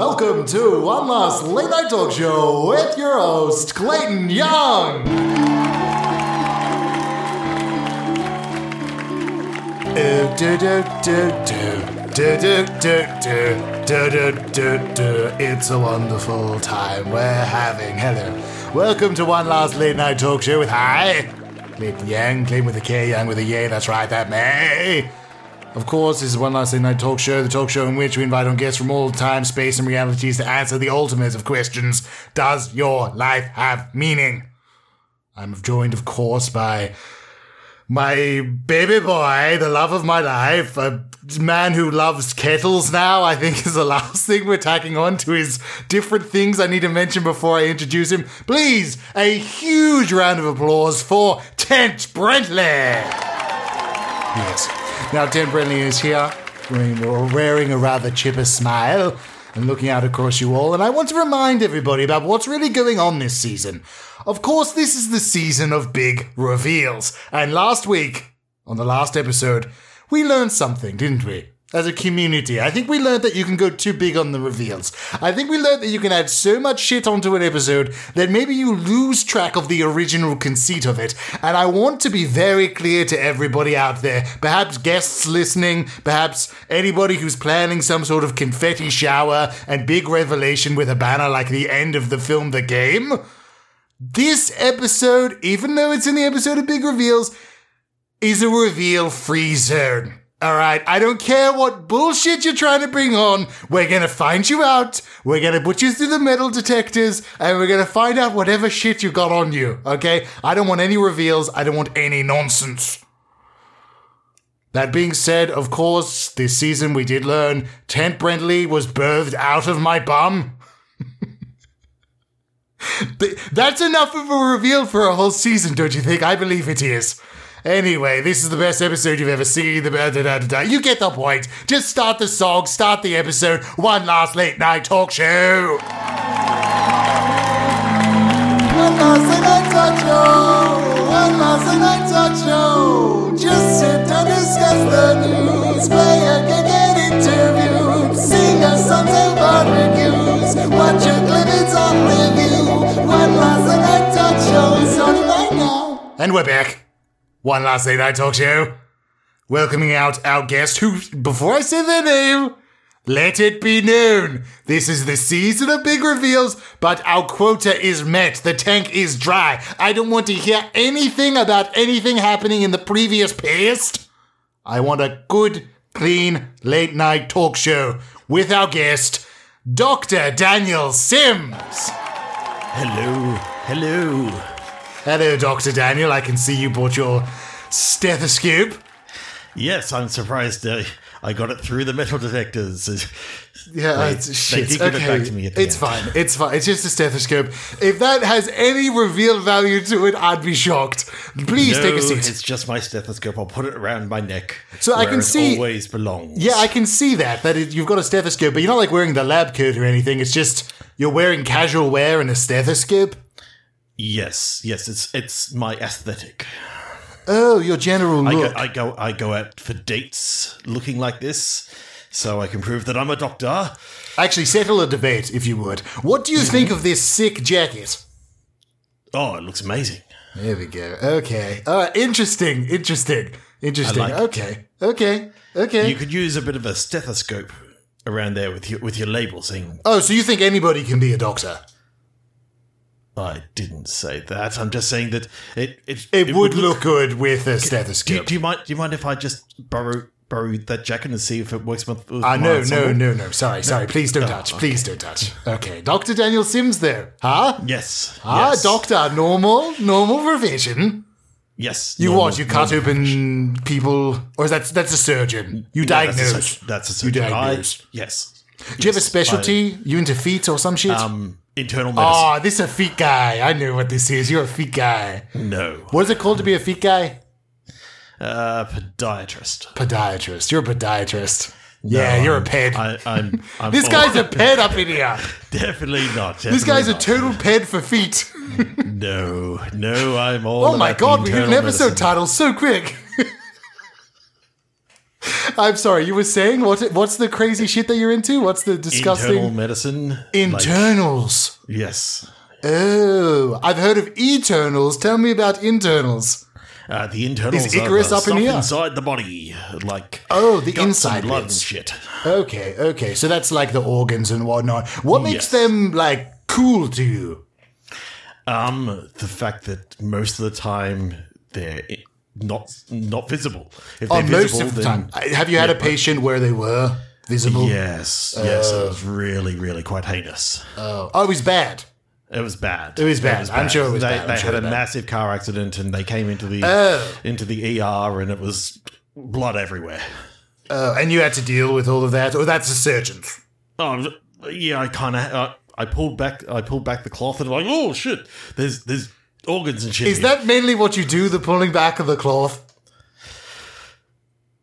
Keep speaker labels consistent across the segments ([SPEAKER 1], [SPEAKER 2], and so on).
[SPEAKER 1] Welcome to One Last Late Night Talk Show with your host, Clayton Young. Uh, do, do, do, do. Do, do, do, do. Do, do, do, do. It's a wonderful time we're having. Hello. Welcome to One Last Late Night Talk Show with Hi. Clayton Yang, Clayton with a K, Yang with a Yay. That's right, that May. Of course, this is One Last Late Night Talk Show, the talk show in which we invite on guests from all time, space, and realities to answer the ultimate of questions Does your life have meaning? I'm joined, of course, by my baby boy, the love of my life, a man who loves kettles now, I think is the last thing we're tacking on to his different things I need to mention before I introduce him. Please, a huge round of applause for Tent Brentley! Yes. Now, Tim Brinley is here, wearing, wearing a rather chipper smile and looking out across you all. And I want to remind everybody about what's really going on this season. Of course, this is the season of big reveals. And last week, on the last episode, we learned something, didn't we? As a community, I think we learned that you can go too big on the reveals. I think we learned that you can add so much shit onto an episode that maybe you lose track of the original conceit of it. And I want to be very clear to everybody out there, perhaps guests listening, perhaps anybody who's planning some sort of confetti shower and big revelation with a banner like the end of the film The Game. This episode, even though it's in the episode of Big Reveals, is a reveal free zone. All right, I don't care what bullshit you're trying to bring on. We're gonna find you out. We're gonna put you through the metal detectors, and we're gonna find out whatever shit you got on you. Okay? I don't want any reveals. I don't want any nonsense. That being said, of course, this season we did learn Tent Brentley was birthed out of my bum. Th- That's enough of a reveal for a whole season, don't you think? I believe it is. Anyway, this is the best episode you've ever seen. The uh, da, da, da, da. You get the point. Just start the song, start the episode. One last late night talk show. One last late night talk show. One last late night talk show. Just sit down, discuss the news. Play a game, get interviewed. Sing us songs and barbecues. Watch a clip, it's on review. One last late night talk show is on right now. And we're back. One last thing I talk to you. Welcoming out our guest who, before I say their name, let it be known. This is the season of big reveals, but our quota is met. The tank is dry. I don't want to hear anything about anything happening in the previous past. I want a good, clean, late night talk show with our guest, Dr. Daniel Sims.
[SPEAKER 2] Hello, hello.
[SPEAKER 1] Hello, Dr. Daniel. I can see you brought your stethoscope.
[SPEAKER 2] Yes, I'm surprised uh, I got it through the metal detectors.
[SPEAKER 1] Yeah,
[SPEAKER 2] They-
[SPEAKER 1] it's
[SPEAKER 2] they
[SPEAKER 1] shit.
[SPEAKER 2] did give it
[SPEAKER 1] okay.
[SPEAKER 2] back to me at the
[SPEAKER 1] it's
[SPEAKER 2] end.
[SPEAKER 1] fine. It's fine. It's just a stethoscope. If that has any reveal value to it, I'd be shocked. Please
[SPEAKER 2] no,
[SPEAKER 1] take a seat.
[SPEAKER 2] It's just my stethoscope. I'll put it around my neck.
[SPEAKER 1] So I
[SPEAKER 2] where
[SPEAKER 1] can
[SPEAKER 2] it
[SPEAKER 1] see-
[SPEAKER 2] always belongs.
[SPEAKER 1] Yeah, I can see that. That it, you've got a stethoscope, but you're not like wearing the lab coat or anything. It's just you're wearing casual wear and a stethoscope.
[SPEAKER 2] Yes, yes. It's it's my aesthetic.
[SPEAKER 1] Oh, your general
[SPEAKER 2] I go,
[SPEAKER 1] look.
[SPEAKER 2] I go I go out for dates looking like this, so I can prove that I'm a doctor.
[SPEAKER 1] Actually, settle a debate if you would. What do you
[SPEAKER 2] Mm-hmm.
[SPEAKER 1] think of this sick jacket?
[SPEAKER 2] Oh, it looks amazing.
[SPEAKER 1] There we go. Okay. All right. Interesting. Interesting. Interesting.
[SPEAKER 2] like it.
[SPEAKER 1] okay. Okay. Okay.
[SPEAKER 2] You could use a bit of a stethoscope around there with your with your label saying
[SPEAKER 1] oh, so you think anybody can be a doctor?
[SPEAKER 2] I didn't say that. I'm just saying that it it,
[SPEAKER 1] It, would look good with a stethoscope.
[SPEAKER 2] Do, you- do you mind? Do you mind if I just borrow borrow that jacket and see if it works with? with
[SPEAKER 1] Ah,
[SPEAKER 2] my
[SPEAKER 1] no, no,
[SPEAKER 2] ensemble?
[SPEAKER 1] no, no. Sorry, sorry. Please don't touch. Please don't touch. Okay, Doctor Daniel Sims, there, huh?
[SPEAKER 2] Yes.
[SPEAKER 1] Ah,
[SPEAKER 2] yes,
[SPEAKER 1] doctor, normal, normal revision.
[SPEAKER 2] Yes.
[SPEAKER 1] You
[SPEAKER 2] normal-
[SPEAKER 1] what? You cut
[SPEAKER 2] normal.
[SPEAKER 1] open people, or is that that's a surgeon? You
[SPEAKER 2] Yeah, that's a
[SPEAKER 1] diagnose.
[SPEAKER 2] sur- That's a
[SPEAKER 1] You
[SPEAKER 2] surgeon. I-
[SPEAKER 1] diagnose.
[SPEAKER 2] yes.
[SPEAKER 1] Do you have a specialty? you into feet or some shit?
[SPEAKER 2] Um, internal medicine.
[SPEAKER 1] Ah, this is a feet guy. I know what this is. You're a feet guy.
[SPEAKER 2] no.
[SPEAKER 1] What is it called to be a feet guy?
[SPEAKER 2] Uh, podiatrist.
[SPEAKER 1] Podiatrist. You're a podiatrist. yeah, you're a ped.
[SPEAKER 2] I, Oh. I'm. I'm
[SPEAKER 1] this
[SPEAKER 2] all-
[SPEAKER 1] guy's a ped up in here.
[SPEAKER 2] definitely not.
[SPEAKER 1] This guy's a
[SPEAKER 2] definitely
[SPEAKER 1] total ped for feet.
[SPEAKER 2] not. No, no. I'm all.
[SPEAKER 1] Oh my
[SPEAKER 2] about
[SPEAKER 1] god, we hit an
[SPEAKER 2] internal
[SPEAKER 1] episode
[SPEAKER 2] medicine.
[SPEAKER 1] title so quick. I'm sorry. You were saying what? What's the crazy shit that you're into? What's the
[SPEAKER 2] Internal
[SPEAKER 1] disgusting
[SPEAKER 2] medicine. like-
[SPEAKER 1] internals?
[SPEAKER 2] yes.
[SPEAKER 1] oh, I've heard of eternals. Tell me about internals.
[SPEAKER 2] Uh, the internals
[SPEAKER 1] Is Icarus
[SPEAKER 2] are the
[SPEAKER 1] up in
[SPEAKER 2] stuff
[SPEAKER 1] here?
[SPEAKER 2] inside the body, like
[SPEAKER 1] Oh, the
[SPEAKER 2] guts and
[SPEAKER 1] inside
[SPEAKER 2] blood and
[SPEAKER 1] bits.
[SPEAKER 2] shit.
[SPEAKER 1] Okay, okay. So that's like the organs and whatnot. What makes
[SPEAKER 2] Yes.
[SPEAKER 1] them like cool to you?
[SPEAKER 2] Um, the fact that most of the time they're i- not not visible. If they're
[SPEAKER 1] Oh, most
[SPEAKER 2] visible,
[SPEAKER 1] of the
[SPEAKER 2] then
[SPEAKER 1] time. I- Have you had a patient where they were visible?
[SPEAKER 2] yes, yes, it
[SPEAKER 1] Uh,
[SPEAKER 2] was really, really quite heinous.
[SPEAKER 1] Oh, oh, it was bad.
[SPEAKER 2] It was bad.
[SPEAKER 1] It was bad. I'm sure it was
[SPEAKER 2] they,
[SPEAKER 1] bad. I'm
[SPEAKER 2] They
[SPEAKER 1] sure
[SPEAKER 2] had
[SPEAKER 1] it
[SPEAKER 2] a
[SPEAKER 1] was bad.
[SPEAKER 2] massive car accident, and they came into the into the ER, and it was blood everywhere.
[SPEAKER 1] Oh, and you had to deal with all of that. Oh, that's the surgeons.
[SPEAKER 2] Oh yeah, I kind of uh, I pulled back I pulled back the cloth and I'm like oh shit, there's there's organs and shit.
[SPEAKER 1] Is
[SPEAKER 2] here.
[SPEAKER 1] that mainly what you do? The pulling back of the cloth.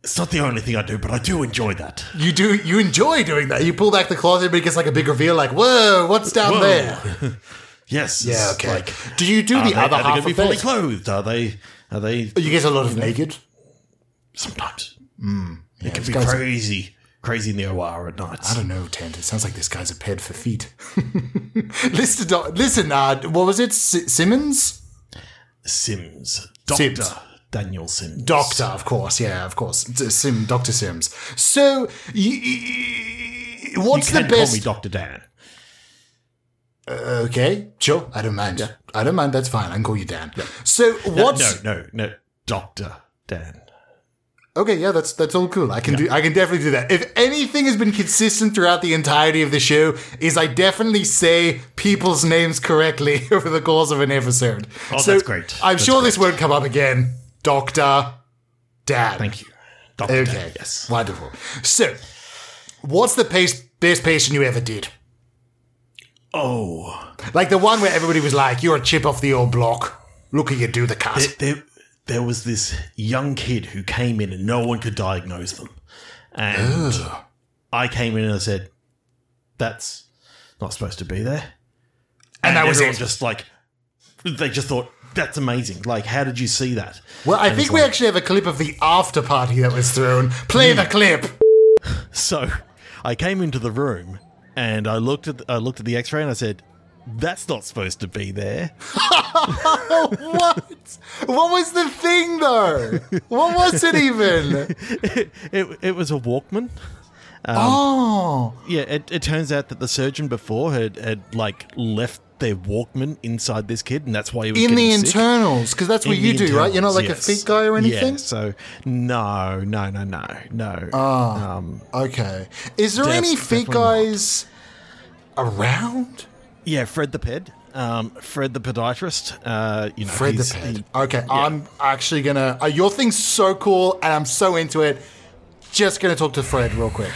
[SPEAKER 2] It's not the only thing I do, but I do enjoy that.
[SPEAKER 1] You do. You enjoy doing that. You pull back the cloth, everybody gets like a big reveal. Like, whoa, what's down
[SPEAKER 2] Whoa.
[SPEAKER 1] there?
[SPEAKER 2] Yes.
[SPEAKER 1] Yeah.
[SPEAKER 2] it's
[SPEAKER 1] Okay.
[SPEAKER 2] Like,
[SPEAKER 1] do you do
[SPEAKER 2] are
[SPEAKER 1] the
[SPEAKER 2] they,
[SPEAKER 1] other
[SPEAKER 2] are they
[SPEAKER 1] half
[SPEAKER 2] gonna be
[SPEAKER 1] of
[SPEAKER 2] fully
[SPEAKER 1] it?
[SPEAKER 2] clothed? Are they? Are they?
[SPEAKER 1] You get a lot of naked.
[SPEAKER 2] Sometimes. it can be
[SPEAKER 1] Hmm, guys are-
[SPEAKER 2] crazy, crazy in the OR at night.
[SPEAKER 1] I don't know, Tent. It sounds like this guy's a ped for feet. listen, doc- listen. Uh, what was it? S- Simmons.
[SPEAKER 2] Sims, Doctor
[SPEAKER 1] Sims.
[SPEAKER 2] Daniel Sims,
[SPEAKER 1] Doctor, of course, yeah, of course. D- Sim, Doctor Sims. So, y- y-
[SPEAKER 2] You
[SPEAKER 1] what's
[SPEAKER 2] can
[SPEAKER 1] the
[SPEAKER 2] call me
[SPEAKER 1] best?
[SPEAKER 2] Doctor Dan.
[SPEAKER 1] okay, sure, I don't mind. I don't mind. That's fine. I can call you Dan. So, what's
[SPEAKER 2] No, no, no, Doctor Dan.
[SPEAKER 1] okay? Yeah, that's that's all cool. I can do. I can definitely do that. If anything has been consistent throughout the entirety of the show, is I definitely say people's names correctly over the course of an episode.
[SPEAKER 2] Oh, that's great.
[SPEAKER 1] I'm
[SPEAKER 2] That's
[SPEAKER 1] sure this won't come up again, Doctor Dan.
[SPEAKER 2] Thank you, Doctor Dan.
[SPEAKER 1] Okay.
[SPEAKER 2] Yes.
[SPEAKER 1] Wonderful. So, what's the pace, best patient you ever did?
[SPEAKER 2] Oh.
[SPEAKER 1] Like the one where everybody was like, "You're a chip off the old block. Look at you do the cut."
[SPEAKER 2] there, there was this young kid who came in and no one could diagnose them. And I came in and I said, that's not supposed to be there.
[SPEAKER 1] And that was
[SPEAKER 2] everyone
[SPEAKER 1] it.
[SPEAKER 2] just like, they just thought, that's amazing. Like, how did you see that?
[SPEAKER 1] well, I think we actually have a clip of the after party that was thrown. Play
[SPEAKER 2] Hmm.
[SPEAKER 1] the clip.
[SPEAKER 2] So I came into the room and I looked at, I looked at the x-ray and I said, that's not supposed to be there.
[SPEAKER 1] what? What was the thing though? What was it even?
[SPEAKER 2] it, it, was a Walkman. Um,
[SPEAKER 1] oh,
[SPEAKER 2] Yeah, it, it turns out that the surgeon before had, had like left their Walkman inside this kid, and that's why he was
[SPEAKER 1] in the
[SPEAKER 2] getting sick.
[SPEAKER 1] internals, because that's what
[SPEAKER 2] In
[SPEAKER 1] you
[SPEAKER 2] the
[SPEAKER 1] do, right? You're not like
[SPEAKER 2] internals,
[SPEAKER 1] a
[SPEAKER 2] yes.
[SPEAKER 1] feet guy or anything. Uh.
[SPEAKER 2] Yeah, so no, no, no, no, no. Um,
[SPEAKER 1] Okay. Is there
[SPEAKER 2] Def-
[SPEAKER 1] any feet
[SPEAKER 2] definitely not.
[SPEAKER 1] guys around?
[SPEAKER 2] yeah, Fred the ped, um, Fred the podiatrist. Uh, you know,
[SPEAKER 1] Fred the
[SPEAKER 2] he's-
[SPEAKER 1] Ped.
[SPEAKER 2] he-
[SPEAKER 1] Okay, I'm actually gonna. Uh, your thing's so cool, and I'm so into it. Just gonna talk to Fred real quick.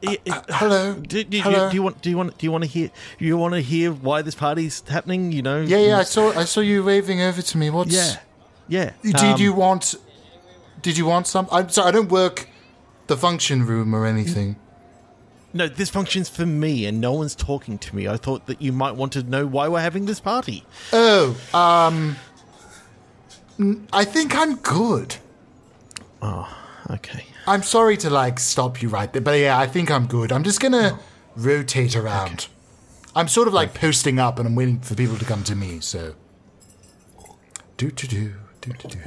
[SPEAKER 2] he- he-
[SPEAKER 1] Uh, Hello.
[SPEAKER 2] do, do,
[SPEAKER 1] Hello.
[SPEAKER 2] Do, you want? Do you want? Do you want to hear? You want to hear why this party's happening? You know?
[SPEAKER 1] yeah, yeah. I saw. I saw you waving over to me. What's?
[SPEAKER 2] yeah, yeah.
[SPEAKER 1] Did
[SPEAKER 2] Um,
[SPEAKER 1] you want? Did you want some? I'm sorry. I don't work the function room or anything.
[SPEAKER 2] No, this function's for me, and no one's talking to me. I thought that you might want to know why we're having this party.
[SPEAKER 1] Oh, um. n- I think I'm good.
[SPEAKER 2] Okay.
[SPEAKER 1] I'm sorry to like stop you right there, but yeah, I think I'm good. I'm just gonna rotate around. I'm sort of like posting up, and I'm waiting for people to come to me. So, do do do do do do.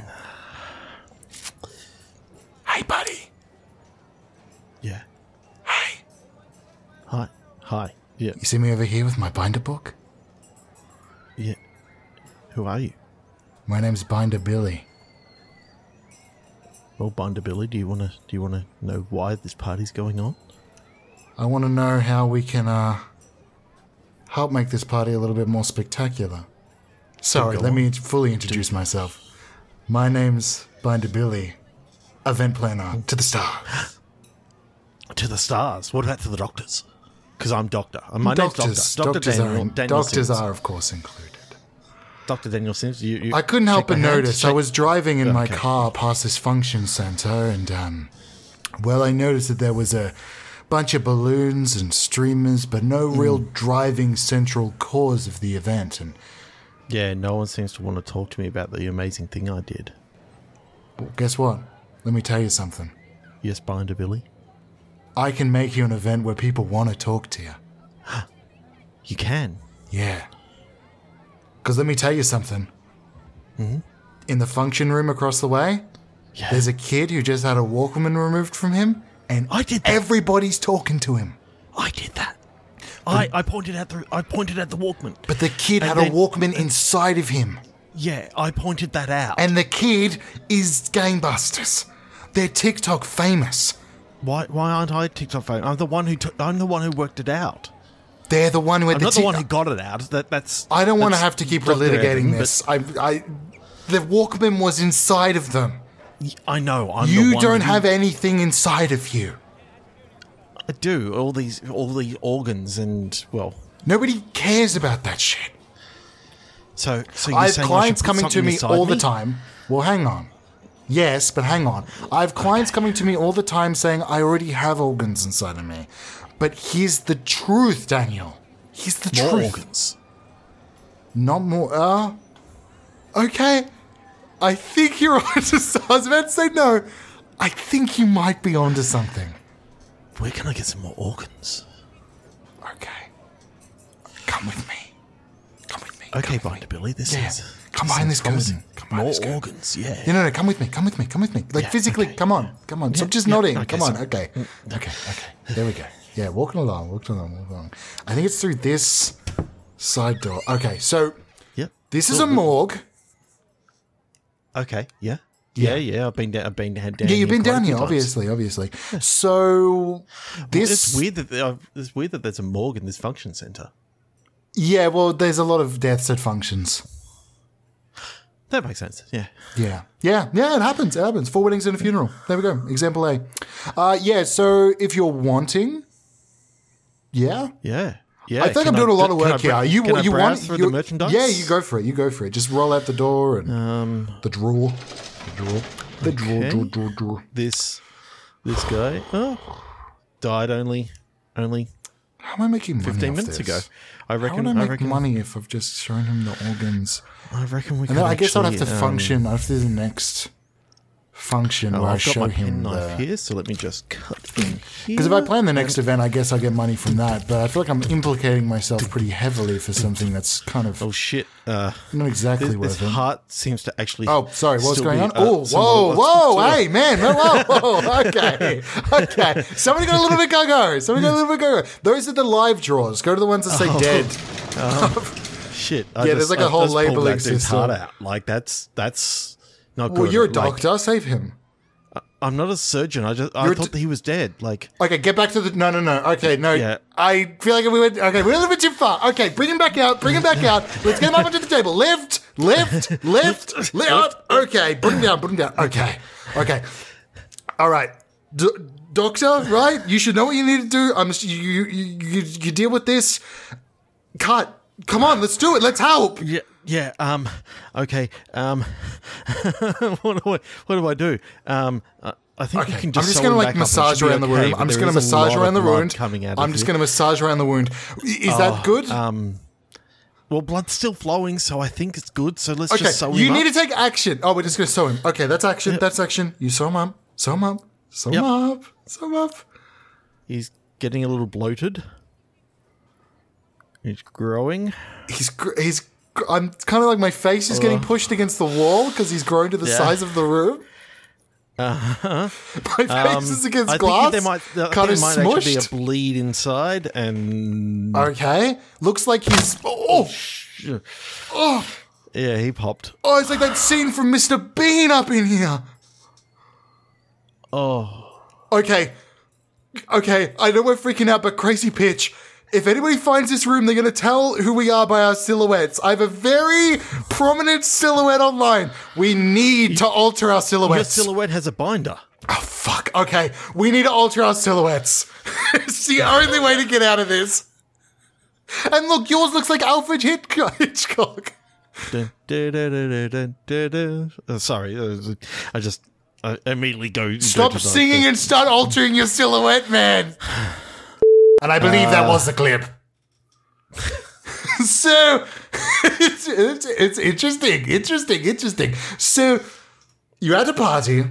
[SPEAKER 1] Hey, buddy.
[SPEAKER 2] Yeah.
[SPEAKER 1] Hey.
[SPEAKER 2] Hi. Hi. Yeah.
[SPEAKER 1] You see me over here with my binder book?
[SPEAKER 2] Yeah. Who are you?
[SPEAKER 1] My name's Binder Billy.
[SPEAKER 2] Well, Binder Billy, do you want to do you want to know why this party's going on?
[SPEAKER 1] I want to know how we can uh help make this party a little bit more spectacular. Sorry,
[SPEAKER 2] Go
[SPEAKER 1] let
[SPEAKER 2] on.
[SPEAKER 1] me fully introduce myself. My name's Binder Billy, event planner to the star.
[SPEAKER 2] To the stars. What about to the doctors? Because I'm doctor. And My name's
[SPEAKER 1] doctors,
[SPEAKER 2] Doctor. Doctor
[SPEAKER 1] doctors
[SPEAKER 2] Daniel.
[SPEAKER 1] are
[SPEAKER 2] Daniel
[SPEAKER 1] doctors
[SPEAKER 2] Sims.
[SPEAKER 1] are of course included.
[SPEAKER 2] Doctor Daniel Sims. You, you
[SPEAKER 1] I couldn't help but
[SPEAKER 2] shake my hand,
[SPEAKER 1] notice. I
[SPEAKER 2] shake-
[SPEAKER 1] was driving in my
[SPEAKER 2] Okay.
[SPEAKER 1] car past this function center, and um, well, I noticed that there was a bunch of
[SPEAKER 2] Mm.
[SPEAKER 1] balloons and streamers, but no real driving central cause of the event. And
[SPEAKER 2] Yeah, no one seems to want to talk to me about the amazing thing I did.
[SPEAKER 1] Well, guess what? Let me tell you something.
[SPEAKER 2] Yes, Binder Billy?
[SPEAKER 1] I can make you an event where people want to talk to you.
[SPEAKER 2] You can.
[SPEAKER 1] Yeah. Because let me tell you something.
[SPEAKER 2] Mm-hmm.
[SPEAKER 1] In the function room across the way,
[SPEAKER 2] Yeah.
[SPEAKER 1] there's a kid who just had a Walkman removed from him, and
[SPEAKER 2] I did that.
[SPEAKER 1] everybody's talking to him.
[SPEAKER 2] I did that. I, I pointed at the I pointed at the Walkman.
[SPEAKER 1] But the kid
[SPEAKER 2] And
[SPEAKER 1] had
[SPEAKER 2] then-
[SPEAKER 1] a Walkman inside of him,
[SPEAKER 2] Yeah, I pointed that out.
[SPEAKER 1] and the kid is gangbusters. They're TikTok famous.
[SPEAKER 2] why why aren't I TikTok famous? I'm the one who took, I'm the one who worked it out.
[SPEAKER 1] They're the one who had
[SPEAKER 2] I'm
[SPEAKER 1] the,
[SPEAKER 2] not the
[SPEAKER 1] tic-
[SPEAKER 2] one who got it out. That that's
[SPEAKER 1] I don't want to
[SPEAKER 2] that's
[SPEAKER 1] have to keep
[SPEAKER 2] Dr. Evan,
[SPEAKER 1] relitigating
[SPEAKER 2] but
[SPEAKER 1] this. I, I, the Walkman was inside of them.
[SPEAKER 2] y- I know. I'm the
[SPEAKER 1] You
[SPEAKER 2] one
[SPEAKER 1] don't
[SPEAKER 2] who-
[SPEAKER 1] have anything inside of you.
[SPEAKER 2] I do all these all these organs and well.
[SPEAKER 1] Nobody cares about that shit.
[SPEAKER 2] So so you're
[SPEAKER 1] I have
[SPEAKER 2] saying I should
[SPEAKER 1] clients
[SPEAKER 2] put
[SPEAKER 1] coming to
[SPEAKER 2] something
[SPEAKER 1] me
[SPEAKER 2] inside
[SPEAKER 1] all the time. Well, hang on. Yes, but hang on. I have clients coming to me all the time saying I already have organs inside of me. But here's the truth, Daniel. Here's the
[SPEAKER 2] More
[SPEAKER 1] truth.
[SPEAKER 2] organs.
[SPEAKER 1] Not more. Uh, okay. I think you're onto. s- I was about to say no. I think you might be onto something.
[SPEAKER 2] Where can I get some more organs?
[SPEAKER 1] Okay. Come with me. Come with me.
[SPEAKER 2] Okay, Binder Billy, this
[SPEAKER 1] Yeah.
[SPEAKER 2] is
[SPEAKER 1] Come behind this
[SPEAKER 2] is
[SPEAKER 1] curtain.
[SPEAKER 2] promising.
[SPEAKER 1] Come behind
[SPEAKER 2] More
[SPEAKER 1] this curtain.
[SPEAKER 2] organs, yeah.
[SPEAKER 1] No, no, no, come with me, come with me, come with me. Like
[SPEAKER 2] Yeah,
[SPEAKER 1] physically,
[SPEAKER 2] okay.
[SPEAKER 1] come on, come on. Stop just
[SPEAKER 2] yeah,
[SPEAKER 1] nodding.
[SPEAKER 2] okay,
[SPEAKER 1] come on,
[SPEAKER 2] sorry. Mm,
[SPEAKER 1] okay. Okay, okay. There we go. Yeah, walking along, walking along, walking along. I think it's through this side door. Okay, so
[SPEAKER 2] Yep.
[SPEAKER 1] this is a morgue.
[SPEAKER 2] Okay. Yeah. Yeah. Yeah. I've been down. I've been down.
[SPEAKER 1] Yeah, you've been
[SPEAKER 2] quite a
[SPEAKER 1] down
[SPEAKER 2] few
[SPEAKER 1] here,
[SPEAKER 2] times.
[SPEAKER 1] obviously, obviously. So this
[SPEAKER 2] It's weird that uh, it's weird that there's a morgue in this function center.
[SPEAKER 1] Yeah, well, there's a lot of deaths at functions.
[SPEAKER 2] That makes sense. Yeah.
[SPEAKER 1] Yeah. Yeah. Yeah, it happens. It happens. Four weddings and a funeral. There we go. Example A. Uh, yeah, so if you're wanting. Yeah.
[SPEAKER 2] Yeah. Yeah.
[SPEAKER 1] I think I'm
[SPEAKER 2] Can
[SPEAKER 1] doing a lot of
[SPEAKER 2] can I
[SPEAKER 1] work here.
[SPEAKER 2] br-
[SPEAKER 1] you
[SPEAKER 2] can I
[SPEAKER 1] you
[SPEAKER 2] browse
[SPEAKER 1] want
[SPEAKER 2] through
[SPEAKER 1] you-
[SPEAKER 2] the merchandise? Um,
[SPEAKER 1] Yeah, you go for it. You go for it. Just roll out the door and the drawer, the drawer, the drawer,
[SPEAKER 2] Okay.
[SPEAKER 1] drawer, drawer, drawer.
[SPEAKER 2] This this guy oh, died only only
[SPEAKER 1] How am I making money?
[SPEAKER 2] 15
[SPEAKER 1] off
[SPEAKER 2] minutes
[SPEAKER 1] this?
[SPEAKER 2] ago. I
[SPEAKER 1] How would
[SPEAKER 2] reckon.
[SPEAKER 1] I
[SPEAKER 2] I,
[SPEAKER 1] make
[SPEAKER 2] reckon.
[SPEAKER 1] money if I've just shown him the organs?
[SPEAKER 2] I reckon we.
[SPEAKER 1] And
[SPEAKER 2] can
[SPEAKER 1] then I guess I'd have to
[SPEAKER 2] actually, um,
[SPEAKER 1] function after the next function
[SPEAKER 2] Oh,
[SPEAKER 1] where I
[SPEAKER 2] I've got
[SPEAKER 1] show
[SPEAKER 2] my
[SPEAKER 1] him
[SPEAKER 2] pen knife
[SPEAKER 1] the.
[SPEAKER 2] here, so let me just cut in here.
[SPEAKER 1] Because if I plan the next event, I guess I get money from that. But I feel like I'm implicating myself pretty heavily for something that's kind of
[SPEAKER 2] oh shit. Uh,
[SPEAKER 1] not exactly
[SPEAKER 2] This,
[SPEAKER 1] worth
[SPEAKER 2] this
[SPEAKER 1] it.
[SPEAKER 2] heart seems to actually.
[SPEAKER 1] Oh, sorry. What's
[SPEAKER 2] still
[SPEAKER 1] going
[SPEAKER 2] be,
[SPEAKER 1] on?
[SPEAKER 2] uh,
[SPEAKER 1] oh, whoa,
[SPEAKER 2] somewhat-
[SPEAKER 1] whoa, hey, man, whoa, whoa, whoa. Okay, okay. Somebody got a little bit go go. Somebody got a little bit go go. Those are the live draws. Go to the ones that
[SPEAKER 2] Oh,
[SPEAKER 1] say dead.
[SPEAKER 2] Shit.
[SPEAKER 1] Yeah, there's like a whole labeling system.
[SPEAKER 2] Heart out. Like that's that's not good.
[SPEAKER 1] Well, you're a
[SPEAKER 2] Like,
[SPEAKER 1] doctor. Save him.
[SPEAKER 2] I'm not a surgeon. I just I
[SPEAKER 1] You're a
[SPEAKER 2] thought
[SPEAKER 1] d-
[SPEAKER 2] that he was dead. Like
[SPEAKER 1] Okay, get back to the. No, no, no. Okay, no.
[SPEAKER 2] Yeah.
[SPEAKER 1] I feel like we went. Okay, we're a little bit too far. Okay, bring him back out. Bring him back out. Let's get him up onto the table. Left, left, left, left. Okay, put him down. Put him down. Okay, okay. All right, D- doctor. Right, you should know what you need to do. I'm. You, you, you, you deal with this. Cut. Come on, let's do it. Let's help.
[SPEAKER 2] yeah, yeah. Um, okay. Um, what do I what do I do? Um, I- I think
[SPEAKER 1] Okay,
[SPEAKER 2] you
[SPEAKER 1] I'm
[SPEAKER 2] can
[SPEAKER 1] just,
[SPEAKER 2] just. sew
[SPEAKER 1] gonna
[SPEAKER 2] him
[SPEAKER 1] like
[SPEAKER 2] back up. It
[SPEAKER 1] massage
[SPEAKER 2] should be
[SPEAKER 1] around the
[SPEAKER 2] okay,
[SPEAKER 1] room.
[SPEAKER 2] but
[SPEAKER 1] I'm just
[SPEAKER 2] there
[SPEAKER 1] gonna
[SPEAKER 2] is a
[SPEAKER 1] massage
[SPEAKER 2] lot
[SPEAKER 1] around the
[SPEAKER 2] of blood
[SPEAKER 1] wound.
[SPEAKER 2] Coming out.
[SPEAKER 1] I'm
[SPEAKER 2] of Oh,
[SPEAKER 1] just
[SPEAKER 2] it.
[SPEAKER 1] gonna massage around the wound. Is that good?
[SPEAKER 2] Well, blood's still flowing, so I think it's good. So let's
[SPEAKER 1] Okay,
[SPEAKER 2] just sew
[SPEAKER 1] you
[SPEAKER 2] him
[SPEAKER 1] need to
[SPEAKER 2] up.
[SPEAKER 1] take action. Oh, we're just gonna sew him. Okay, that's action. That's action. You sew him up. Sew him up. Sew him
[SPEAKER 2] Yep.
[SPEAKER 1] up. Sew him up.
[SPEAKER 2] He's getting a little bloated. He's growing.
[SPEAKER 1] He's gr- he's. gr- I'm kind of like my face is getting pushed against the wall because he's grown to the
[SPEAKER 2] Yeah.
[SPEAKER 1] size of the room. Uh-huh. My face
[SPEAKER 2] Um,
[SPEAKER 1] is against
[SPEAKER 2] I
[SPEAKER 1] glass.
[SPEAKER 2] Think there might, I think
[SPEAKER 1] kind
[SPEAKER 2] there
[SPEAKER 1] of
[SPEAKER 2] might actually be a
[SPEAKER 1] smushed. Uh,
[SPEAKER 2] bleed inside, and
[SPEAKER 1] okay, looks like he's. Oh,
[SPEAKER 2] yeah, he popped.
[SPEAKER 1] oh, it's like that scene from Mr. Bean up in here.
[SPEAKER 2] Oh,
[SPEAKER 1] Okay. Okay, I know we're freaking out, but crazy pitch. If anybody finds this room, they're going to tell who we are by our silhouettes. I have a very prominent silhouette online. We need to alter our
[SPEAKER 2] your
[SPEAKER 1] silhouettes.
[SPEAKER 2] silhouette has a binder.
[SPEAKER 1] oh, fuck. Okay, we need to alter our silhouettes. it's the only way to get out of this. And look, yours looks like Alfred Hitchcock. Hitchcock.
[SPEAKER 2] Dun, dun, dun, dun, dun, dun, dun. Uh, sorry, uh, I just I immediately go.
[SPEAKER 1] Stop
[SPEAKER 2] go to the-
[SPEAKER 1] singing and start altering your silhouette, man. And I believe that was the clip. so, it's, it's, it's interesting, interesting, interesting. So you're at a party.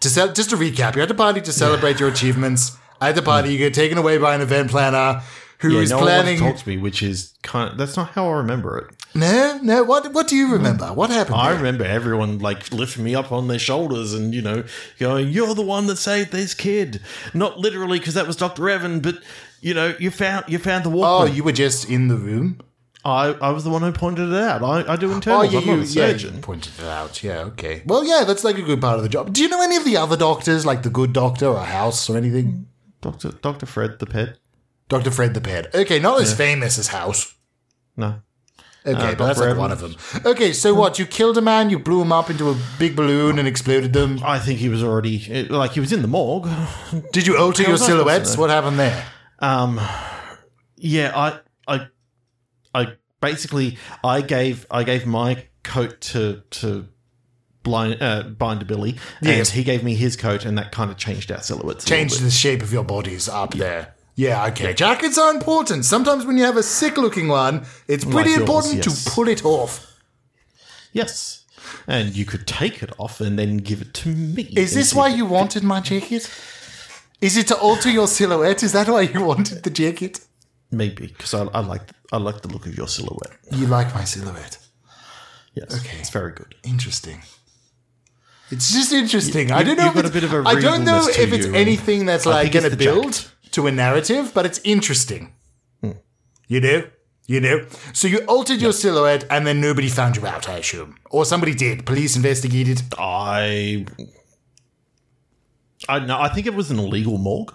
[SPEAKER 1] To cel- just to recap, you're at a party to celebrate your achievements. At the party, you get taken away by an event planner who
[SPEAKER 2] Yeah,
[SPEAKER 1] is
[SPEAKER 2] no
[SPEAKER 1] planning.
[SPEAKER 2] one wants to talk to me, which is kind. Of, that's not how I remember it.
[SPEAKER 1] no, no. What what do you remember? What happened?
[SPEAKER 2] I
[SPEAKER 1] here?
[SPEAKER 2] remember everyone like lifting me up on their shoulders and you know going, "You're the one that saved this kid." Not literally because that was Doctor Evan, but you know, you found you found the
[SPEAKER 1] oh,
[SPEAKER 2] Walkman.
[SPEAKER 1] you were just in the room.
[SPEAKER 2] I, I was the one who pointed it out. I, I do internals. I'm not a
[SPEAKER 1] yeah,
[SPEAKER 2] surgeon.
[SPEAKER 1] Oh, you pointed it out. Yeah, okay. Well, yeah, that's like a good part of the job. Do you know any of the other doctors, like the good doctor or House or anything?
[SPEAKER 2] Doctor Doctor Fred the pet.
[SPEAKER 1] Doctor Fred the Pet. Okay, not as famous as House.
[SPEAKER 2] No.
[SPEAKER 1] Okay,
[SPEAKER 2] Uh,
[SPEAKER 1] but that's
[SPEAKER 2] Dr.
[SPEAKER 1] like one of them. Okay, so what? You killed a man, you blew him up into a big balloon and exploded them.
[SPEAKER 2] I think he was already it- like he was in the morgue.
[SPEAKER 1] Did you alter your
[SPEAKER 2] was I supposed to
[SPEAKER 1] silhouettes?
[SPEAKER 2] know?
[SPEAKER 1] What happened there?
[SPEAKER 2] Um, yeah, I, I, I basically I gave I gave my coat to to blind uh, binder Billy, and
[SPEAKER 1] Yes.
[SPEAKER 2] he gave me his coat, and that kind of changed our silhouettes. a little
[SPEAKER 1] Changed the shape of your bodies up there. Yeah, okay. Jackets are important. Sometimes when you have a sick looking one, it's pretty
[SPEAKER 2] yours,
[SPEAKER 1] important
[SPEAKER 2] yes.
[SPEAKER 1] to pull it off.
[SPEAKER 2] bit. Yes, and you could take it off and then give it to me.
[SPEAKER 1] Is this why you wanted my jacket? Is it to alter your silhouette? Is that why you wanted the jacket?
[SPEAKER 2] Maybe because I, I like I like the look of your silhouette.
[SPEAKER 1] You like my silhouette.
[SPEAKER 2] Yes,
[SPEAKER 1] Okay.
[SPEAKER 2] it's very good.
[SPEAKER 1] Interesting. It's just interesting. I don't know. if
[SPEAKER 2] you've got a
[SPEAKER 1] it's-
[SPEAKER 2] bit of a
[SPEAKER 1] I don't know
[SPEAKER 2] regalness to
[SPEAKER 1] if it's
[SPEAKER 2] you, and
[SPEAKER 1] anything that's like
[SPEAKER 2] think it's
[SPEAKER 1] going to
[SPEAKER 2] the jacket. Hmm.
[SPEAKER 1] build to a narrative, but it's interesting. You know, you know. So you altered your silhouette, and then nobody found you out. I assume, or somebody did. Police investigated.
[SPEAKER 2] I. I no, I think it was an illegal morgue.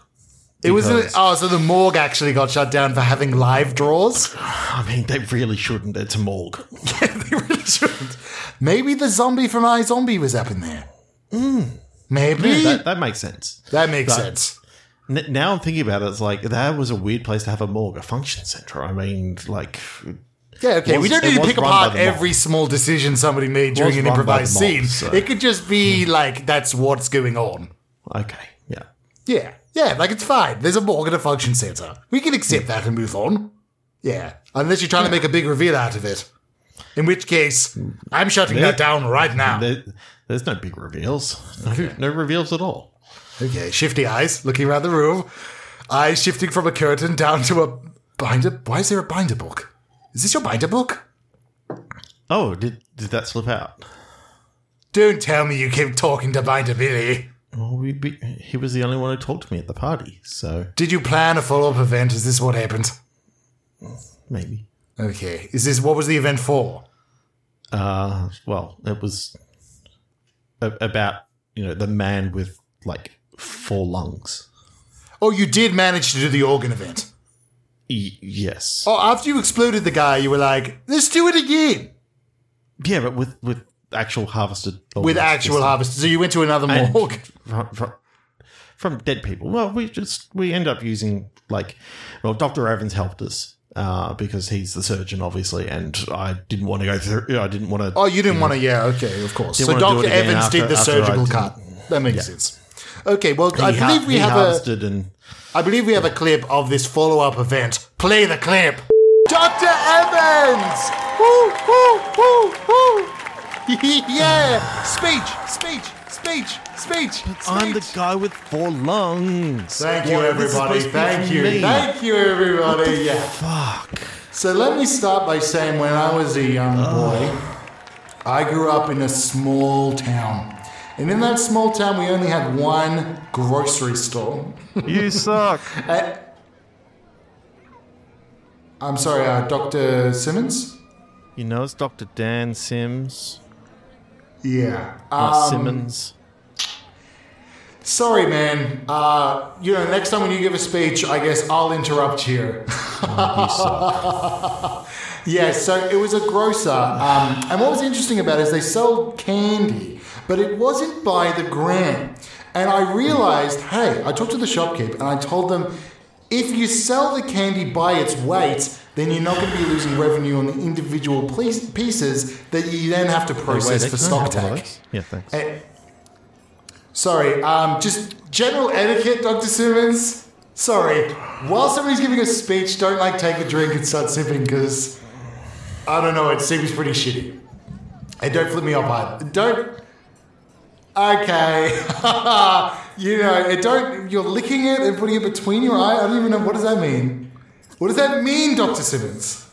[SPEAKER 1] It was a,
[SPEAKER 2] Because-
[SPEAKER 1] oh, so the morgue actually got shut down for having live draws.
[SPEAKER 2] I mean, they really shouldn't. It's a morgue.
[SPEAKER 1] They really shouldn't. Maybe the zombie from I Zombie was up in there.
[SPEAKER 2] Hmm.
[SPEAKER 1] Maybe
[SPEAKER 2] that,
[SPEAKER 1] that,
[SPEAKER 2] that makes sense.
[SPEAKER 1] makes sense.
[SPEAKER 2] N- now I'm thinking about it, it's like that was a weird place to have a morgue, a function center. I mean, like,
[SPEAKER 1] Yeah, okay. we
[SPEAKER 2] was-
[SPEAKER 1] don't
[SPEAKER 2] it
[SPEAKER 1] need to
[SPEAKER 2] was
[SPEAKER 1] pick
[SPEAKER 2] run by
[SPEAKER 1] apart
[SPEAKER 2] the mob.
[SPEAKER 1] every small decision somebody made during an
[SPEAKER 2] run by the
[SPEAKER 1] improvised
[SPEAKER 2] mob,
[SPEAKER 1] scene.
[SPEAKER 2] so- Hmm.
[SPEAKER 1] It could just be like that's what's going on.
[SPEAKER 2] okay, yeah,
[SPEAKER 1] Yeah, yeah. Like it's fine. There's a morgue and a function center. We can accept
[SPEAKER 2] Hmm.
[SPEAKER 1] that and move on. Yeah, unless you're trying to make a big reveal out of it. In which case, I'm shutting that down right now.
[SPEAKER 2] there, there's no big reveals, no, no reveals at all.
[SPEAKER 1] Okay, shifty eyes, looking around the room. Eyes shifting from a curtain down to a binder. Why is there a binder book? Is this your binder book?
[SPEAKER 2] Oh, did did that slip out?
[SPEAKER 1] Don't tell me you kept talking to Binder Billy.
[SPEAKER 2] Well, we, we, he was the only one who talked to me at the party, so
[SPEAKER 1] Did you plan a follow up event? Is this what happened?
[SPEAKER 2] maybe.
[SPEAKER 1] Okay, is this what was the event for?
[SPEAKER 2] Uh, well, it was a- about you know the man with like four lungs.
[SPEAKER 1] Oh, you did manage to do the organ event.
[SPEAKER 2] Y- yes.
[SPEAKER 1] Oh, after you exploded the guy, you were like, let's do it again
[SPEAKER 2] Yeah, but with with actual harvested
[SPEAKER 1] with
[SPEAKER 2] organs.
[SPEAKER 1] actual harvest. So you went to another
[SPEAKER 2] And-
[SPEAKER 1] morgue.
[SPEAKER 2] from, from, from dead people. Well, we just we end up using like, well, Doctor Evans helped us uh, because he's the surgeon, obviously, and I didn't want to go through. I didn't want to.
[SPEAKER 1] Oh, you didn't want to, yeah, okay, of course. So
[SPEAKER 2] wanna do it
[SPEAKER 1] Dr.
[SPEAKER 2] again
[SPEAKER 1] Evans
[SPEAKER 2] after-
[SPEAKER 1] did the
[SPEAKER 2] after I
[SPEAKER 1] surgical
[SPEAKER 2] did-
[SPEAKER 1] cut. That makes sense. Okay, well, I
[SPEAKER 2] he har-
[SPEAKER 1] believe we
[SPEAKER 2] he
[SPEAKER 1] have a.
[SPEAKER 2] harvested and
[SPEAKER 1] I believe we have a clip of this follow-up event. Play the clip. Dr. Evans! Woo, woo, woo, woo! yeah! Speech, speech, speech, speech, speech.
[SPEAKER 2] I'm the guy with four lungs.
[SPEAKER 1] Thank you,
[SPEAKER 2] Why is this
[SPEAKER 1] everybody.
[SPEAKER 2] supposed to be
[SPEAKER 1] Thank
[SPEAKER 2] for
[SPEAKER 1] you.
[SPEAKER 2] me?
[SPEAKER 1] Thank you, everybody. Yeah.
[SPEAKER 2] Fuck.
[SPEAKER 1] So let me start by saying when I was a young
[SPEAKER 2] Oh.
[SPEAKER 1] boy, I grew up in a small town. And in that small town, we only had one grocery store.
[SPEAKER 2] You suck.
[SPEAKER 1] Uh, I'm sorry, uh, Dr. Simmons?
[SPEAKER 2] You know it's Doctor Dan Sims,
[SPEAKER 1] Yeah.
[SPEAKER 2] not
[SPEAKER 1] Um,
[SPEAKER 2] Simmons.
[SPEAKER 1] sorry, man. Uh, you know, next time when you give a speech, I guess I'll interrupt here.
[SPEAKER 2] You suck.
[SPEAKER 1] yeah, so it was a grocer. Um, and what was interesting about it is they sold candy, but it wasn't by the gram. And I realized, hey, I talked to the shopkeep and I told them if you sell the candy by its weight, then you're not going to be losing revenue on the individual place- pieces that you then have to process
[SPEAKER 2] Wait,
[SPEAKER 1] for
[SPEAKER 2] can I
[SPEAKER 1] stock
[SPEAKER 2] have one of
[SPEAKER 1] tag.
[SPEAKER 2] those? Yeah, thanks.
[SPEAKER 1] Eh, sorry, um, just general etiquette, Dr. Simmons. Sorry, while somebody's giving a speech, don't like take a drink and start sipping because I don't know. It seems pretty shitty. And don't flip me off either. Don't. Okay. you know, it don't. You're licking it and putting it between your eye. I don't even know. What does that mean? What does that mean, Dr. Simmons?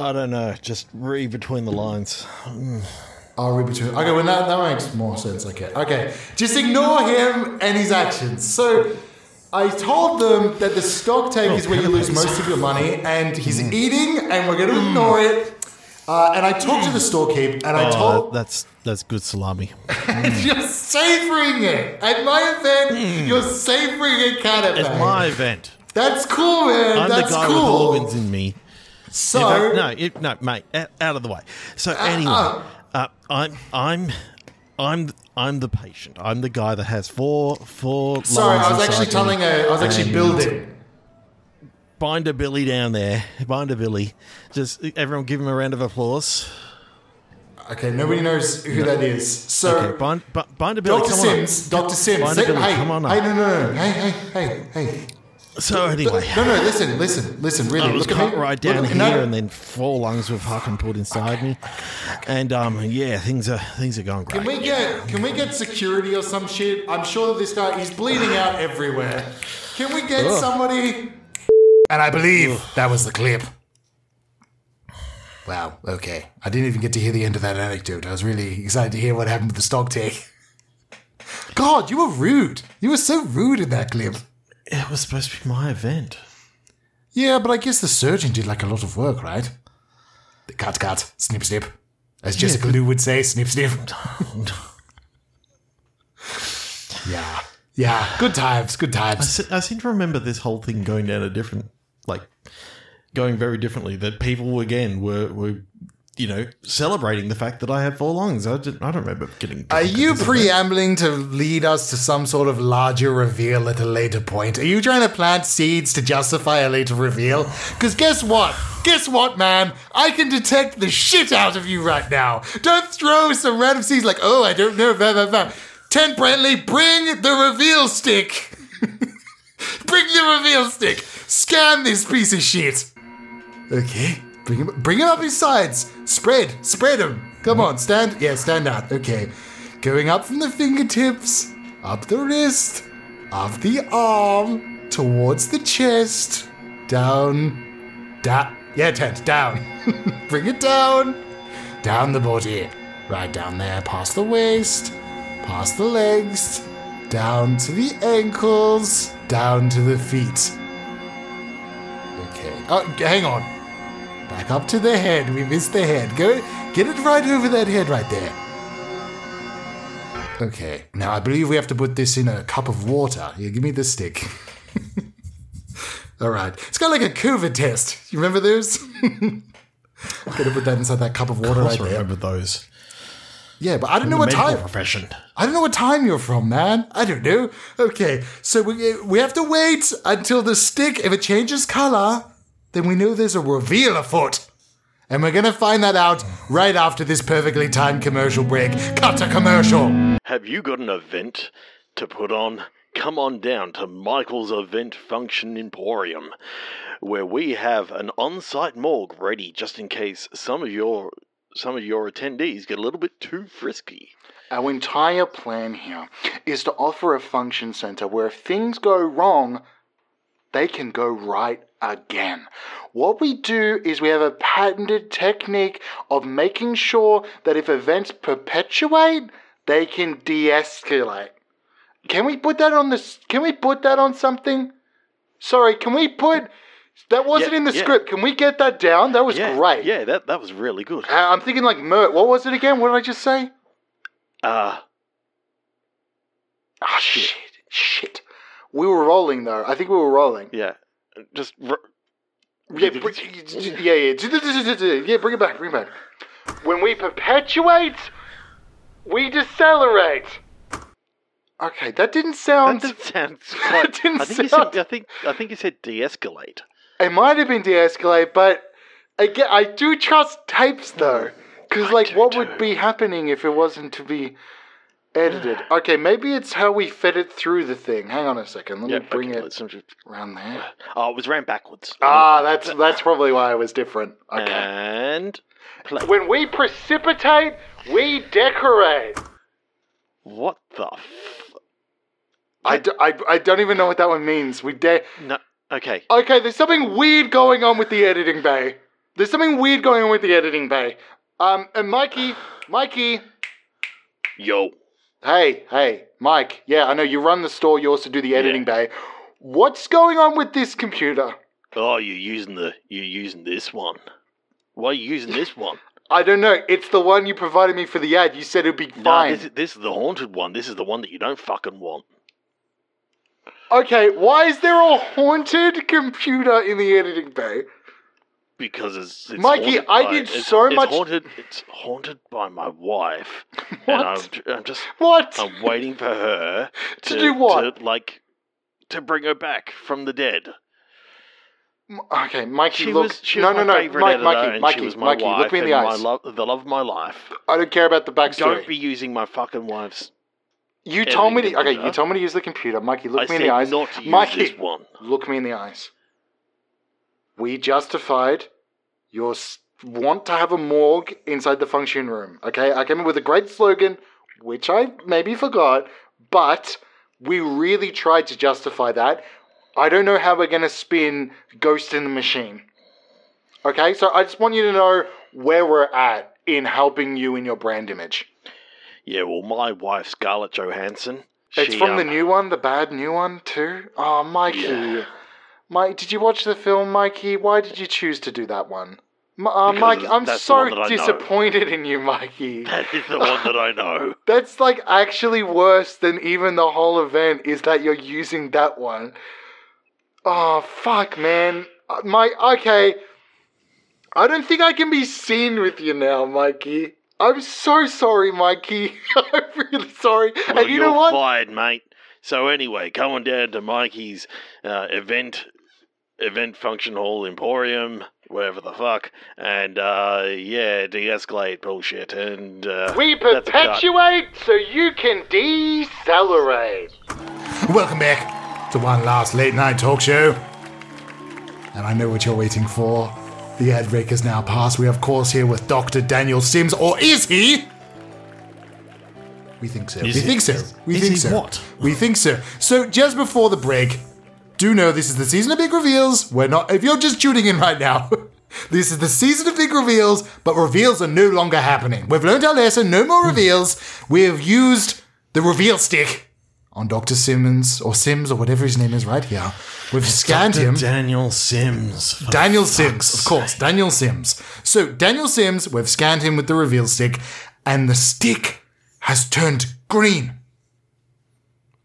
[SPEAKER 2] I don't know. Just read between the lines.
[SPEAKER 1] I'll read between. Okay, well, that, that makes more sense. Okay, okay. Just ignore him and his actions. So, I told them that the stock take is where you lose most of your money, and he's
[SPEAKER 2] Mm.
[SPEAKER 1] eating, and we're going to ignore it. Uh, and I talked to the storekeep, and I told.
[SPEAKER 2] Oh, that's that's good salami.
[SPEAKER 1] And you're savoring it. At my event, you're savoring it, Canopy.
[SPEAKER 2] Mm. It's my event.
[SPEAKER 1] That's cool, man.
[SPEAKER 2] I'm
[SPEAKER 1] That's
[SPEAKER 2] the guy with
[SPEAKER 1] cool.
[SPEAKER 2] organs in me.
[SPEAKER 1] So,
[SPEAKER 2] In fact, no, it, no, mate, out, out of the way. So anyway,
[SPEAKER 1] oh.
[SPEAKER 2] uh, I'm I'm I'm I'm the patient. I'm the guy that has four four.
[SPEAKER 1] sorry,
[SPEAKER 2] lines
[SPEAKER 1] I was
[SPEAKER 2] inside
[SPEAKER 1] actually
[SPEAKER 2] me.
[SPEAKER 1] telling a, I was actually
[SPEAKER 2] And
[SPEAKER 1] building.
[SPEAKER 2] Binder Billy down there. Binder Billy. Just everyone give him a round of applause.
[SPEAKER 1] Okay, nobody knows who that is. So,
[SPEAKER 2] Okay, Bind, B- Binder Billy.
[SPEAKER 1] Dr.
[SPEAKER 2] come
[SPEAKER 1] Sims, Dr. Sims,
[SPEAKER 2] Find
[SPEAKER 1] say-
[SPEAKER 2] a Billy,
[SPEAKER 1] hey,
[SPEAKER 2] come on up.
[SPEAKER 1] hey, no, no, no, hey, hey, hey, hey.
[SPEAKER 2] On. So anyway.
[SPEAKER 1] No, no, listen, listen, listen, really.
[SPEAKER 2] I Oh, was
[SPEAKER 1] look at
[SPEAKER 2] cut
[SPEAKER 1] me.
[SPEAKER 2] right down
[SPEAKER 1] Look-
[SPEAKER 2] here,
[SPEAKER 1] no,
[SPEAKER 2] and then four lungs were fucking put inside me, and um, yeah, things are things are going great.
[SPEAKER 1] Can we get can we get security or some shit? I'm sure that this guy is bleeding out everywhere. Can we get somebody? And I believe that was the clip. Wow. Okay. I didn't even get to hear the end of that anecdote. I was really excited to hear what happened with the stock take. God, you were rude. You were so rude in that clip.
[SPEAKER 2] It was supposed to be my event.
[SPEAKER 1] Yeah, but I guess the surgeon did like a lot of work, right? Cut, cut, snip, snip. As Jessica Liu would say, snip, snip. Yeah. Yeah. Good times. Good
[SPEAKER 2] I
[SPEAKER 1] times.
[SPEAKER 2] se- I seem to remember this whole thing going down a different, like, going very differently. That people again were were, you know, celebrating the fact that I had four lungs. I didn't. I don't remember getting.
[SPEAKER 1] Are you preambling to lead us to some sort of larger reveal at a later point? Are you trying to plant seeds to justify a later reveal? Because guess what? Guess what, man? I can detect the shit out of you right now. Don't throw some random seeds like, oh, I don't know, blah, blah, blah. Ten Brantley, bring the reveal stick. bring the reveal stick. Scan this piece of shit. Okay. Bring him, bring him up his sides. Spread, spread him. Come on, stand. Yeah, stand out. Okay. Going up from the fingertips, up the wrist, up the arm, towards the chest, down, down. Yeah, tent, down. bring it down. Down the body. Right down there, past the waist, past the legs, down to the ankles, down to the feet. Okay. Oh, g- hang on. Back up to the head. We missed the head. Go get it right over that head right there. Okay. Now I believe we have to put this in a cup of water. Here, give me the stick. All right. It's kind of like a COVID test. You remember those? Gotta put that inside that cup of water
[SPEAKER 2] I
[SPEAKER 1] right
[SPEAKER 2] also
[SPEAKER 1] there.
[SPEAKER 2] remember those.
[SPEAKER 1] Yeah, but I don't know
[SPEAKER 2] The
[SPEAKER 1] what
[SPEAKER 2] medical
[SPEAKER 1] time.
[SPEAKER 2] profession.
[SPEAKER 1] I don't know what time you're from, man. I don't know. Okay, so we we have to wait until the stick, if it changes color, then we know there's a reveal afoot. And we're gonna find that out right after this perfectly timed commercial break. Cut to commercial!
[SPEAKER 2] Have you got an event to put on? Come on down to Michael's Event Function Emporium, where we have an on-site morgue ready just in case some of your some of your attendees get a little bit too frisky.
[SPEAKER 1] Our entire plan here is to offer a function center where if things go wrong, they can go right again. What we do is we have a patented technique of making sure that if events perpetuate, they can de-escalate. Can we put that on this? Can we put that on something? Sorry, can we put that wasn't
[SPEAKER 2] Yeah,
[SPEAKER 1] in the
[SPEAKER 2] yeah.
[SPEAKER 1] script? Can we get that down? That was
[SPEAKER 2] Yeah,
[SPEAKER 1] great.
[SPEAKER 2] Yeah, that that was really good.
[SPEAKER 1] Uh, I'm thinking like Mert. What was it again? What did I just say?
[SPEAKER 2] Uh
[SPEAKER 1] Ah, shit. Shit. We were rolling, though. I think we were rolling.
[SPEAKER 2] yeah, just r-
[SPEAKER 1] Yeah, br- yeah, yeah. Yeah, bring it back, bring it back. When we perpetuate, we decelerate. Okay, that didn't sound.
[SPEAKER 2] that did sound quite.
[SPEAKER 1] didn't
[SPEAKER 2] I think you
[SPEAKER 1] sound-
[SPEAKER 2] said I think I think you said de-escalate.
[SPEAKER 1] It might have been de escalate, but again, I do trust tapes, though. Because, like,
[SPEAKER 2] do
[SPEAKER 1] what would
[SPEAKER 2] too.
[SPEAKER 1] be happening if it wasn't to be.
[SPEAKER 3] Edited. Okay, maybe it's how we fit it through the thing. Hang on a second. Let
[SPEAKER 2] Yeah,
[SPEAKER 3] me bring
[SPEAKER 2] okay,
[SPEAKER 3] it
[SPEAKER 2] let's-
[SPEAKER 3] around there.
[SPEAKER 2] Oh, it was ran backwards.
[SPEAKER 3] Ah, that's that's probably why it was different. Okay.
[SPEAKER 2] And play.
[SPEAKER 3] When we precipitate, we decorate.
[SPEAKER 2] What the? F-
[SPEAKER 3] I, d- I, I don't even know what that one means. We de-
[SPEAKER 2] no. Okay.
[SPEAKER 3] Okay, there's something weird going on with the editing bay. There's something weird going on with the editing bay. Um, and Mikey, Mikey,
[SPEAKER 2] Yo.
[SPEAKER 3] hey, hey, Mike. Yeah, I know you run the store. You also do the editing bay. What's going on with this computer?
[SPEAKER 2] Oh, you're using the you're using this one. Why are you using this one?
[SPEAKER 3] I don't know. It's the one you provided me for the ad. You said it'd be fine.
[SPEAKER 2] No, this, this is the haunted one. This is the one that you don't fucking want.
[SPEAKER 3] Okay, why is there a haunted computer in the editing bay?
[SPEAKER 2] Because it's, it's
[SPEAKER 3] Mikey,
[SPEAKER 2] haunted
[SPEAKER 3] I
[SPEAKER 2] by-
[SPEAKER 3] did
[SPEAKER 2] it's-
[SPEAKER 3] so
[SPEAKER 2] it's
[SPEAKER 3] much-
[SPEAKER 2] Haunted, it's haunted by my wife, and I'm,
[SPEAKER 3] What?
[SPEAKER 2] I'm just
[SPEAKER 3] What?
[SPEAKER 2] I'm waiting for her
[SPEAKER 3] To do what?
[SPEAKER 2] To, like to bring her back from the dead.
[SPEAKER 3] M- Okay, Mikey,
[SPEAKER 2] She
[SPEAKER 3] look.
[SPEAKER 2] was she
[SPEAKER 3] no,
[SPEAKER 2] was
[SPEAKER 3] no,
[SPEAKER 2] my
[SPEAKER 3] no,
[SPEAKER 2] favorite
[SPEAKER 3] Mike,
[SPEAKER 2] editor,
[SPEAKER 3] Mikey,
[SPEAKER 2] and
[SPEAKER 3] Mikey,
[SPEAKER 2] she was my
[SPEAKER 3] Mikey,
[SPEAKER 2] wife
[SPEAKER 3] look me in the
[SPEAKER 2] and my
[SPEAKER 3] eyes.
[SPEAKER 2] lo- the love of my life.
[SPEAKER 3] I don't care about the backstory.
[SPEAKER 2] Don't be using my fucking wife's.
[SPEAKER 3] you told me to.
[SPEAKER 2] editing
[SPEAKER 3] Okay, you
[SPEAKER 2] computer.
[SPEAKER 3] told me to use the computer, Mikey. Look
[SPEAKER 2] I
[SPEAKER 3] me in
[SPEAKER 2] said
[SPEAKER 3] the eyes.
[SPEAKER 2] not to use
[SPEAKER 3] Mikey,
[SPEAKER 2] this one.
[SPEAKER 3] look me in the eyes. We justified your s- want to have a morgue inside the function room. Okay, I came up with a great slogan, which I maybe forgot, but we really tried to justify that. I don't know how we're gonna spin Ghost in the Machine. Okay, so I just want you to know where we're at in helping you in your brand image.
[SPEAKER 2] Yeah, well, my wife Scarlett Johansson.
[SPEAKER 3] It's
[SPEAKER 2] she,
[SPEAKER 3] from the
[SPEAKER 2] um,
[SPEAKER 3] new one, the bad new one too. Oh, Mikey,
[SPEAKER 2] Yeah.
[SPEAKER 3] Mike, did you watch the film, Mikey? Why did you choose to do that one? M- uh,
[SPEAKER 2] Because
[SPEAKER 3] Mike, I'm
[SPEAKER 2] that's the one that
[SPEAKER 3] so
[SPEAKER 2] I know.
[SPEAKER 3] disappointed in you, Mikey.
[SPEAKER 2] That is the one that I know.
[SPEAKER 3] That's like actually worse than even the whole event is that you're using that one. Oh fuck, man, Uh, Mike. Okay, I don't think I can be seen with you now, Mikey. I'm so sorry, Mikey. I'm really sorry.
[SPEAKER 2] Well,
[SPEAKER 3] and you
[SPEAKER 2] you're
[SPEAKER 3] know what?
[SPEAKER 2] fired, mate. So anyway, coming down to Mikey's uh, event, event function hall emporium, whatever the fuck, and uh, yeah, de-escalate bullshit, and uh,
[SPEAKER 3] We
[SPEAKER 2] that's a cut.
[SPEAKER 3] perpetuate so you can decelerate.
[SPEAKER 1] Welcome back to one last late night talk show. And I know what you're waiting for. The ad break is now past. We are, of course, here with Dr. Daniel Sims, or is he? We think so. we
[SPEAKER 4] he-
[SPEAKER 1] think so. We
[SPEAKER 4] is
[SPEAKER 1] think
[SPEAKER 4] he
[SPEAKER 1] so.
[SPEAKER 4] what?
[SPEAKER 1] We think so. So, just before the break, do know this is the season of big reveals. We're not, if you're just tuning in right now, this is the season of big reveals, but reveals are no longer happening. We've learned our lesson, no
[SPEAKER 4] Hmm.
[SPEAKER 1] more reveals. We have used the reveal stick on Dr. Simmons, or Sims, or whatever his name is right here. We've scanned
[SPEAKER 4] Dr.
[SPEAKER 1] him.
[SPEAKER 4] Daniel Sims. for
[SPEAKER 1] Daniel
[SPEAKER 4] fuck's
[SPEAKER 1] Sims, of
[SPEAKER 4] sake.
[SPEAKER 1] course, Daniel Sims. So Daniel Sims, we've scanned him with the reveal stick, and the stick has turned green.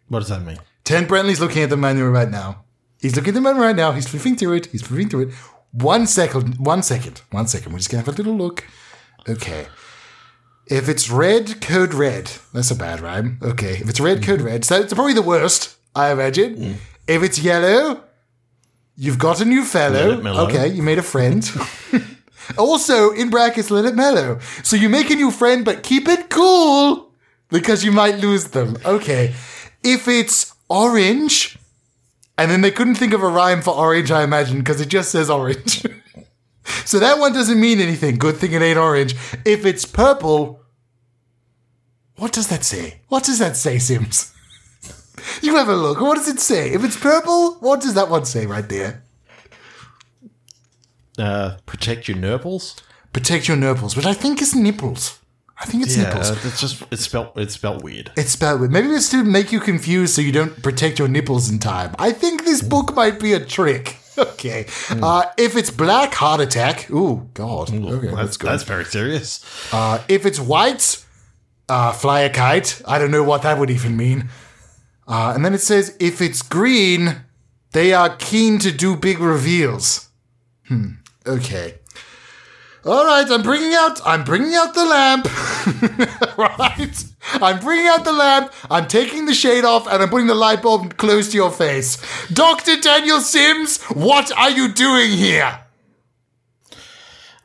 [SPEAKER 4] What does that mean?
[SPEAKER 1] Ted Brantley's looking at the manual right now. He's looking at the manual right now. He's flipping through it. He's flipping through it. One second. One second. One second. We're just gonna have a little look. Okay. If it's red, code red. That's a bad rhyme. Okay. If it's red,
[SPEAKER 4] Mm.
[SPEAKER 1] code red. So it's probably the worst, I imagine. If it's yellow, you've got a new
[SPEAKER 4] Let
[SPEAKER 1] fellow.
[SPEAKER 4] it mellow.
[SPEAKER 1] Okay, you made a friend. also, in brackets, let it mellow. So you make a new friend, but keep it cool because you might lose them. Okay. If it's orange, and then they couldn't think of a rhyme for orange, I imagine, because it just says orange. so that one doesn't mean anything. Good thing it ain't orange. If it's purple, what does that say? What does that say, Sims? You have a look. What does it say? If it's purple, what does that one say right there?
[SPEAKER 4] Uh, protect your nurples?
[SPEAKER 1] Protect your nipples, which I think is nipples. I think it's nipples.
[SPEAKER 4] uh, it's just it's spelt it's spelt weird.
[SPEAKER 1] It's spelled with. Maybe it's to make you confused so you don't protect your nipples in time. I think this book might be a trick. Okay. Uh, if it's black, heart attack. Ooh, God. Okay,
[SPEAKER 4] that's,
[SPEAKER 1] that's good.
[SPEAKER 4] that's very serious.
[SPEAKER 1] Uh, if it's white, uh, fly a kite. I don't know what that would even mean. Uh, and then it says if it's green, they are keen to do big reveals. Hmm. Okay. All right, I'm bringing out. I'm bringing out the lamp. right. I'm bringing out the lamp. I'm taking the shade off, and I'm putting the light bulb close to your face. Doctor Daniel Sims, what are you doing here?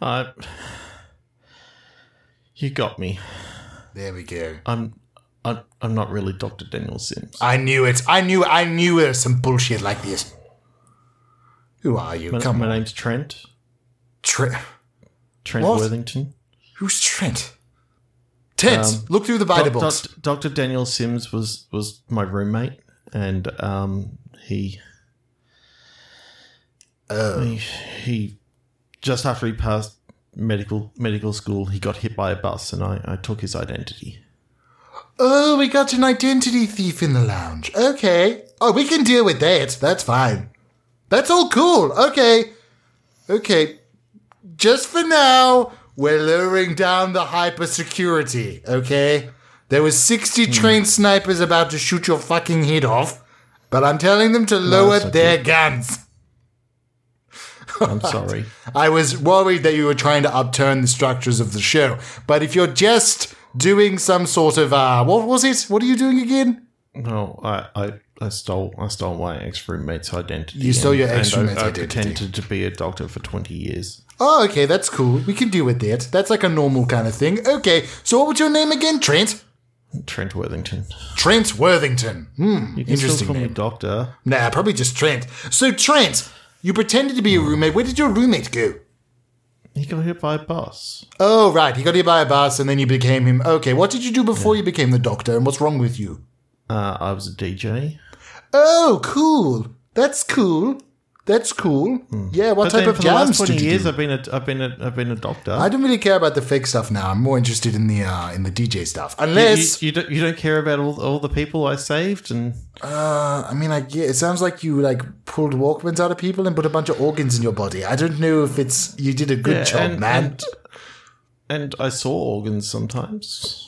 [SPEAKER 4] Uh, I you got me.
[SPEAKER 1] There we go.
[SPEAKER 4] I'm
[SPEAKER 2] I'm, I'm not really Dr. Daniel Sims.
[SPEAKER 1] I knew it. I knew. I knew there was some bullshit like this. Who are you?
[SPEAKER 2] my,
[SPEAKER 1] Come
[SPEAKER 2] my
[SPEAKER 1] on,
[SPEAKER 2] name's Trent.
[SPEAKER 1] Trent.
[SPEAKER 2] Trent
[SPEAKER 1] What?
[SPEAKER 2] Worthington.
[SPEAKER 1] Who's Trent? Ted,
[SPEAKER 2] Um,
[SPEAKER 1] look through the Bible
[SPEAKER 2] Doc-
[SPEAKER 1] books.
[SPEAKER 2] Doc- Dr. Daniel Sims was was my roommate, and um, he
[SPEAKER 1] Oh,
[SPEAKER 2] he he just after he passed medical medical school, he got hit by a bus, and I, I took his identity.
[SPEAKER 1] oh, we got an identity thief in the lounge. Okay. Oh, we can deal with that. That's fine. That's all cool. Okay. Okay. Just for now, we're lowering down the hyper security. Okay. There was 60 trained snipers about to shoot your fucking head off, but I'm telling them to lower
[SPEAKER 2] that's not
[SPEAKER 1] their guns.
[SPEAKER 2] I'm sorry.
[SPEAKER 1] I was worried that you were trying to upturn the structures of the show. But if you're just doing some sort of uh what was it? What are you doing again?
[SPEAKER 2] No, I, I, I stole I stole my ex roommate's identity.
[SPEAKER 1] You stole your
[SPEAKER 2] and- and
[SPEAKER 1] ex-roommate's
[SPEAKER 2] I, I
[SPEAKER 1] identity.
[SPEAKER 2] pretended to be a doctor for twenty years.
[SPEAKER 1] Oh, okay, that's cool. We can deal with that. That's like a normal kind of thing. Okay, so what was your name again? Trent?
[SPEAKER 2] Trent Worthington.
[SPEAKER 1] Trent Worthington. Hmm.
[SPEAKER 2] You can
[SPEAKER 1] Interesting
[SPEAKER 2] still call
[SPEAKER 1] name.
[SPEAKER 2] me doctor.
[SPEAKER 1] Nah, probably just Trent. So Trent, you pretended to be a roommate. Where did your roommate go?
[SPEAKER 2] He got hit by a bus.
[SPEAKER 1] Oh right, he got hit by a bus and then you became him. Okay, what did you do before you became the doctor and what's wrong with you?
[SPEAKER 2] Uh, I was a DJ.
[SPEAKER 1] Oh, cool. That's cool. That's cool. Yeah, what
[SPEAKER 2] Hmm. But
[SPEAKER 1] type
[SPEAKER 2] then
[SPEAKER 1] of
[SPEAKER 2] for the last
[SPEAKER 1] jams
[SPEAKER 2] twenty
[SPEAKER 1] did you
[SPEAKER 2] years,
[SPEAKER 1] do?
[SPEAKER 2] I've been a I've been a I've been a doctor.
[SPEAKER 1] I don't really care about the fake stuff now. I'm more interested in the uh, in the DJ stuff.
[SPEAKER 2] You-
[SPEAKER 1] Unless,
[SPEAKER 2] You, you don't, you don't care about all, all the people I saved, and
[SPEAKER 1] uh, I mean, like, yeah, it sounds like you like pulled Walkmans out of people and put a bunch of organs in your body. I don't know if it's you did a good
[SPEAKER 2] Yeah,
[SPEAKER 1] job,
[SPEAKER 2] and-
[SPEAKER 1] man.
[SPEAKER 2] and I saw organs sometimes.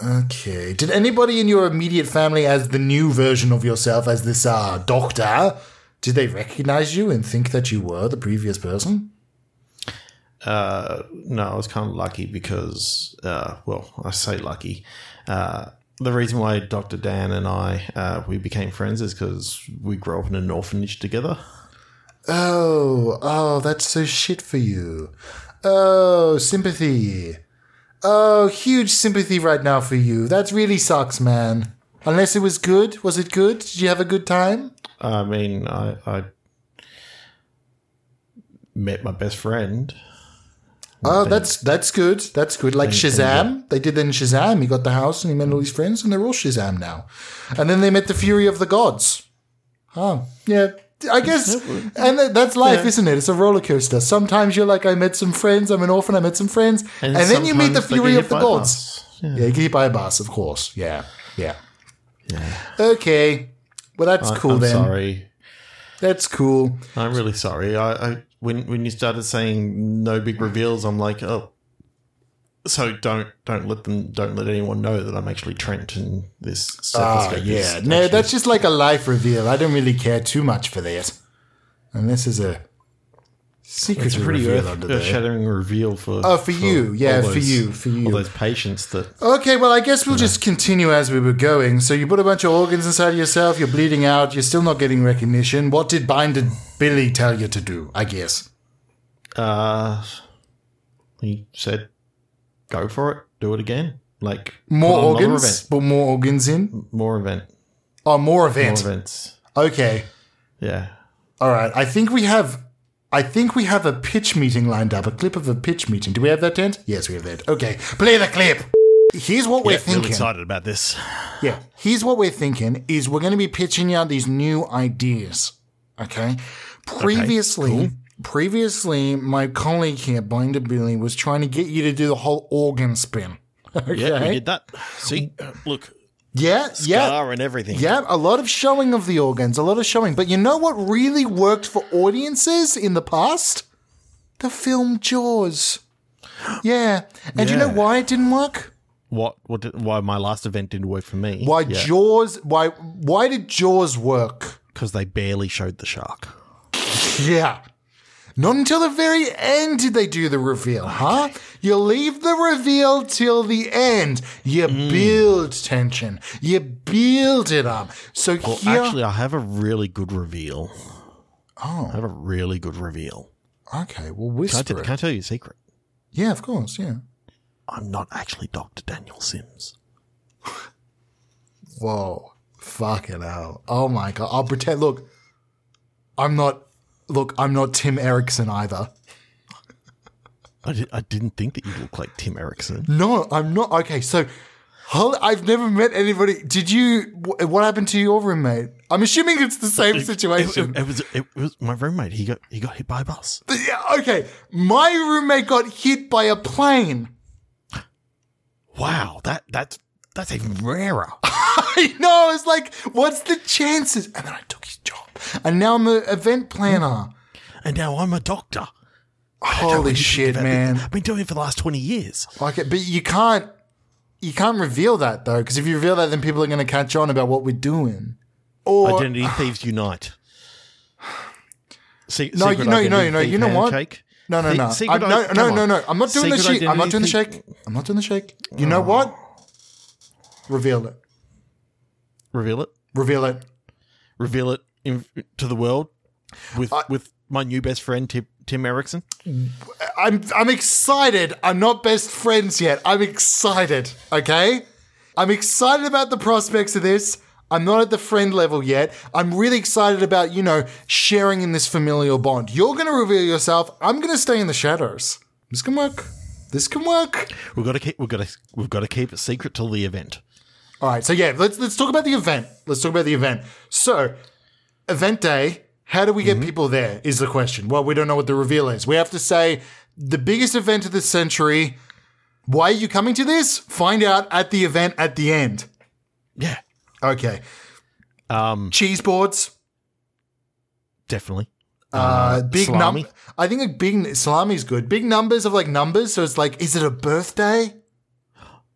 [SPEAKER 1] okay. Did anybody in your immediate family, as the new version of yourself, as this uh, doctor, did they recognize you and think that you were the previous person?
[SPEAKER 2] Uh, no, I was kind of lucky because, uh, well, I say lucky. Uh, the reason why Dr. Dan and I uh, we became friends is because we grew up in an orphanage together.
[SPEAKER 1] Oh, oh, that's so shit for you. Oh, sympathy. Oh, huge sympathy right now for you. That really sucks, man. Unless it was good. Was it good? Did you have a good time?
[SPEAKER 2] I mean, I, I met my best friend.
[SPEAKER 1] Oh, that's that's good. That's good. Like Shazam. They did that in Shazam. He got the house and he met all his friends and they're all Shazam now. And then they met the Fury of the Gods. Oh, yeah. I guess, and that- that's life, isn't it? It's a roller coaster. Sometimes you're like, I met some friends. I'm an orphan. I met some friends, and, then you meet the
[SPEAKER 2] sometimes they
[SPEAKER 1] Fury
[SPEAKER 2] get
[SPEAKER 1] of
[SPEAKER 2] hit
[SPEAKER 1] the
[SPEAKER 2] by
[SPEAKER 1] Gods.
[SPEAKER 2] us. Yeah.
[SPEAKER 1] Yeah, you can eat by a bus, of course. Yeah, yeah. Okay. Well, that's cool
[SPEAKER 2] I'm
[SPEAKER 1] then.
[SPEAKER 2] sorry.
[SPEAKER 1] That's cool.
[SPEAKER 2] I'm really sorry. I, I when when you started saying no big reveals, I'm like, oh, so don't don't let them don't let anyone know that I'm actually Trent and this.
[SPEAKER 1] Ah,
[SPEAKER 2] stethoscope is
[SPEAKER 1] yeah. No,
[SPEAKER 2] actually-
[SPEAKER 1] that's just like a life reveal. I don't really care too much for that. And this is a secret
[SPEAKER 2] it's a pretty
[SPEAKER 1] reveal
[SPEAKER 2] earth, uh,
[SPEAKER 1] under
[SPEAKER 2] earth
[SPEAKER 1] there.
[SPEAKER 2] shattering reveal for
[SPEAKER 1] Oh, for you. Yeah,
[SPEAKER 2] all
[SPEAKER 1] for you, for you.
[SPEAKER 2] all those patients that
[SPEAKER 1] Okay, well, I guess we'll just continue as we were going. So you put a bunch of organs inside of yourself. You're bleeding out. You're still not getting recognition. What did Binded Billy tell you to do? I guess.
[SPEAKER 2] uh he said go for it, do it again, like
[SPEAKER 1] More
[SPEAKER 2] put on another
[SPEAKER 1] organs,
[SPEAKER 2] event.
[SPEAKER 1] but more organs in.
[SPEAKER 2] more event,
[SPEAKER 1] Oh, more
[SPEAKER 2] more
[SPEAKER 1] event.
[SPEAKER 2] events.
[SPEAKER 1] Okay.
[SPEAKER 2] Yeah,
[SPEAKER 1] All right. I think we have. I think we have a pitch meeting lined up. A clip of a pitch meeting. Do we have that, Tent? Yes, we have that. Okay, play the clip. Here's what we're thinking.
[SPEAKER 2] about this.
[SPEAKER 1] Yeah. Here's what we're thinking is we're going to be pitching out these new ideas. Okay. Previously, previously, my colleague here, Blinded Billy, was trying to get you to do the whole organ spin. Okay.
[SPEAKER 2] that. See, look,
[SPEAKER 1] yeah. Yeah.
[SPEAKER 2] and everything.
[SPEAKER 1] Yeah, a lot of showing of the organs, a lot of showing. But you know what really worked for audiences in the past? The film Jaws. Yeah. And you know
[SPEAKER 2] Yeah.
[SPEAKER 1] why it didn't work?
[SPEAKER 2] What? What? Did, why my last event didn't work for me?
[SPEAKER 1] Why Jaws why why did Jaws work?
[SPEAKER 2] Because they barely showed the shark.
[SPEAKER 1] Yeah. Not until the very end did they do the reveal, huh? You leave the reveal till the end. You
[SPEAKER 2] Mm.
[SPEAKER 1] build tension. You build it up. So
[SPEAKER 2] Well,
[SPEAKER 1] here,
[SPEAKER 2] actually, I have a really good reveal. Oh, I have a really good reveal.
[SPEAKER 1] okay. Well,
[SPEAKER 2] Can I, t-
[SPEAKER 1] whisper.
[SPEAKER 2] can I
[SPEAKER 1] It.
[SPEAKER 2] tell you a secret?
[SPEAKER 1] Yeah, of course. Yeah.
[SPEAKER 2] I'm not actually Doctor Daniel Sims.
[SPEAKER 1] whoa, fucking hell. Oh my god. I'll pretend. Look, I'm not. Look, I'm not Tim Erickson either.
[SPEAKER 2] I, di- I didn't think that you looked like Tim Erickson.
[SPEAKER 1] No, I'm not. Okay, so hol- I've never met anybody. Did you? wh- What happened to your roommate? I'm assuming it's the same
[SPEAKER 2] It,
[SPEAKER 1] situation.
[SPEAKER 2] it- it was it was my roommate. He got he got hit by a bus.
[SPEAKER 1] Yeah, okay, my roommate got hit by a plane.
[SPEAKER 2] Wow, that that's that's even rarer.
[SPEAKER 1] I know. I was like, what's the chances? And then I took his job, and now I'm an event planner.
[SPEAKER 2] And now I'm a doctor. I don't
[SPEAKER 1] Holy
[SPEAKER 2] really
[SPEAKER 1] shit,
[SPEAKER 2] think about it.
[SPEAKER 1] man!
[SPEAKER 2] I've been doing it for the last twenty years.
[SPEAKER 1] Like, it, but you can't, you can't reveal that though, because if you reveal that, then people are going to catch on about what we're doing. Or
[SPEAKER 2] Identity thieves unite. Se-
[SPEAKER 1] No,
[SPEAKER 2] secret
[SPEAKER 1] you- no, you know-
[SPEAKER 2] identity
[SPEAKER 1] you know-
[SPEAKER 2] thief
[SPEAKER 1] you know what?
[SPEAKER 2] handshake.
[SPEAKER 1] No, no,
[SPEAKER 2] Se-
[SPEAKER 1] no.
[SPEAKER 2] secret
[SPEAKER 1] I'm- no,
[SPEAKER 2] i-
[SPEAKER 1] no,
[SPEAKER 2] come
[SPEAKER 1] no,
[SPEAKER 2] on.
[SPEAKER 1] no. I'm not doing the
[SPEAKER 2] Secret
[SPEAKER 1] shake. I'm not doing the
[SPEAKER 2] identity Oh.
[SPEAKER 1] shake. I'm not doing the shake. You know what? Reveal it.
[SPEAKER 2] Reveal it.
[SPEAKER 1] Reveal it.
[SPEAKER 2] Reveal it in, to the world with
[SPEAKER 1] I-
[SPEAKER 2] with my new best friend Tim, Tim Erickson.
[SPEAKER 1] I'm I'm excited. I'm not best friends yet. I'm excited. Okay? I'm excited about the prospects of this. I'm not at the friend level yet. I'm really excited about, you know, sharing in this familial bond. You're going to reveal yourself. I'm going to stay in the shadows. This can work. This can work.
[SPEAKER 2] We've got to keep. We've got to. We've got to keep it secret till the event.
[SPEAKER 1] All right, so yeah, let's let's talk about the event. Let's talk about the event. So, event day. How do we
[SPEAKER 2] Mm-hmm.
[SPEAKER 1] get people there? Is the question. Well, we don't know what the reveal is. We have to say the biggest event of the century. Why are you coming to this? Find out at the event at the end.
[SPEAKER 2] Yeah.
[SPEAKER 1] Okay,
[SPEAKER 2] Um.
[SPEAKER 1] cheese boards.
[SPEAKER 2] Definitely.
[SPEAKER 1] Uh, big
[SPEAKER 2] salami.
[SPEAKER 1] num. I think a big salami's good. Big numbers of like numbers. So it's like, is it a birthday?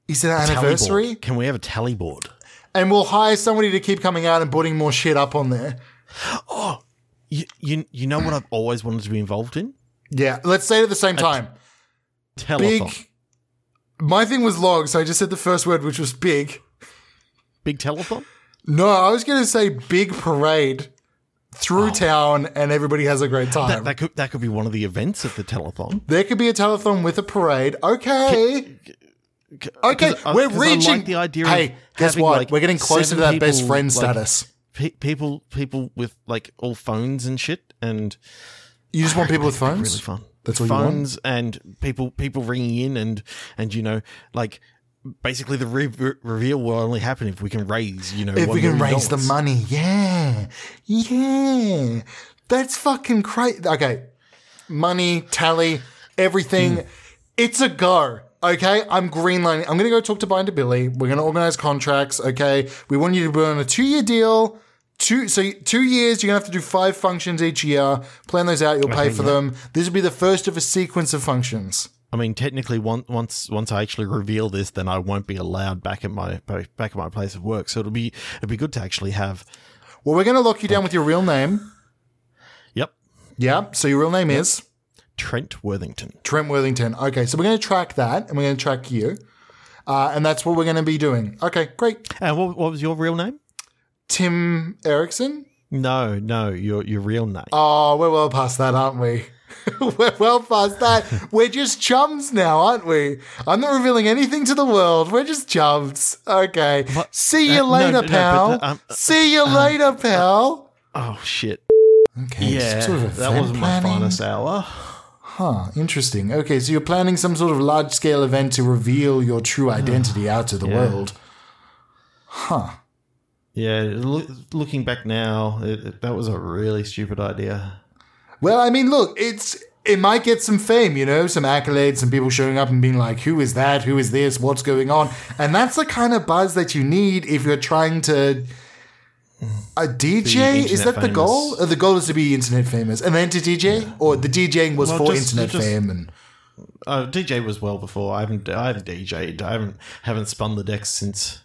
[SPEAKER 1] Is it an
[SPEAKER 2] Tally board.
[SPEAKER 1] anniversary?
[SPEAKER 2] Can we have a tally board?
[SPEAKER 1] And we'll hire somebody to keep coming out and putting more shit up on there.
[SPEAKER 2] You, you, you know what I've always wanted to be involved in?
[SPEAKER 1] Yeah, let's say it at the same time.
[SPEAKER 2] Telethon.
[SPEAKER 1] big.
[SPEAKER 2] Big,
[SPEAKER 1] My thing was long, so I just said the first word, which was big.
[SPEAKER 2] telethon?
[SPEAKER 1] No, I was going to say big parade through town, and everybody has a great time.
[SPEAKER 2] Oh. That, that could that could be one of the events of the telethon.
[SPEAKER 1] there could be a telethon with a parade. Okay. okay,
[SPEAKER 2] 'cause I-
[SPEAKER 1] we're
[SPEAKER 2] 'cause I
[SPEAKER 1] reaching.
[SPEAKER 2] like the idea of
[SPEAKER 1] hey, guess
[SPEAKER 2] having,
[SPEAKER 1] what?
[SPEAKER 2] like,
[SPEAKER 1] we're getting closer to
[SPEAKER 2] seven
[SPEAKER 1] that best
[SPEAKER 2] people,
[SPEAKER 1] friend
[SPEAKER 2] like-
[SPEAKER 1] status.
[SPEAKER 2] Pe- people people with like all phones and shit and
[SPEAKER 1] You just want people with phones?
[SPEAKER 2] really fun.
[SPEAKER 1] That's all you want?
[SPEAKER 2] phones and people people ringing in and and you know like basically the re- re- reveal will only happen if we can raise you know
[SPEAKER 1] If
[SPEAKER 2] $1
[SPEAKER 1] we can
[SPEAKER 2] million
[SPEAKER 1] raise the
[SPEAKER 2] dollars.
[SPEAKER 1] money, yeah, yeah, that's fucking crazy. Okay, money tally, everything. It's a go. Okay, I'm greenlining. I'm gonna go talk to Binder Billy. We're gonna organize contracts. Okay, we want you to be on a two year deal. Two so two years. You're gonna have to do five functions each year. Plan those out. You'll pay for them. This will be the first of a sequence of functions.
[SPEAKER 2] I mean, technically, once once once I actually reveal this, then I won't be allowed back at my back at my place of work. So it'll be it'll be good to actually have.
[SPEAKER 1] Well, we're gonna lock you down with your real name.
[SPEAKER 2] Yep,
[SPEAKER 1] Yeah. So your real name is.
[SPEAKER 2] Trent Worthington.
[SPEAKER 1] Trent Worthington. Okay, so we're going to track that and we're going to track you. Uh, and that's what we're going to be doing. Okay, great.
[SPEAKER 2] And what, what was your real name?
[SPEAKER 1] Tim Erickson.
[SPEAKER 2] No, no, your your real name.
[SPEAKER 1] Oh, we're well past that, aren't we? we're well past that. We're just chums now, aren't we? I'm not revealing anything to the world. We're just chums. Okay. See you
[SPEAKER 2] Uh, no,
[SPEAKER 1] later,
[SPEAKER 2] no, no, but,
[SPEAKER 1] pal.
[SPEAKER 2] uh, um, uh,
[SPEAKER 1] See you later, pal.
[SPEAKER 2] oh shit!
[SPEAKER 1] Okay.
[SPEAKER 2] Yeah,
[SPEAKER 1] sort of
[SPEAKER 2] that
[SPEAKER 1] event
[SPEAKER 2] wasn't my
[SPEAKER 1] planning.
[SPEAKER 2] finest hour.
[SPEAKER 1] Huh, interesting. Okay, so you're planning some sort of large scale event to reveal your true identity out to the world.
[SPEAKER 2] Yeah, look, looking back now, it, it- that was a really stupid idea.
[SPEAKER 1] Well, I mean, look, it's it might get some fame, you know, some accolades, some people showing up and being like, "Who is that? Who is this? What's going on?" And that's the kind of buzz that you need if you're trying to. A DJ
[SPEAKER 2] internet
[SPEAKER 1] is that the
[SPEAKER 2] famous.
[SPEAKER 1] goal? Uh, The goal is to be internet famous, and then to DJ, or the DJing was
[SPEAKER 2] Well,
[SPEAKER 1] for
[SPEAKER 2] just-
[SPEAKER 1] internet
[SPEAKER 2] just-
[SPEAKER 1] fame, and
[SPEAKER 2] Uh, DJ was well before. I haven't I haven't DJ'd. I haven't haven't spun the decks since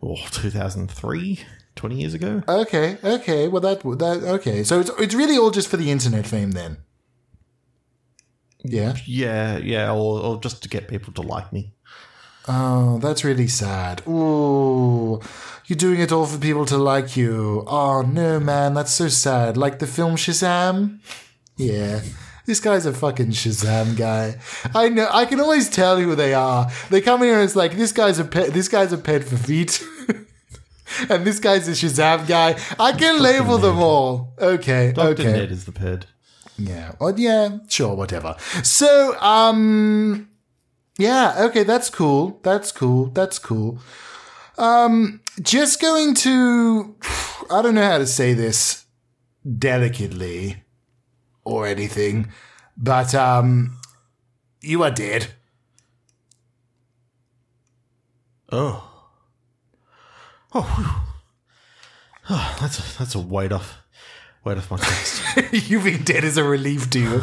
[SPEAKER 2] oh, 2003, 20 years ago.
[SPEAKER 1] okay, okay, well that that okay, so it's it's really all just for the internet fame then. Yeah.
[SPEAKER 2] Yeah, yeah, or, or just to get people to like me.
[SPEAKER 1] Oh, that's really sad. Ooh, you're doing it all for people to like you. Oh no, man, that's so sad. Like the film Shazam. Yeah, this guy's a fucking Shazam guy. I know. I can always tell who they are. They come in here and it's like this guy's a pet. This guy's a pet for feet. and this guy's a Shazam guy. I can label them all. Okay,
[SPEAKER 2] Doctor
[SPEAKER 1] okay.
[SPEAKER 2] Ned is the ped.
[SPEAKER 1] Yeah. Well, yeah, sure, whatever. So, um, yeah, okay, that's cool. That's cool. That's cool. Um, just going to, I don't know how to say this delicately or anything, but, um, you are dead.
[SPEAKER 2] Oh. Oh. whew. oh that's a, that's a weight off, weight off my chest.
[SPEAKER 1] you being dead is a relief to you.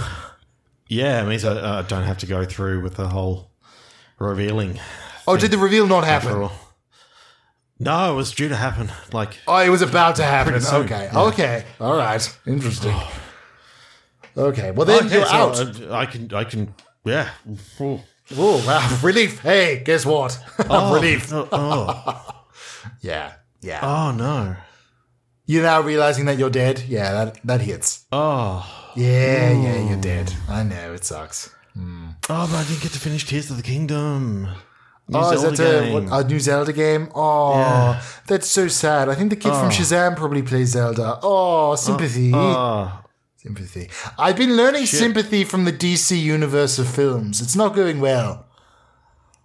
[SPEAKER 2] yeah, it means I, I don't have to go through with the whole revealing.
[SPEAKER 1] Oh, did the reveal not happen?
[SPEAKER 2] After all. No, it was due to happen. Like
[SPEAKER 1] Oh, it was about to happen.
[SPEAKER 2] Pretty soon,
[SPEAKER 1] Okay,
[SPEAKER 2] yeah. Oh.
[SPEAKER 1] okay, all right, interesting. Okay, well then
[SPEAKER 2] Okay,
[SPEAKER 1] you're
[SPEAKER 2] so uh,
[SPEAKER 1] out.
[SPEAKER 2] I, I can, I can, yeah. Oh,
[SPEAKER 1] Oh, wow. Relief. Hey, guess what? Relief.
[SPEAKER 2] oh, oh,
[SPEAKER 1] Yeah. Yeah.
[SPEAKER 2] oh no.
[SPEAKER 1] You're now realizing that you're dead. Yeah, that, that hits.
[SPEAKER 2] Oh,
[SPEAKER 1] Yeah, yeah, you're dead. I know, it sucks.
[SPEAKER 2] oh, but I didn't get to finish Tears of the Kingdom. New
[SPEAKER 1] oh,
[SPEAKER 2] Zelda
[SPEAKER 1] is that a,
[SPEAKER 2] game.
[SPEAKER 1] what, a new Zelda game? Oh,
[SPEAKER 2] Yeah.
[SPEAKER 1] that's so sad. I think the kid from
[SPEAKER 2] Oh.
[SPEAKER 1] Shazam probably plays Zelda. Oh, sympathy.
[SPEAKER 2] Oh,
[SPEAKER 1] sympathy. I've been learning sympathy from the DC universe of films. It's not going well.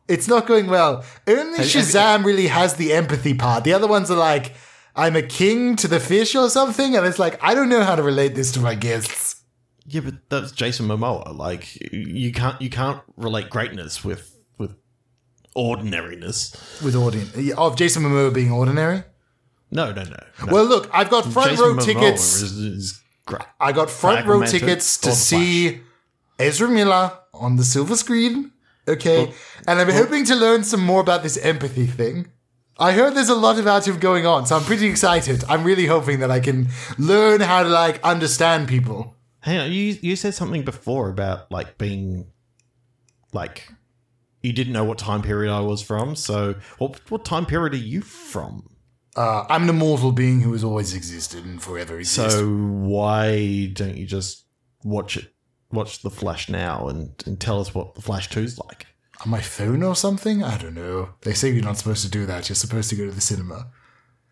[SPEAKER 1] It's not going well. Only Shazam really has the empathy part. The other ones are like, I'm a king to the fish or something, and it's like, I don't know how to relate this to my guests.
[SPEAKER 2] yeah, but that's Jason Momoa. Like you can't, you can't relate greatness with with ordinariness.
[SPEAKER 1] With audience of Jason Momoa being ordinary.
[SPEAKER 2] No, no, no. no.
[SPEAKER 1] Well, look, I've got front
[SPEAKER 2] Jason
[SPEAKER 1] row
[SPEAKER 2] Momoa
[SPEAKER 1] tickets.
[SPEAKER 2] is, is great.
[SPEAKER 1] I got front row
[SPEAKER 2] Aquaman too.
[SPEAKER 1] tickets
[SPEAKER 2] Or
[SPEAKER 1] to
[SPEAKER 2] The
[SPEAKER 1] see Ezra Miller on the silver screen. Okay. and I'm hoping to learn some more about this empathy thing. I heard there's a lot about him going on, so I'm pretty excited. I'm really hoping that I can learn how to like understand people.
[SPEAKER 2] Hang on, you you said something before about like being like you didn't know what time period I was from. So what what time period are you from?
[SPEAKER 1] Uh, I'm an immortal being who has always existed and forever exists.
[SPEAKER 2] So why don't you just watch it watch the Flash now and, and tell us what the Flash 2's like?
[SPEAKER 1] on my phone or something? I don't know. They say you're not supposed to do that. You're supposed to go to the cinema.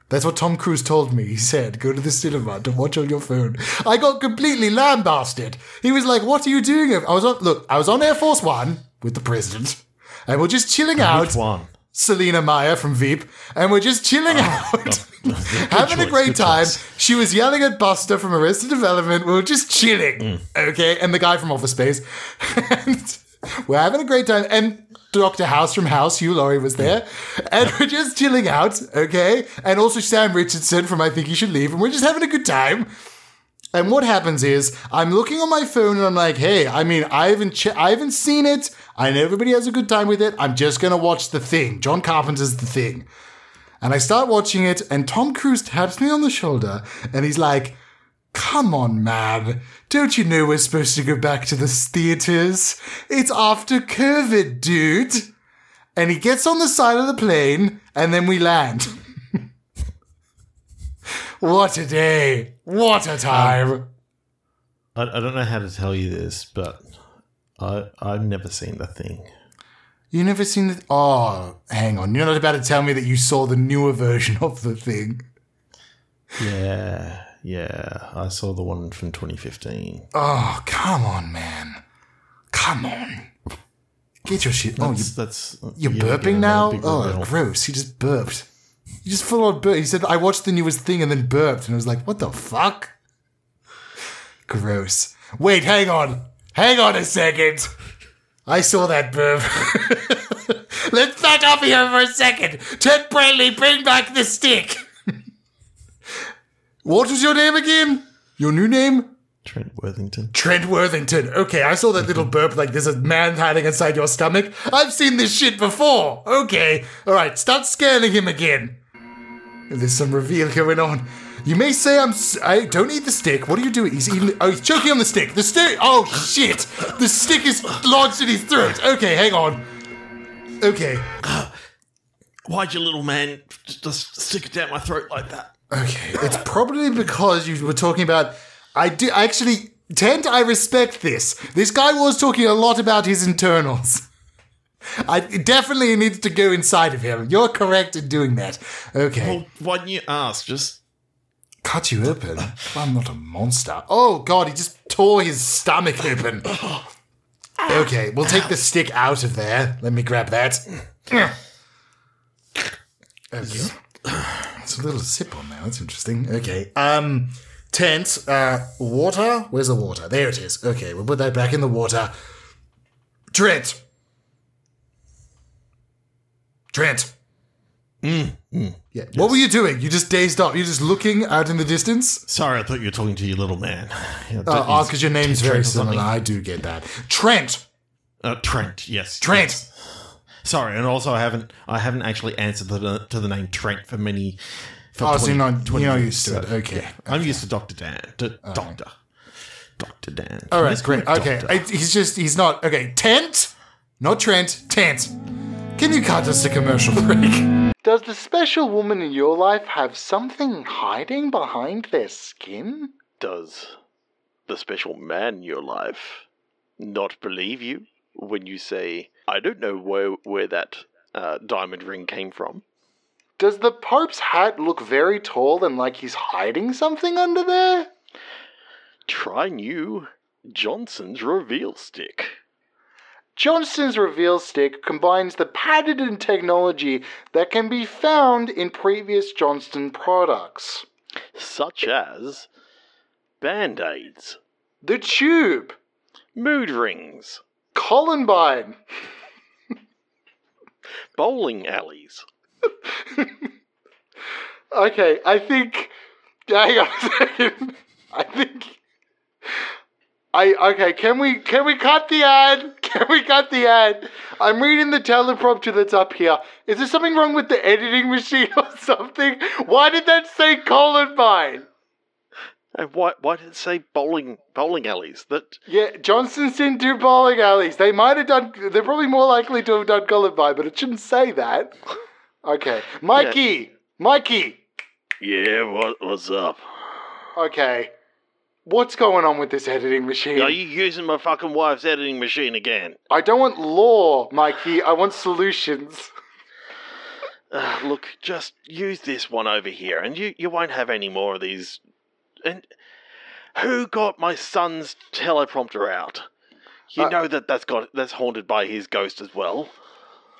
[SPEAKER 1] That's what Tom Cruise told me. He said, go to the cinema to watch on your phone. I got completely lambasted. He was like, what are you doing? over-" I was on, look, I was on Air Force One with the president and we're just chilling out.
[SPEAKER 2] Which one?
[SPEAKER 1] Selena Meyer from Veep, and we're just chilling out, having a
[SPEAKER 2] Ah, choice,
[SPEAKER 1] great
[SPEAKER 2] good
[SPEAKER 1] time.
[SPEAKER 2] choice.
[SPEAKER 1] She was yelling at Buster from Arrested Development. We were just chilling,
[SPEAKER 2] Mm.
[SPEAKER 1] okay, and the guy from Office Space. and we're having a great time, and Doctor House from House, Hugh Laurie was there,
[SPEAKER 2] Mm.
[SPEAKER 1] and we're just chilling out, okay, and also Sam Richardson from I Think You Should Leave, and we're just having a good time. And what happens is I'm looking on my phone and I'm like, hey, I mean, I haven't che- I haven't seen it. I know everybody has a good time with it. I'm just gonna watch the thing. John Carpenter's the thing. And I start watching it, and Tom Cruise taps me on the shoulder, and he's like, Come on, man. Don't you know we're supposed to go back to the theaters? It's after COVID, dude. And he gets on the side of the plane, and then we land. what a day. What a time.
[SPEAKER 2] I, I don't know how to tell you this, but I I've never seen the thing.
[SPEAKER 1] you never seen the. oh, hang on. You're not about to tell me that you saw the newer version of the thing.
[SPEAKER 2] Yeah, yeah. I saw the one from 2015.
[SPEAKER 1] Oh, come on, man. Come on. Get your shit. Oh, you,
[SPEAKER 2] That's, that's
[SPEAKER 1] you're
[SPEAKER 2] yeah,
[SPEAKER 1] burping
[SPEAKER 2] getting
[SPEAKER 1] now?
[SPEAKER 2] a big
[SPEAKER 1] Oh,
[SPEAKER 2] reveal.
[SPEAKER 1] gross. He just burped. He just full on burped. He said, I watched the newest thing and then burped. And I was like, what the fuck? Gross. Wait, hang on. Hang on a second. I saw that burp. Let's back up here for a second. Ted Bradley, bring back the stick. what was your name again? Your new name?
[SPEAKER 2] Trent Worthington.
[SPEAKER 1] Trent Worthington. Okay, I saw that little burp like there's a man hiding inside your stomach. I've seen this shit before. Okay, alright, start scanning him again. There's some reveal going on. You may say I'm. S- I don't eat the stick. What are you doing? He's eating. Oh, he's choking on the stick. The stick. Oh shit! The stick is lodged in his throat. Okay, hang on. Okay,
[SPEAKER 2] Why'd you little man just stick it down my throat like that?
[SPEAKER 1] Okay, it's probably because you were talking about. I do actually, Tent. I respect this. This guy was talking a lot about his internals.
[SPEAKER 5] I it definitely needs to go inside of him. You're correct in doing that. Okay.
[SPEAKER 6] Well, why didn't you ask? Just
[SPEAKER 5] Cut you open. I'm not a monster. Oh god, he just tore his stomach open. Okay, we'll take the stick out of there. Let me grab that. Okay. It's a little sip on there. That's interesting. Okay. Um tent, uh water. Where's the water? There it is. Okay, we'll put that back in the water. Trent. Trent. Yeah. What were you doing? You just dazed off. You're just looking out in the distance.
[SPEAKER 6] sorry, I thought you were talking to your little man. You know,
[SPEAKER 5] Uh,
[SPEAKER 6] don't
[SPEAKER 5] oh,
[SPEAKER 6] use-
[SPEAKER 5] because your name's very
[SPEAKER 6] Trent or
[SPEAKER 5] similar.
[SPEAKER 6] something.
[SPEAKER 5] I do get that. Trent.
[SPEAKER 6] Uh, Trent, yes,
[SPEAKER 5] Trent.
[SPEAKER 6] yes. Sorry, and also I haven't I haven't actually answered to the, to the name Trent for many. For
[SPEAKER 5] Oh, so you're not-
[SPEAKER 6] 20
[SPEAKER 5] you're not used
[SPEAKER 6] years,
[SPEAKER 5] to it.
[SPEAKER 6] so,
[SPEAKER 5] Okay.
[SPEAKER 6] I'm used to Doctor Dan. D- doctor, Doctor Dan.
[SPEAKER 5] All right,
[SPEAKER 6] Let's call
[SPEAKER 5] great.
[SPEAKER 6] him
[SPEAKER 5] Okay,
[SPEAKER 6] Doctor.
[SPEAKER 5] I, he's just he's not okay. Tent, not Trent. Tent. Can you cut us to commercial break?
[SPEAKER 1] Does the special woman in your life have something hiding behind their skin?
[SPEAKER 2] Does the special man in your life not believe you when you say, I don't know where, where that uh, diamond ring came from?
[SPEAKER 1] Does the Pope's hat look very tall and like he's hiding something under there?
[SPEAKER 2] Try new Johnson's reveal stick.
[SPEAKER 1] Johnston's reveal stick combines the patented technology that can be found in previous Johnston products.
[SPEAKER 2] such as band aids,
[SPEAKER 1] The tube,
[SPEAKER 2] mood rings,
[SPEAKER 1] Columbine,
[SPEAKER 2] bowling alleys.
[SPEAKER 1] Okay, I think. Hang on a second. I think. I okay. Can we can we cut the ad? Can we cut the ad? I'm reading the teleprompter that's up here. Is there something wrong with the editing machine or something? Why did that say Columbine?
[SPEAKER 2] And why, why did it say bowling bowling alleys? That
[SPEAKER 1] Yeah, Johnson's didn't do bowling alleys. They might have done. They're probably more likely to have done Columbine, but it shouldn't say that. Okay, Mikey, Mikey.
[SPEAKER 2] yeah, what what's up?
[SPEAKER 1] Okay, what's going on with this editing machine?
[SPEAKER 2] Are you using my fucking wife's editing machine again?
[SPEAKER 1] I don't want law, Mikey. I want solutions.
[SPEAKER 2] Uh, look, just use this one over here, and you you won't have any more of these. And who got my son's teleprompter out? You
[SPEAKER 1] Uh,
[SPEAKER 2] know that that's got that's haunted by his ghost as well.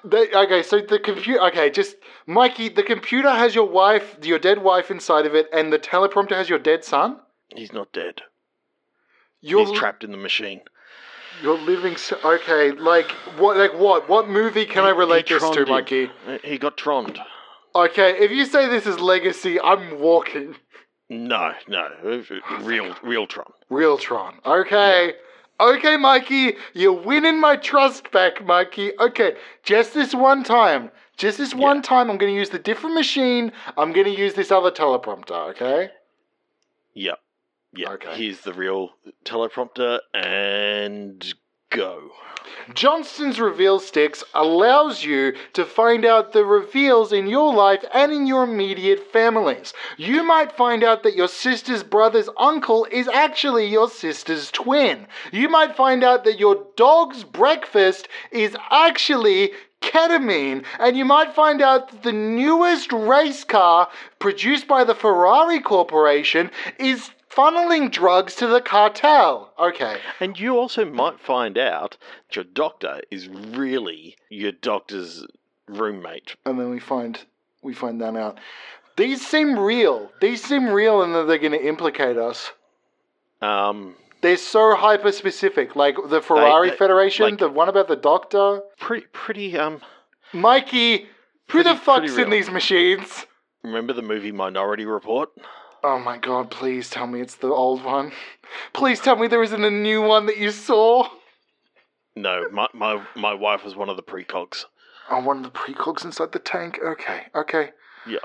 [SPEAKER 1] They, okay, so the computer. Okay, just Mikey. The computer has your wife, your dead wife, inside of it, and the teleprompter has your dead son.
[SPEAKER 2] He's not dead.
[SPEAKER 1] You're
[SPEAKER 2] He's trapped in the machine.
[SPEAKER 1] You're living. So, okay, like what? Like what? What movie can I
[SPEAKER 2] He-
[SPEAKER 1] relate
[SPEAKER 2] he
[SPEAKER 1] this to,
[SPEAKER 2] tronned him.
[SPEAKER 1] Mikey?
[SPEAKER 2] He got troned.
[SPEAKER 1] Okay, if you say this is legacy, I'm walking.
[SPEAKER 2] No, no, real, real Tron.
[SPEAKER 1] Realtron. Okay. Okay, Mikey. You're winning my trust back, Mikey. Okay. Just this one time. Just this one time, I'm going to use the different machine. I'm going to use this other teleprompter, okay?
[SPEAKER 2] Yep, yep.
[SPEAKER 1] Okay.
[SPEAKER 2] Here's the real teleprompter, and go.
[SPEAKER 1] Johnston's reveal sticks allows you to find out the reveals in your life and in your immediate families. You might find out that your sister's brother's uncle is actually your sister's twin. You might find out that your dog's breakfast is actually ketamine, and you might find out that the newest race car produced by the Ferrari Corporation is funneling drugs to the cartel. Okay.
[SPEAKER 2] And you also might find out that your doctor is really your doctor's roommate.
[SPEAKER 1] and then we find we find that out. These seem real. These seem real, and that they're going to implicate us.
[SPEAKER 2] Um,
[SPEAKER 1] They're so hyper specific, like the Ferrari
[SPEAKER 2] they-
[SPEAKER 1] Federation,
[SPEAKER 2] like-
[SPEAKER 1] the one about the doctor,
[SPEAKER 2] pretty, pretty. Um,
[SPEAKER 1] Mikey. Who the
[SPEAKER 2] Pretty- pretty
[SPEAKER 1] fuck's
[SPEAKER 2] real.
[SPEAKER 1] in these machines?
[SPEAKER 2] remember the movie Minority Report?
[SPEAKER 1] Oh my god! Please tell me it's the old one. Please tell me there isn't a new one that you saw.
[SPEAKER 2] No, my my my wife was one of the precogs.
[SPEAKER 1] Oh, one of the precogs inside the tank. Okay, okay.
[SPEAKER 2] Yeah.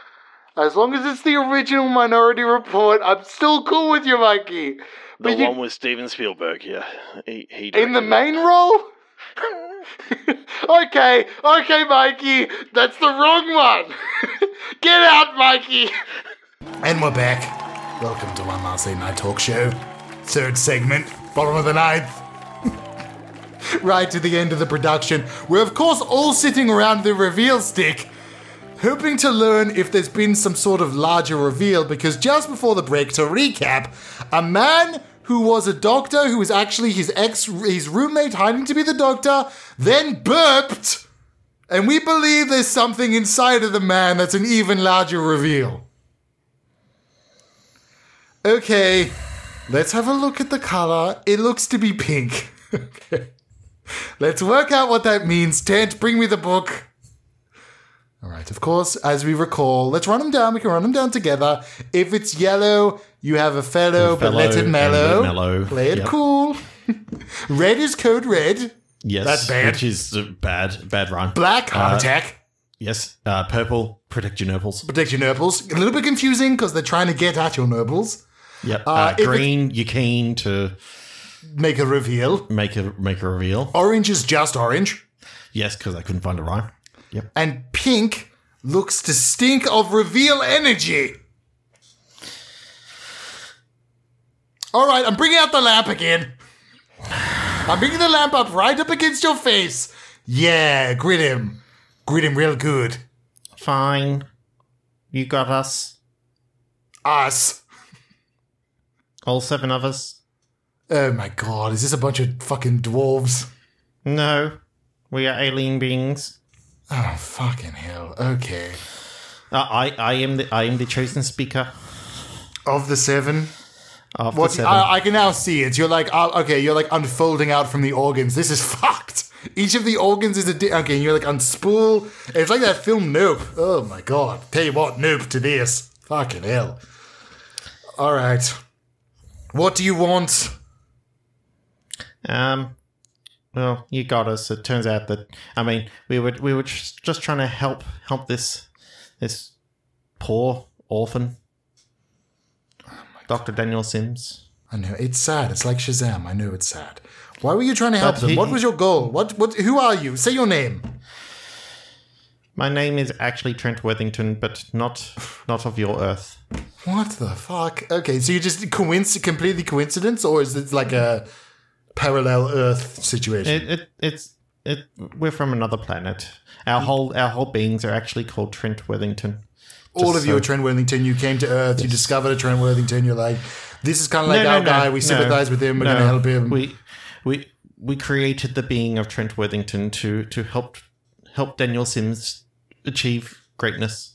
[SPEAKER 1] As long as it's the original Minority Report, I'm still cool with you, Mikey.
[SPEAKER 2] The
[SPEAKER 1] But you-
[SPEAKER 2] one with Steven Spielberg. Yeah, he he.
[SPEAKER 1] In the
[SPEAKER 2] directed
[SPEAKER 1] main role? okay, okay, Mikey, that's the wrong one. Get out, Mikey.
[SPEAKER 5] And we're back. Welcome to One Last Late Night Talk Show. Third segment, bottom of the ninth.
[SPEAKER 1] right to the end of the production. We're, of course, all sitting around the reveal stick, hoping to learn if there's been some sort of larger reveal. Because just before the break, to recap, a man who was a doctor, who was actually his ex, his roommate hiding to be the doctor, then burped. And we believe there's something inside of the man that's an even larger reveal. Okay, let's have a look at the color. It looks to be pink. okay. Let's work out what that means. Tent, bring me the book. All right, of course, as we recall, let's run them down. We can run them down together. If it's yellow, you have a fellow, but let
[SPEAKER 4] fellow
[SPEAKER 1] it
[SPEAKER 4] and
[SPEAKER 1] mellow.
[SPEAKER 4] the mellow,
[SPEAKER 1] Play it
[SPEAKER 4] yep.
[SPEAKER 1] cool. red is code red.
[SPEAKER 4] Yes,
[SPEAKER 1] That's bad.
[SPEAKER 4] Which is a bad, bad rhyme.
[SPEAKER 1] Black, heart
[SPEAKER 4] Uh,
[SPEAKER 1] attack.
[SPEAKER 4] Yes, uh, purple. Protect your nurples.
[SPEAKER 1] Protect your nurples. A little bit confusing because they're trying to get at your nurples.
[SPEAKER 4] Yep. Uh,
[SPEAKER 1] Uh, if it-
[SPEAKER 4] green. You're keen to
[SPEAKER 1] Make a reveal.
[SPEAKER 4] make a make a reveal.
[SPEAKER 1] Orange is just orange.
[SPEAKER 4] Yes, because I couldn't find a rhyme. Yep.
[SPEAKER 1] And pink looks to stink of reveal energy. All right, I'm bringing out the lamp again. I'm bringing the lamp up right up against your face. Yeah, grit him. Grit him real good.
[SPEAKER 4] Fine. You got us.
[SPEAKER 1] Us.
[SPEAKER 4] All seven of us.
[SPEAKER 1] Oh my god, is this a bunch of fucking dwarves?
[SPEAKER 4] No, we are alien beings.
[SPEAKER 1] Oh, fucking hell. Okay.
[SPEAKER 4] Uh, I I am the I am the chosen speaker
[SPEAKER 1] Of the seven,
[SPEAKER 4] of the
[SPEAKER 1] What
[SPEAKER 4] seven.
[SPEAKER 1] I, I can now see it. You're like, oh, okay, you're like unfolding out from the organs. This is fucked. Each of the organs is a di- okay. and You're like unspool. It's like that film Nope. Oh my god! Tell you what, Nope to this. Fucking hell. All right. What do you want?
[SPEAKER 4] Um, well, you got us. It turns out that I mean, we were we were just, just trying to help help this this poor orphan,
[SPEAKER 1] Oh
[SPEAKER 4] Doctor Daniel Sims.
[SPEAKER 1] I know it's sad. It's like Shazam. I know it's sad. Why were you trying to help
[SPEAKER 4] But
[SPEAKER 1] them?
[SPEAKER 4] he-
[SPEAKER 1] what was your goal? What? What? Who are you? Say your name.
[SPEAKER 4] My name is actually Trent Worthington, but not not of your Earth.
[SPEAKER 1] What the fuck? Okay, so you just coinc- completely coincidence, or is it like a parallel Earth situation?
[SPEAKER 4] It, it it's it. We're from another planet. Our whole our whole beings are actually called Trent Worthington.
[SPEAKER 1] all
[SPEAKER 4] Just
[SPEAKER 1] of you are
[SPEAKER 4] so-
[SPEAKER 1] Trent Worthington. You came to Earth. You discovered a Trent Worthington. You're like, this is kind of like our guy. we
[SPEAKER 4] no,
[SPEAKER 1] sympathize with him. We're
[SPEAKER 4] no.
[SPEAKER 1] going to help him.
[SPEAKER 4] We we we created the being of Trent Worthington to to help help Daniel Sims achieve greatness.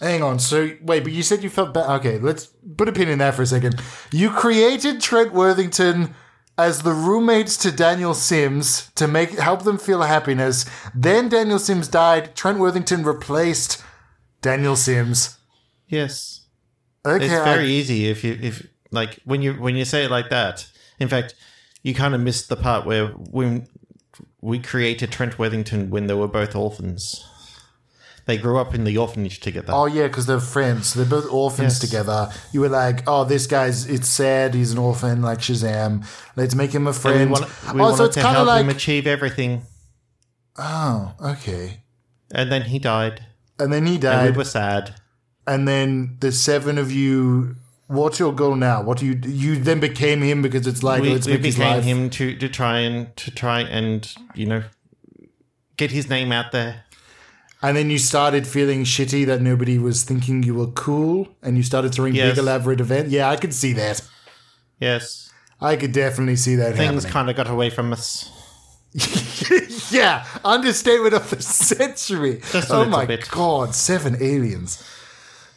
[SPEAKER 1] Hang on. So wait, but you said you felt bad. Okay, let's put a pin in that for a second. You created Trent Worthington as the roommates to Daniel Sims to make help them feel happiness. Then Daniel Sims died. Trent Worthington replaced Daniel Sims.
[SPEAKER 4] Yes.
[SPEAKER 1] Okay,
[SPEAKER 4] It's
[SPEAKER 1] I-
[SPEAKER 4] very easy if you if like when you when you say it like that. In fact, you kind of missed the part where when we created Trent Worthington when they were both orphans. They grew up in the orphanage together.
[SPEAKER 1] Oh yeah, because they're friends. They're both orphans
[SPEAKER 4] Yes.
[SPEAKER 1] together. You were like, "Oh, this guy's it's sad. He's an orphan, like Shazam. Let's make him a
[SPEAKER 4] And we
[SPEAKER 1] friend."
[SPEAKER 4] want, we
[SPEAKER 1] oh,
[SPEAKER 4] wanted
[SPEAKER 1] so it's
[SPEAKER 4] to
[SPEAKER 1] kind of
[SPEAKER 4] help him
[SPEAKER 1] like,
[SPEAKER 4] achieve everything,
[SPEAKER 1] oh, okay.
[SPEAKER 4] and then he died,
[SPEAKER 1] And then he
[SPEAKER 4] and
[SPEAKER 1] died.
[SPEAKER 4] we were sad.
[SPEAKER 1] and then the seven of you. What's your goal now? What do you you then became him because it's like
[SPEAKER 4] we,
[SPEAKER 1] let's
[SPEAKER 4] we
[SPEAKER 1] make his
[SPEAKER 4] became
[SPEAKER 1] life.
[SPEAKER 4] him to, to try and to try and you know get his name out there.
[SPEAKER 1] And then you started feeling shitty that nobody was thinking you were cool, and you started throwing
[SPEAKER 4] Yes.
[SPEAKER 1] big elaborate events. Yeah, I could see that.
[SPEAKER 4] Yes,
[SPEAKER 1] I could definitely see that
[SPEAKER 4] things
[SPEAKER 1] happening.
[SPEAKER 4] kind of got away from us.
[SPEAKER 1] yeah, understatement of the century.
[SPEAKER 4] Just a
[SPEAKER 1] oh
[SPEAKER 4] little
[SPEAKER 1] my
[SPEAKER 4] bit.
[SPEAKER 1] god, seven aliens.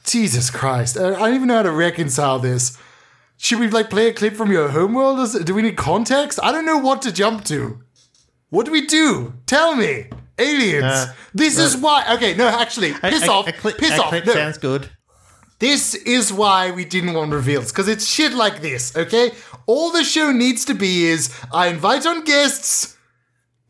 [SPEAKER 1] Jesus Christ. Uh, I I don't even know how to reconcile this. Should we like play a clip from your homeworld? Is- Do we need context? I don't know what to jump to. What do we do? Tell me. Aliens.
[SPEAKER 4] Uh,
[SPEAKER 1] this is why. Okay, no, actually, piss
[SPEAKER 4] A- a-
[SPEAKER 1] off.
[SPEAKER 4] a clip-
[SPEAKER 1] piss
[SPEAKER 4] a
[SPEAKER 1] off.
[SPEAKER 4] clip
[SPEAKER 1] No.
[SPEAKER 4] sounds good.
[SPEAKER 1] This is why we didn't want reveals, because it's shit like this, okay? All the show needs to be is I invite on guests,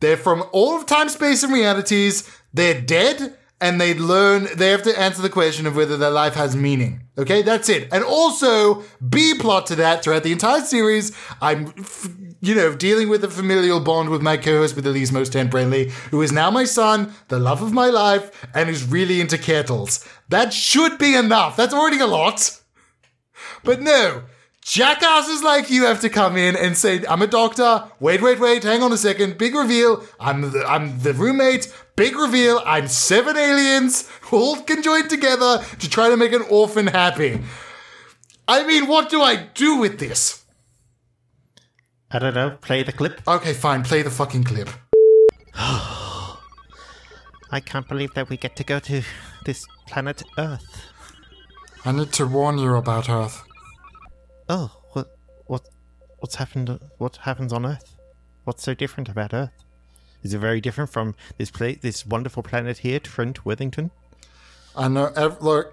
[SPEAKER 1] they're from all of time, space, and realities, they're dead, and they learn, they have to answer the question of whether their life has meaning, okay? That's it. And also, B plot to that throughout the entire series, I'm. F- you know, dealing with a familial bond with my co-host with Elise Mostan Brenly, who is now my son, the love of my life, and is really into kettles. That should be enough. That's already a lot. But no, Jackasses like you have to come in and say, "I'm a doctor." Wait, wait, wait. Hang on a second. Big reveal. I'm the, I'm the roommate. Big reveal. I'm seven aliens all conjoined together to try to make an orphan happy. I mean, what do I do with this?
[SPEAKER 4] I don't know. Play the clip.
[SPEAKER 1] Okay, fine. Play the fucking clip.
[SPEAKER 4] I can't believe that we get to go to this planet Earth.
[SPEAKER 1] I need to warn you about Earth.
[SPEAKER 4] Oh, what, what, what's happened? What happens on Earth? What's so different about Earth? Is it very different from this pla this wonderful planet here, Trent Worthington?
[SPEAKER 1] I know. Ev- look,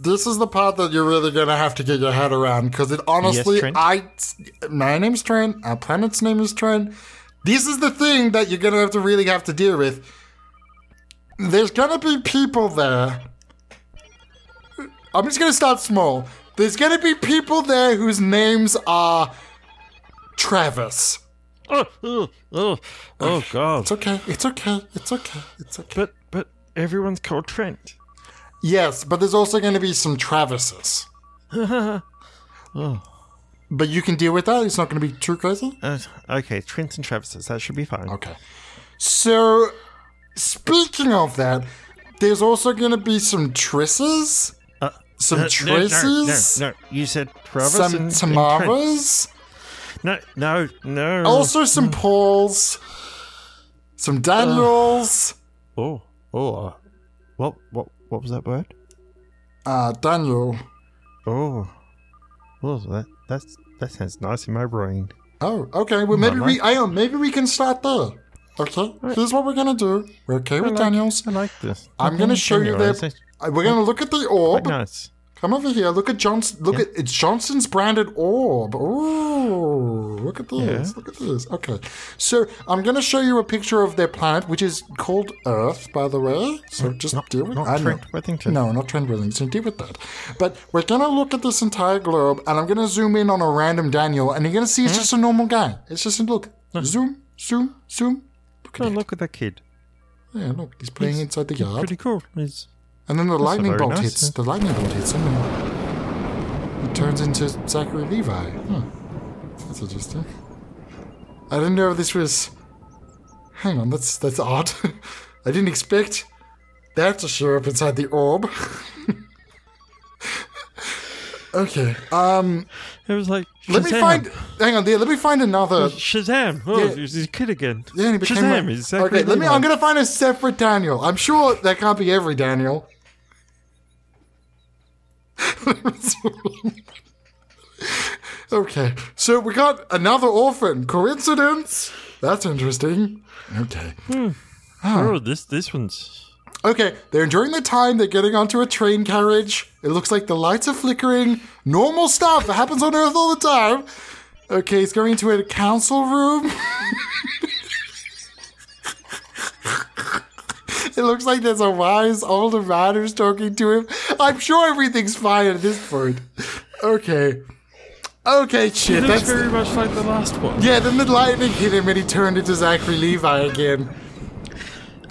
[SPEAKER 1] this is the part that you're really gonna have to get your head around because it honestly,
[SPEAKER 4] Trent?
[SPEAKER 1] I, my name's Trent. Our planet's name is Trent. This is the thing that you're gonna have to really have to deal with. There's gonna be people there. I'm just gonna start small. There's gonna be people there whose names are Travis.
[SPEAKER 7] Oh, oh, oh, oh God!
[SPEAKER 1] It's okay. It's okay. It's okay. It's okay.
[SPEAKER 7] But but everyone's called Trent.
[SPEAKER 1] Yes, but there's also going to be some Travises.
[SPEAKER 7] Oh.
[SPEAKER 1] But you can deal with that. It's not going to be too crazy.
[SPEAKER 4] Uh, okay, Trent and Travis's. That should be fine.
[SPEAKER 1] Okay. So, speaking of that, there's also going to be some Trisses,
[SPEAKER 4] Uh,
[SPEAKER 1] some
[SPEAKER 7] No, no, no,
[SPEAKER 1] Traces,
[SPEAKER 7] no, you said Travis and,
[SPEAKER 1] some
[SPEAKER 7] and
[SPEAKER 1] Tamaras,
[SPEAKER 7] Trent. Oh. Hmm. No, no, no.
[SPEAKER 1] also some Pauls,
[SPEAKER 7] Uh.
[SPEAKER 1] some Daniels.
[SPEAKER 4] Oh, oh. uh, What, what, what was that word?
[SPEAKER 1] Uh, Daniel.
[SPEAKER 4] Oh, well, that that's that sounds nice in my brain.
[SPEAKER 1] Oh, okay. Well, maybe
[SPEAKER 4] I
[SPEAKER 1] we, I don't- maybe we can start there. Okay, here's what we're gonna do. We're okay with Daniels.
[SPEAKER 4] I like this.
[SPEAKER 1] I'm gonna show you
[SPEAKER 4] Anyway,
[SPEAKER 1] their.
[SPEAKER 4] it's
[SPEAKER 1] uh, We're gonna look at the orb.
[SPEAKER 4] Quite nice.
[SPEAKER 1] Come over here. Look at Johnson. Look at it's Johnson's branded orb. Ooh, look at this. Look at this. Okay, so I'm gonna show you a picture of their planet, which is called Earth, by the way. So just deal with.
[SPEAKER 4] Not
[SPEAKER 1] I know.
[SPEAKER 4] Trent Worthington.
[SPEAKER 1] No, not Trent Williamson. Deal with that. But we're gonna look at this entire globe, and I'm gonna zoom in on a random Daniel, and you're gonna see it's just a normal guy. It's just a look. Zoom, zoom, zoom. Look
[SPEAKER 7] Oh,
[SPEAKER 1] at that.
[SPEAKER 7] look at that kid.
[SPEAKER 1] Yeah, look, he's playing inside the yard.
[SPEAKER 7] Pretty cool. He's
[SPEAKER 1] And then the lightning
[SPEAKER 4] very
[SPEAKER 1] bolt
[SPEAKER 4] nice,
[SPEAKER 1] hits.
[SPEAKER 4] yeah.
[SPEAKER 1] The lightning bolt hits him. And he turns into Zachary Levi. Huh. That's interesting. I didn't know this was. Hang on, that's that's odd. I didn't expect that to show up inside the orb. okay. Um.
[SPEAKER 7] It was like Shazam.
[SPEAKER 1] Let me find. Hang on, there. Let me find another.
[SPEAKER 7] Shazam. Oh,
[SPEAKER 1] Yeah.
[SPEAKER 7] he's a kid again.
[SPEAKER 1] Yeah, he became
[SPEAKER 7] Shazam.
[SPEAKER 1] a-
[SPEAKER 7] He's exactly
[SPEAKER 1] okay, let me.
[SPEAKER 7] Levi.
[SPEAKER 1] I'm gonna find a separate Daniel. I'm sure that can't be every Daniel. okay, so we got another orphan. Coincidence? That's interesting. Okay.
[SPEAKER 7] Oh, this this one's.
[SPEAKER 1] Okay, they're enjoying the time. They're getting onto a train carriage. It looks like the lights are flickering. Normal stuff that happens on Earth all the time. Okay, he's going to a council room. it looks like there's a wise older man who's talking to him. I'm sure everything's fine at this point. Okay. Okay, shit.
[SPEAKER 7] It looks
[SPEAKER 1] That's
[SPEAKER 7] very much like the last one.
[SPEAKER 1] yeah. Then the lightning hit him, and he turned into Zachary Levi again.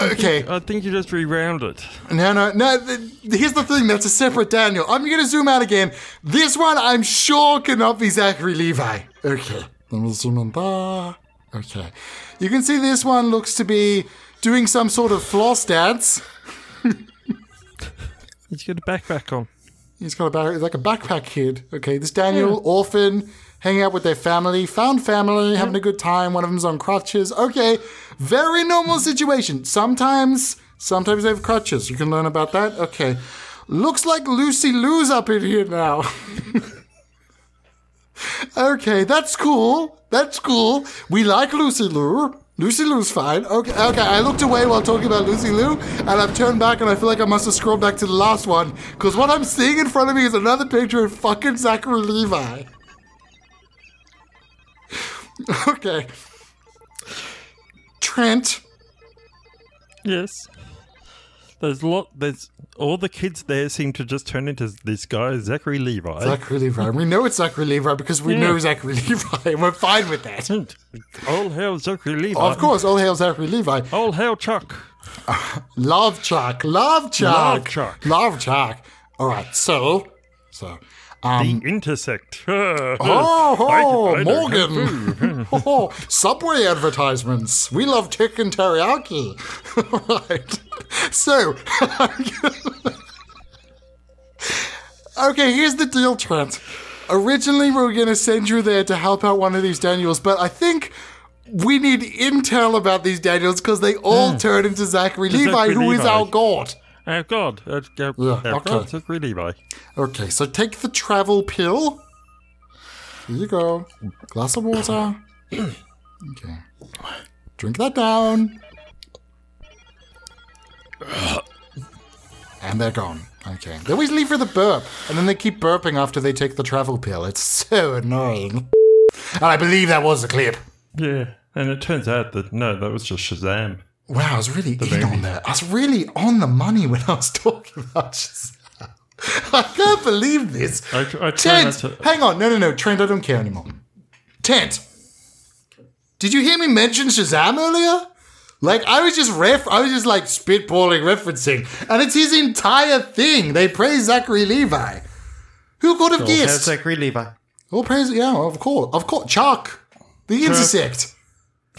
[SPEAKER 1] Okay.
[SPEAKER 7] I think you just rewound it.
[SPEAKER 1] No, no, no. Th- here's the thing. That's a separate Daniel. I'm going to zoom out again. This one, I'm sure, cannot be Zachary Levi. Okay. Then we'll zoom in there. Okay. You can see this one looks to be doing some sort of floss dance.
[SPEAKER 7] He's got a backpack on.
[SPEAKER 1] He's got a back, he's like a backpack kid. Okay, this Daniel, orphan, hanging out with their family, found family, having a good time. One of them's on crutches. Okay, very normal situation. Sometimes, sometimes they have crutches. You can learn about that. Okay, looks like Lucy Lou's up in here now. okay, that's cool. That's cool. We like Lucy Lou. Lucy Lou's fine. Okay, okay. I looked away while talking about Lucy Lou, and I've turned back, and I feel like I must have scrolled back to the last one because what I'm seeing in front of me is another picture of fucking Zachary Levi. okay, Trent.
[SPEAKER 7] Yes. There's lot. There's all the kids there seem to just turn into this guy Zachary Levi.
[SPEAKER 1] Zachary Levi. We know it's Zachary Levi because we know Zachary Levi, and we're fine with that.
[SPEAKER 7] all hail Zachary Levi.
[SPEAKER 1] Of course, all hail Zachary Levi.
[SPEAKER 7] All hail Chuck.
[SPEAKER 1] Love Chuck. Love Chuck.
[SPEAKER 7] Love Chuck.
[SPEAKER 1] Love Chuck. All right. So, so Um,
[SPEAKER 7] the intersect.
[SPEAKER 1] Oh, oh,
[SPEAKER 7] I don't
[SPEAKER 1] Morgan! oh, Subway advertisements. We love chicken teriyaki. right. So, okay, here's the deal, Trent. Originally, we were going to send you there to help out one of these Daniels, but I think we need intel about these Daniels because they all turn into Zachary Levi,
[SPEAKER 7] Hmm. Zachary
[SPEAKER 1] who is
[SPEAKER 7] Levi.
[SPEAKER 1] our god.
[SPEAKER 7] Oh God! Uh, uh,
[SPEAKER 1] Yeah,
[SPEAKER 7] uh,
[SPEAKER 1] okay.
[SPEAKER 7] God, it's really by.
[SPEAKER 1] Okay, so take the travel pill. Here you go. Glass of water. Okay. Drink that down. And they're gone. Okay. They always leave for the burp, and then they keep burping after they take the travel pill. It's so annoying. And I believe that was the clip.
[SPEAKER 7] Yeah, and it turns out that no, that was just Shazam.
[SPEAKER 1] Wow, I was really in on that. I was really on the money when I was talking about Shazam. I can't believe this.
[SPEAKER 7] I, I try not
[SPEAKER 1] Trent,
[SPEAKER 7] to.
[SPEAKER 1] hang on. No, no, no. Trent, I don't care anymore. Trent, did you hear me mention Shazam earlier? Like I was just ref, I was just like spitballing, referencing, and it's his entire thing. They praise Zachary Levi. Who could have
[SPEAKER 4] Yes.
[SPEAKER 1] guessed?
[SPEAKER 4] Zachary Levi.
[SPEAKER 1] All praise, yeah, of course, of course. Chuck, the intersect.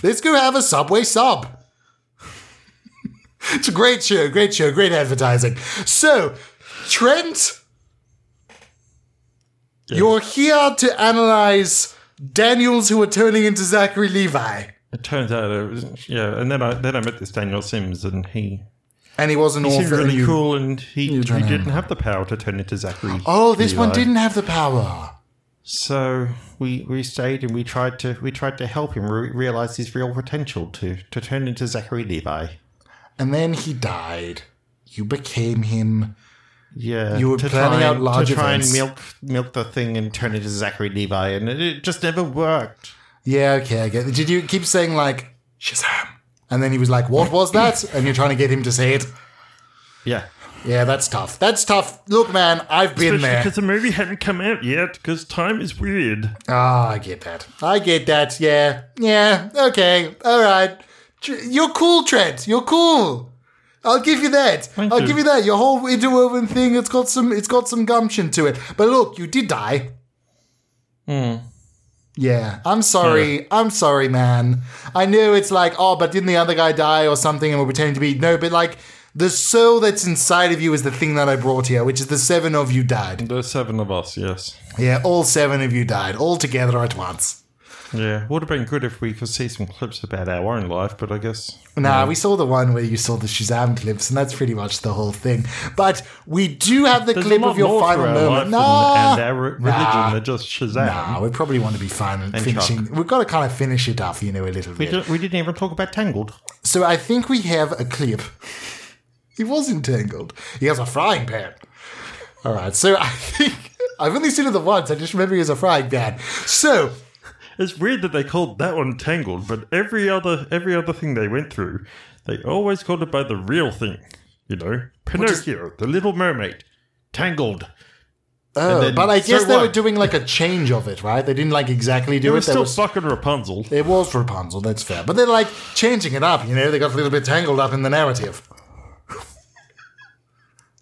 [SPEAKER 1] Let's go have a Subway sub. it's a great show, great show, great advertising. So, Trent, you're here to analyze Daniels who are turning into Zachary Levi,
[SPEAKER 7] It turns out it was yeah, and then I then I met this Daniel Sims, and he
[SPEAKER 1] and he was an
[SPEAKER 7] seemed
[SPEAKER 1] author. and
[SPEAKER 7] really
[SPEAKER 1] you-
[SPEAKER 7] cool, and he he
[SPEAKER 1] trying to-
[SPEAKER 7] didn't have the power to turn into Zachary.
[SPEAKER 1] Oh, this one
[SPEAKER 7] Levi.
[SPEAKER 1] didn't have the power.
[SPEAKER 4] So we, we stayed and we tried to we tried to help him re- realize his real potential to to turn into Zachary Levi.
[SPEAKER 1] And then he died. You became him.
[SPEAKER 4] Yeah,
[SPEAKER 1] You were
[SPEAKER 4] to
[SPEAKER 1] planning
[SPEAKER 4] try
[SPEAKER 1] out
[SPEAKER 4] and-
[SPEAKER 1] large
[SPEAKER 4] to try
[SPEAKER 1] events.
[SPEAKER 4] and milk milk the thing and turn it into Zachary Levi, and it, it just never worked.
[SPEAKER 1] Yeah, okay, I get it. Did you keep saying like Shazam? And then he was like, What was that? And you're trying to get him to say it.
[SPEAKER 4] Yeah,
[SPEAKER 1] Yeah, that's tough. That's tough. Look, man, I've been
[SPEAKER 7] Especially
[SPEAKER 1] there.
[SPEAKER 7] because the movie hadn't come out yet, because time is weird.
[SPEAKER 1] Ah, I get that. I get that. Yeah. Yeah. Okay. All right. Tr- You're cool, Trent. You're cool. I'll give you that. I'll
[SPEAKER 7] you.
[SPEAKER 1] give you that. Your whole interwoven thing, it's got some it's got some gumption to it. But look, you did die. Hmm. Yeah, I'm sorry. I'm sorry, man. I knew it's like, oh, but didn't the other guy die or something and we're pretending to be. No, but like, the soul that's inside of you is the thing that I brought here, which is the seven of you died.
[SPEAKER 7] There's seven of us, yes.
[SPEAKER 1] Yeah, all seven of you died, all together at once.
[SPEAKER 7] Yeah, would have been good if we could see some clips about our own life, but I guess
[SPEAKER 1] Nah, we saw the one where you saw the Shazam clips, and that's pretty much the whole thing. But we do have the
[SPEAKER 7] there's
[SPEAKER 1] clip
[SPEAKER 7] a lot
[SPEAKER 1] of your
[SPEAKER 7] more to
[SPEAKER 1] final
[SPEAKER 7] our
[SPEAKER 1] moment.
[SPEAKER 7] life
[SPEAKER 1] Nah,
[SPEAKER 7] and, and our re- religion
[SPEAKER 1] Nah.
[SPEAKER 7] than just Shazam.
[SPEAKER 1] nah, we probably want to be final finishing.
[SPEAKER 4] Chuck.
[SPEAKER 1] We've got to kind of finish it up, you know, a little
[SPEAKER 4] we,
[SPEAKER 1] bit.
[SPEAKER 4] did, we didn't even talk about Tangled.
[SPEAKER 1] So I think we have a clip. He was entangled. He has a frying pan. All right. So I think I've only seen it the once. I just remember he has a frying pan. So
[SPEAKER 7] It's weird that they called that one Tangled, but every other every other thing they went through, they always called it by the real thing. You know, Pinocchio, The Little Mermaid, Tangled.
[SPEAKER 1] oh,
[SPEAKER 4] then-
[SPEAKER 1] but I
[SPEAKER 4] so
[SPEAKER 1] guess they were
[SPEAKER 4] what?
[SPEAKER 1] doing like a change of it, right? They didn't like exactly do
[SPEAKER 7] It
[SPEAKER 1] it.
[SPEAKER 7] was
[SPEAKER 1] They
[SPEAKER 7] still
[SPEAKER 1] were-
[SPEAKER 7] fucking Rapunzel.
[SPEAKER 1] it was Rapunzel. That's fair. But they're like changing it up. You know, they got a little bit tangled up in the narrative.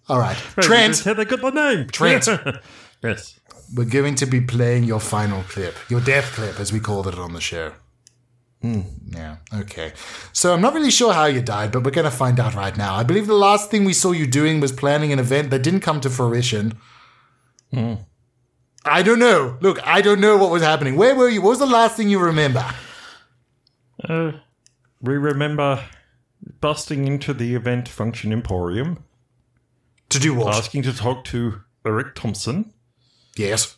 [SPEAKER 1] All right,
[SPEAKER 7] That's
[SPEAKER 1] Trent.
[SPEAKER 7] how they got the name.
[SPEAKER 1] Trent.
[SPEAKER 7] yes.
[SPEAKER 1] We're going to be playing your final clip, your death clip, as we called it on the show. Yeah, okay. So I'm not really sure how you died, but we're going to find out right now. I believe the last thing we saw you doing was planning an event that didn't come to fruition. I don't know. Look, I don't know what was happening. Where were you? What was the last thing you remember?
[SPEAKER 7] Uh, we remember busting into the event Function Emporium,
[SPEAKER 1] To do what?
[SPEAKER 7] asking to talk to Eric Thompson,
[SPEAKER 1] yes.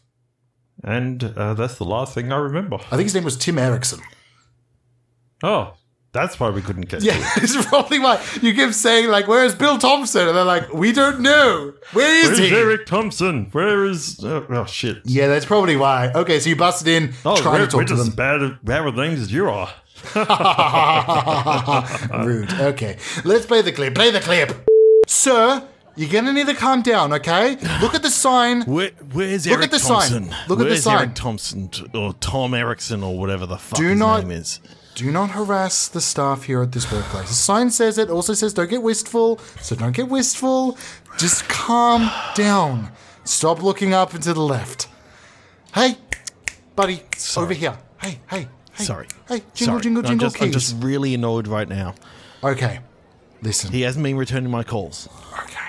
[SPEAKER 7] and uh, that's the last thing I remember.
[SPEAKER 1] I think his name was Tim Erickson.
[SPEAKER 7] Oh, that's why we couldn't get.
[SPEAKER 1] Yeah, it's probably why you keep saying, like, where's Bill Thompson? And they're like, we don't know. Where is
[SPEAKER 7] Where's
[SPEAKER 1] he?
[SPEAKER 7] Eric Thompson? Where is? Uh, oh shit!
[SPEAKER 1] Yeah, that's probably why. Okay, so you busted in
[SPEAKER 7] Oh,
[SPEAKER 1] trying
[SPEAKER 7] we're,
[SPEAKER 1] to
[SPEAKER 7] we're
[SPEAKER 1] talk to
[SPEAKER 7] just as
[SPEAKER 1] them.
[SPEAKER 7] bad, at- bad with names as you are.
[SPEAKER 1] Rude. Okay, let's play the clip. Play the clip. Sir, you're gonna need to calm down, okay? Look at the sign.
[SPEAKER 2] Where, where's
[SPEAKER 1] Look at
[SPEAKER 2] Eric
[SPEAKER 1] the sign.
[SPEAKER 2] Thompson?
[SPEAKER 1] Look at the
[SPEAKER 2] where's
[SPEAKER 1] sign.
[SPEAKER 2] Eric Thompson t- or Tom Erickson or whatever the fuck
[SPEAKER 1] Do
[SPEAKER 2] his
[SPEAKER 1] not-
[SPEAKER 2] name is?
[SPEAKER 1] Do not harass the staff here at this workplace. The sign says it, also says don't get wistful, so don't get wistful. Just calm down. Stop looking up and to the left. Hey, buddy,
[SPEAKER 4] Sorry.
[SPEAKER 1] over here. Hey, hey, hey.
[SPEAKER 4] Sorry.
[SPEAKER 1] Hey, jingle,
[SPEAKER 4] Sorry.
[SPEAKER 1] jingle,
[SPEAKER 4] I'm
[SPEAKER 1] jingle,
[SPEAKER 4] just, I'm
[SPEAKER 1] keys.
[SPEAKER 4] just really annoyed right now.
[SPEAKER 1] Okay, listen.
[SPEAKER 4] He hasn't been returning my calls.
[SPEAKER 1] Okay.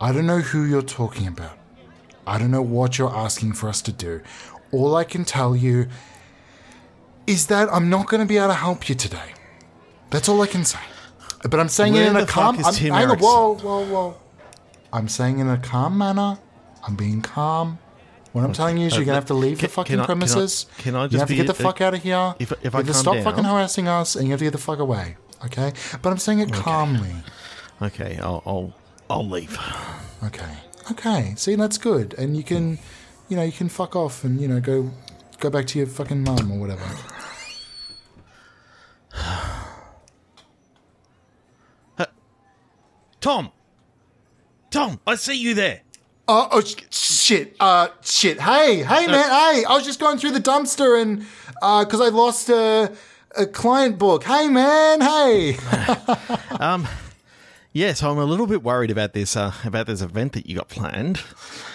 [SPEAKER 1] I don't know who you're talking about. I don't know what you're asking for us to do. All I can tell you is that I'm not going to be able to help you today. That's all I can say. But I'm saying it
[SPEAKER 4] Where
[SPEAKER 1] in
[SPEAKER 4] the
[SPEAKER 1] a calm.
[SPEAKER 4] fuck is
[SPEAKER 1] I'm,
[SPEAKER 4] Tim
[SPEAKER 1] hang on,
[SPEAKER 4] Erickson?
[SPEAKER 1] whoa, whoa, whoa. I'm saying it in a calm manner. I'm being calm. What I'm telling you is
[SPEAKER 4] Uh,
[SPEAKER 1] you're gonna
[SPEAKER 4] look,
[SPEAKER 1] have to leave
[SPEAKER 4] can-
[SPEAKER 1] the fucking
[SPEAKER 4] can I- can I-
[SPEAKER 1] premises.
[SPEAKER 4] can I
[SPEAKER 1] you
[SPEAKER 4] just
[SPEAKER 1] have to
[SPEAKER 4] be-
[SPEAKER 1] get the
[SPEAKER 4] uh,
[SPEAKER 1] fuck out of here.
[SPEAKER 4] if- if
[SPEAKER 1] you
[SPEAKER 4] I
[SPEAKER 1] have to
[SPEAKER 4] calm
[SPEAKER 1] stop
[SPEAKER 4] down-
[SPEAKER 1] fucking harassing us, and you have to get the fuck away. Okay, but I'm saying it calmly.
[SPEAKER 4] Okay, I'll, I'll, I'll leave.
[SPEAKER 1] Okay. Okay. See, that's good. And you can, you know, you can fuck off and, you know, go go back to your fucking mum or whatever.
[SPEAKER 4] Tom! Tom, I see you there.
[SPEAKER 1] Oh, oh sh- shit. Uh, shit. Hey, hey, man. Hey, I was just going through the dumpster and, uh, because I lost a, a client book. Hey, man. Hey.
[SPEAKER 4] Yeah, so I'm a little bit worried about this uh, about this event that you got planned.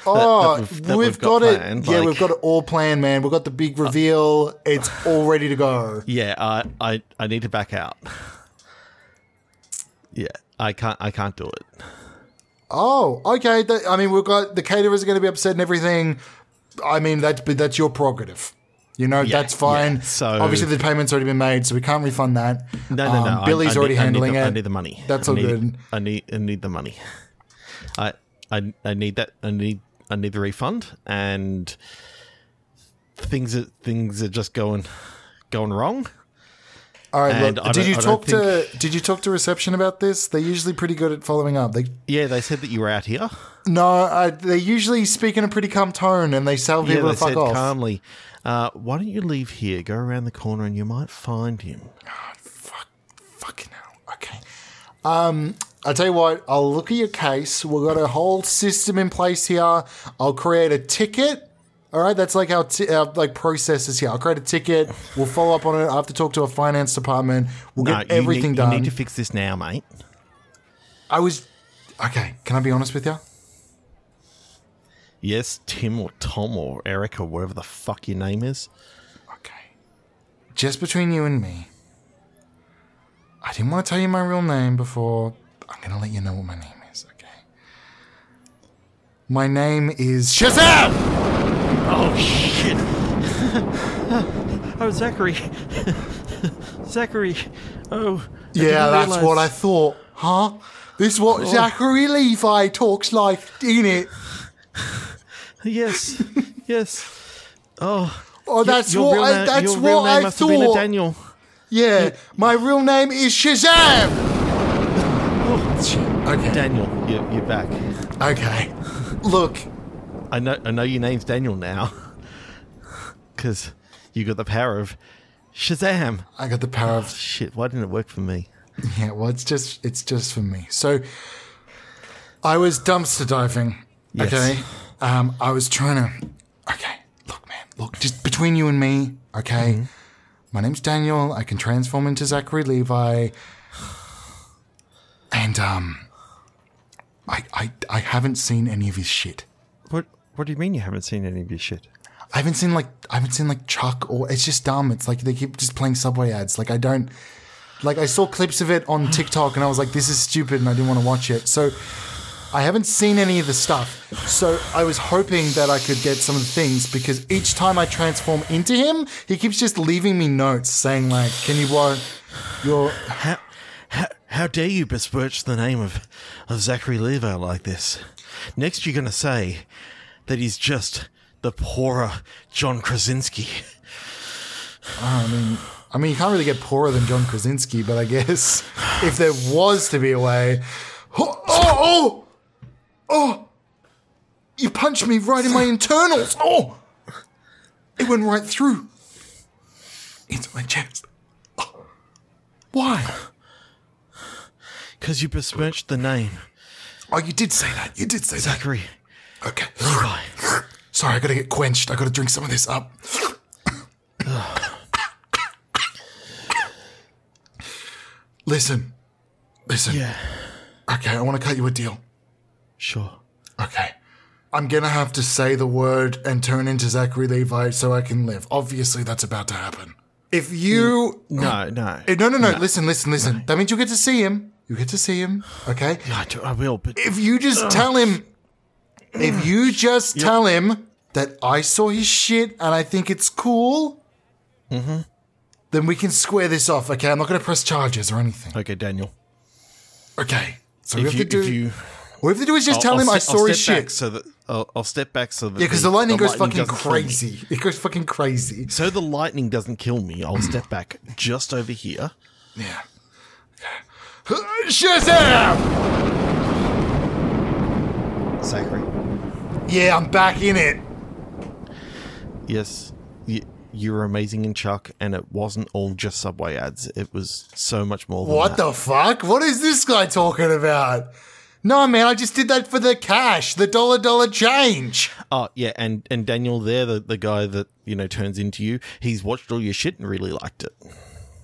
[SPEAKER 1] Oh,
[SPEAKER 4] that
[SPEAKER 1] we've,
[SPEAKER 4] we've- that we've
[SPEAKER 1] got,
[SPEAKER 4] got
[SPEAKER 1] it.
[SPEAKER 4] planned,
[SPEAKER 1] yeah,
[SPEAKER 4] like-
[SPEAKER 1] we've got it all planned, man. We've got the big reveal. it's all ready to go.
[SPEAKER 4] Yeah, I I, I need to back out. yeah, I can't I can't do it.
[SPEAKER 1] Oh, okay. That, I mean, we've got the caterers are going to be upset and everything. I mean, that's but that's your prerogative. You know, that's fine.
[SPEAKER 4] yeah. So-
[SPEAKER 1] obviously the payment's already been made, so we can't refund that.
[SPEAKER 4] No, no, no. I-
[SPEAKER 1] Um, Billy's
[SPEAKER 4] I,
[SPEAKER 1] already
[SPEAKER 4] need,
[SPEAKER 1] handling
[SPEAKER 4] I need, the-
[SPEAKER 1] it.
[SPEAKER 4] I need the money.
[SPEAKER 1] That's
[SPEAKER 4] I
[SPEAKER 1] all
[SPEAKER 4] need-
[SPEAKER 1] good.
[SPEAKER 4] I need I need the money. I I I need that. I need I need the refund and things are things are just going going wrong.
[SPEAKER 1] All right.
[SPEAKER 4] And
[SPEAKER 1] Look,
[SPEAKER 4] I
[SPEAKER 1] did
[SPEAKER 4] don't-
[SPEAKER 1] you
[SPEAKER 4] I don't
[SPEAKER 1] talk to Did you talk to reception about this? They're usually pretty good at following up. They
[SPEAKER 4] Yeah, they said that you were out here.
[SPEAKER 1] no, I, they usually speak in a pretty calm tone, and they tell
[SPEAKER 4] Yeah,
[SPEAKER 1] people
[SPEAKER 4] they
[SPEAKER 1] to fuck
[SPEAKER 4] said
[SPEAKER 1] off.
[SPEAKER 4] calmly, uh, "Why don't you leave here? Go around the corner, and you might find him."
[SPEAKER 1] Fucking hell. Okay. Um, I'll tell you what, I'll look at your case. We've got a whole system in place here. I'll create a ticket. All right, that's like our, t- our like process is here. I'll create a ticket. We'll follow up on it. I have to talk to our finance department. We'll
[SPEAKER 4] No,
[SPEAKER 1] get
[SPEAKER 4] Uh, you
[SPEAKER 1] everything
[SPEAKER 4] need,
[SPEAKER 1] done.
[SPEAKER 4] You need to fix this now, mate.
[SPEAKER 1] I was okay. Can I be honest with you?
[SPEAKER 4] Yes, Tim or Tom or Eric or whatever the fuck your name is.
[SPEAKER 1] Okay. Just between you and me, I didn't want to tell you my real name before. I'm going to let you know what my name is, okay? My name is Shazam!
[SPEAKER 4] Oh shit! oh Zachary, Zachary. Oh,
[SPEAKER 1] Yeah, that's what I thought, huh? This what
[SPEAKER 4] Oh.
[SPEAKER 1] Zachary Levi talks like, ain't it?
[SPEAKER 4] Yes, yes. Oh,
[SPEAKER 1] Oh, that's
[SPEAKER 4] your
[SPEAKER 1] what
[SPEAKER 4] real
[SPEAKER 1] I,
[SPEAKER 4] na-
[SPEAKER 1] that's
[SPEAKER 4] your real
[SPEAKER 1] what
[SPEAKER 4] name
[SPEAKER 1] I
[SPEAKER 4] must have been a
[SPEAKER 1] thought.
[SPEAKER 4] Daniel.
[SPEAKER 1] Yeah, my real name is Shazam. Okay,
[SPEAKER 4] Daniel, you're, you're back.
[SPEAKER 1] okay. Look,
[SPEAKER 4] I know. I know your name's Daniel now, because you got the power of Shazam.
[SPEAKER 1] I got the power of
[SPEAKER 4] Shit! Why didn't it work for me?
[SPEAKER 1] Yeah, well, it's just it's just for me. So I was dumpster diving.
[SPEAKER 4] Yes.
[SPEAKER 1] Okay. Um, I was trying to. Okay, look, man, look, just between you and me. Okay. My name's Daniel. I can transform into Zachary Levi. And um, I I I haven't seen any of his shit.
[SPEAKER 7] What What do you mean you haven't seen any of your shit?
[SPEAKER 1] I haven't seen like I haven't seen like Chuck or it's just dumb. It's like they keep just playing subway ads. Like I don't like I saw clips of it on TikTok and I was like, this is stupid and I didn't want to watch it. So I haven't seen any of the stuff. So I was hoping that I could get some of the things because each time I transform into him, he keeps just leaving me notes saying like, Can you blow your
[SPEAKER 4] How, how, how dare you besmirch the name of, of Zachary Levi like this? Next, you're going to say that he's just the poorer John Krasinski.
[SPEAKER 1] I mean, you can't really get poorer than John Krasinski, but I guess if there was to be a way. Oh, oh, oh! Oh! You punched me right in my internals! Oh! It went right through. Into my chest. Oh. Why?
[SPEAKER 4] Because you besmirched the name
[SPEAKER 1] Oh, you did say that. You did say that.
[SPEAKER 4] Zachary
[SPEAKER 1] Okay.
[SPEAKER 4] Levi.
[SPEAKER 1] Sorry, I gotta get quenched. I gotta drink some of this up. Listen. Listen.
[SPEAKER 4] Yeah,
[SPEAKER 1] Okay, I wanna cut you a deal.
[SPEAKER 4] sure.
[SPEAKER 1] Okay. I'm gonna have to say the word and turn into Zachary Levi so I can live. Obviously, that's about to happen. If you
[SPEAKER 4] No, no.
[SPEAKER 1] Eh, no, no, no, Listen, listen, listen. That means you get to see him. You get to see him. Okay.
[SPEAKER 4] I, do- I will, but
[SPEAKER 1] If you just tell him, if you just tell him that I saw his shit and I think it's cool,
[SPEAKER 4] Mm-hmm.
[SPEAKER 1] then we can square this off. Okay. I'm not gonna press charges or anything.
[SPEAKER 4] okay, Daniel.
[SPEAKER 1] Okay. So we
[SPEAKER 4] If
[SPEAKER 1] have
[SPEAKER 4] you,
[SPEAKER 1] to do.
[SPEAKER 4] if you,
[SPEAKER 1] all we have to do is just
[SPEAKER 4] I'll-
[SPEAKER 1] tell
[SPEAKER 4] I'll
[SPEAKER 1] him
[SPEAKER 4] ste-
[SPEAKER 1] I
[SPEAKER 4] I'll
[SPEAKER 1] saw his
[SPEAKER 4] step back
[SPEAKER 1] shit.
[SPEAKER 4] So that I'll, I'll step back so that
[SPEAKER 1] yeah, because the lightning goes fucking
[SPEAKER 4] lightning doesn't kill me.
[SPEAKER 1] crazy. It goes fucking crazy.
[SPEAKER 4] So the lightning doesn't kill me. I'll step back just over here.
[SPEAKER 1] Yeah. Shazam!
[SPEAKER 4] Zachary.
[SPEAKER 1] Yeah, I'm back in it.
[SPEAKER 4] Yes, you, you were amazing in Chuck, and it wasn't all just Subway ads. It was so much more. Than
[SPEAKER 1] What
[SPEAKER 4] that.
[SPEAKER 1] the fuck? What is this guy talking about? No, man, I just did that for the cash, the dollar dollar change.
[SPEAKER 4] Oh yeah, and and Daniel there, the, the guy that you know turns into you, he's watched all your shit and really liked it.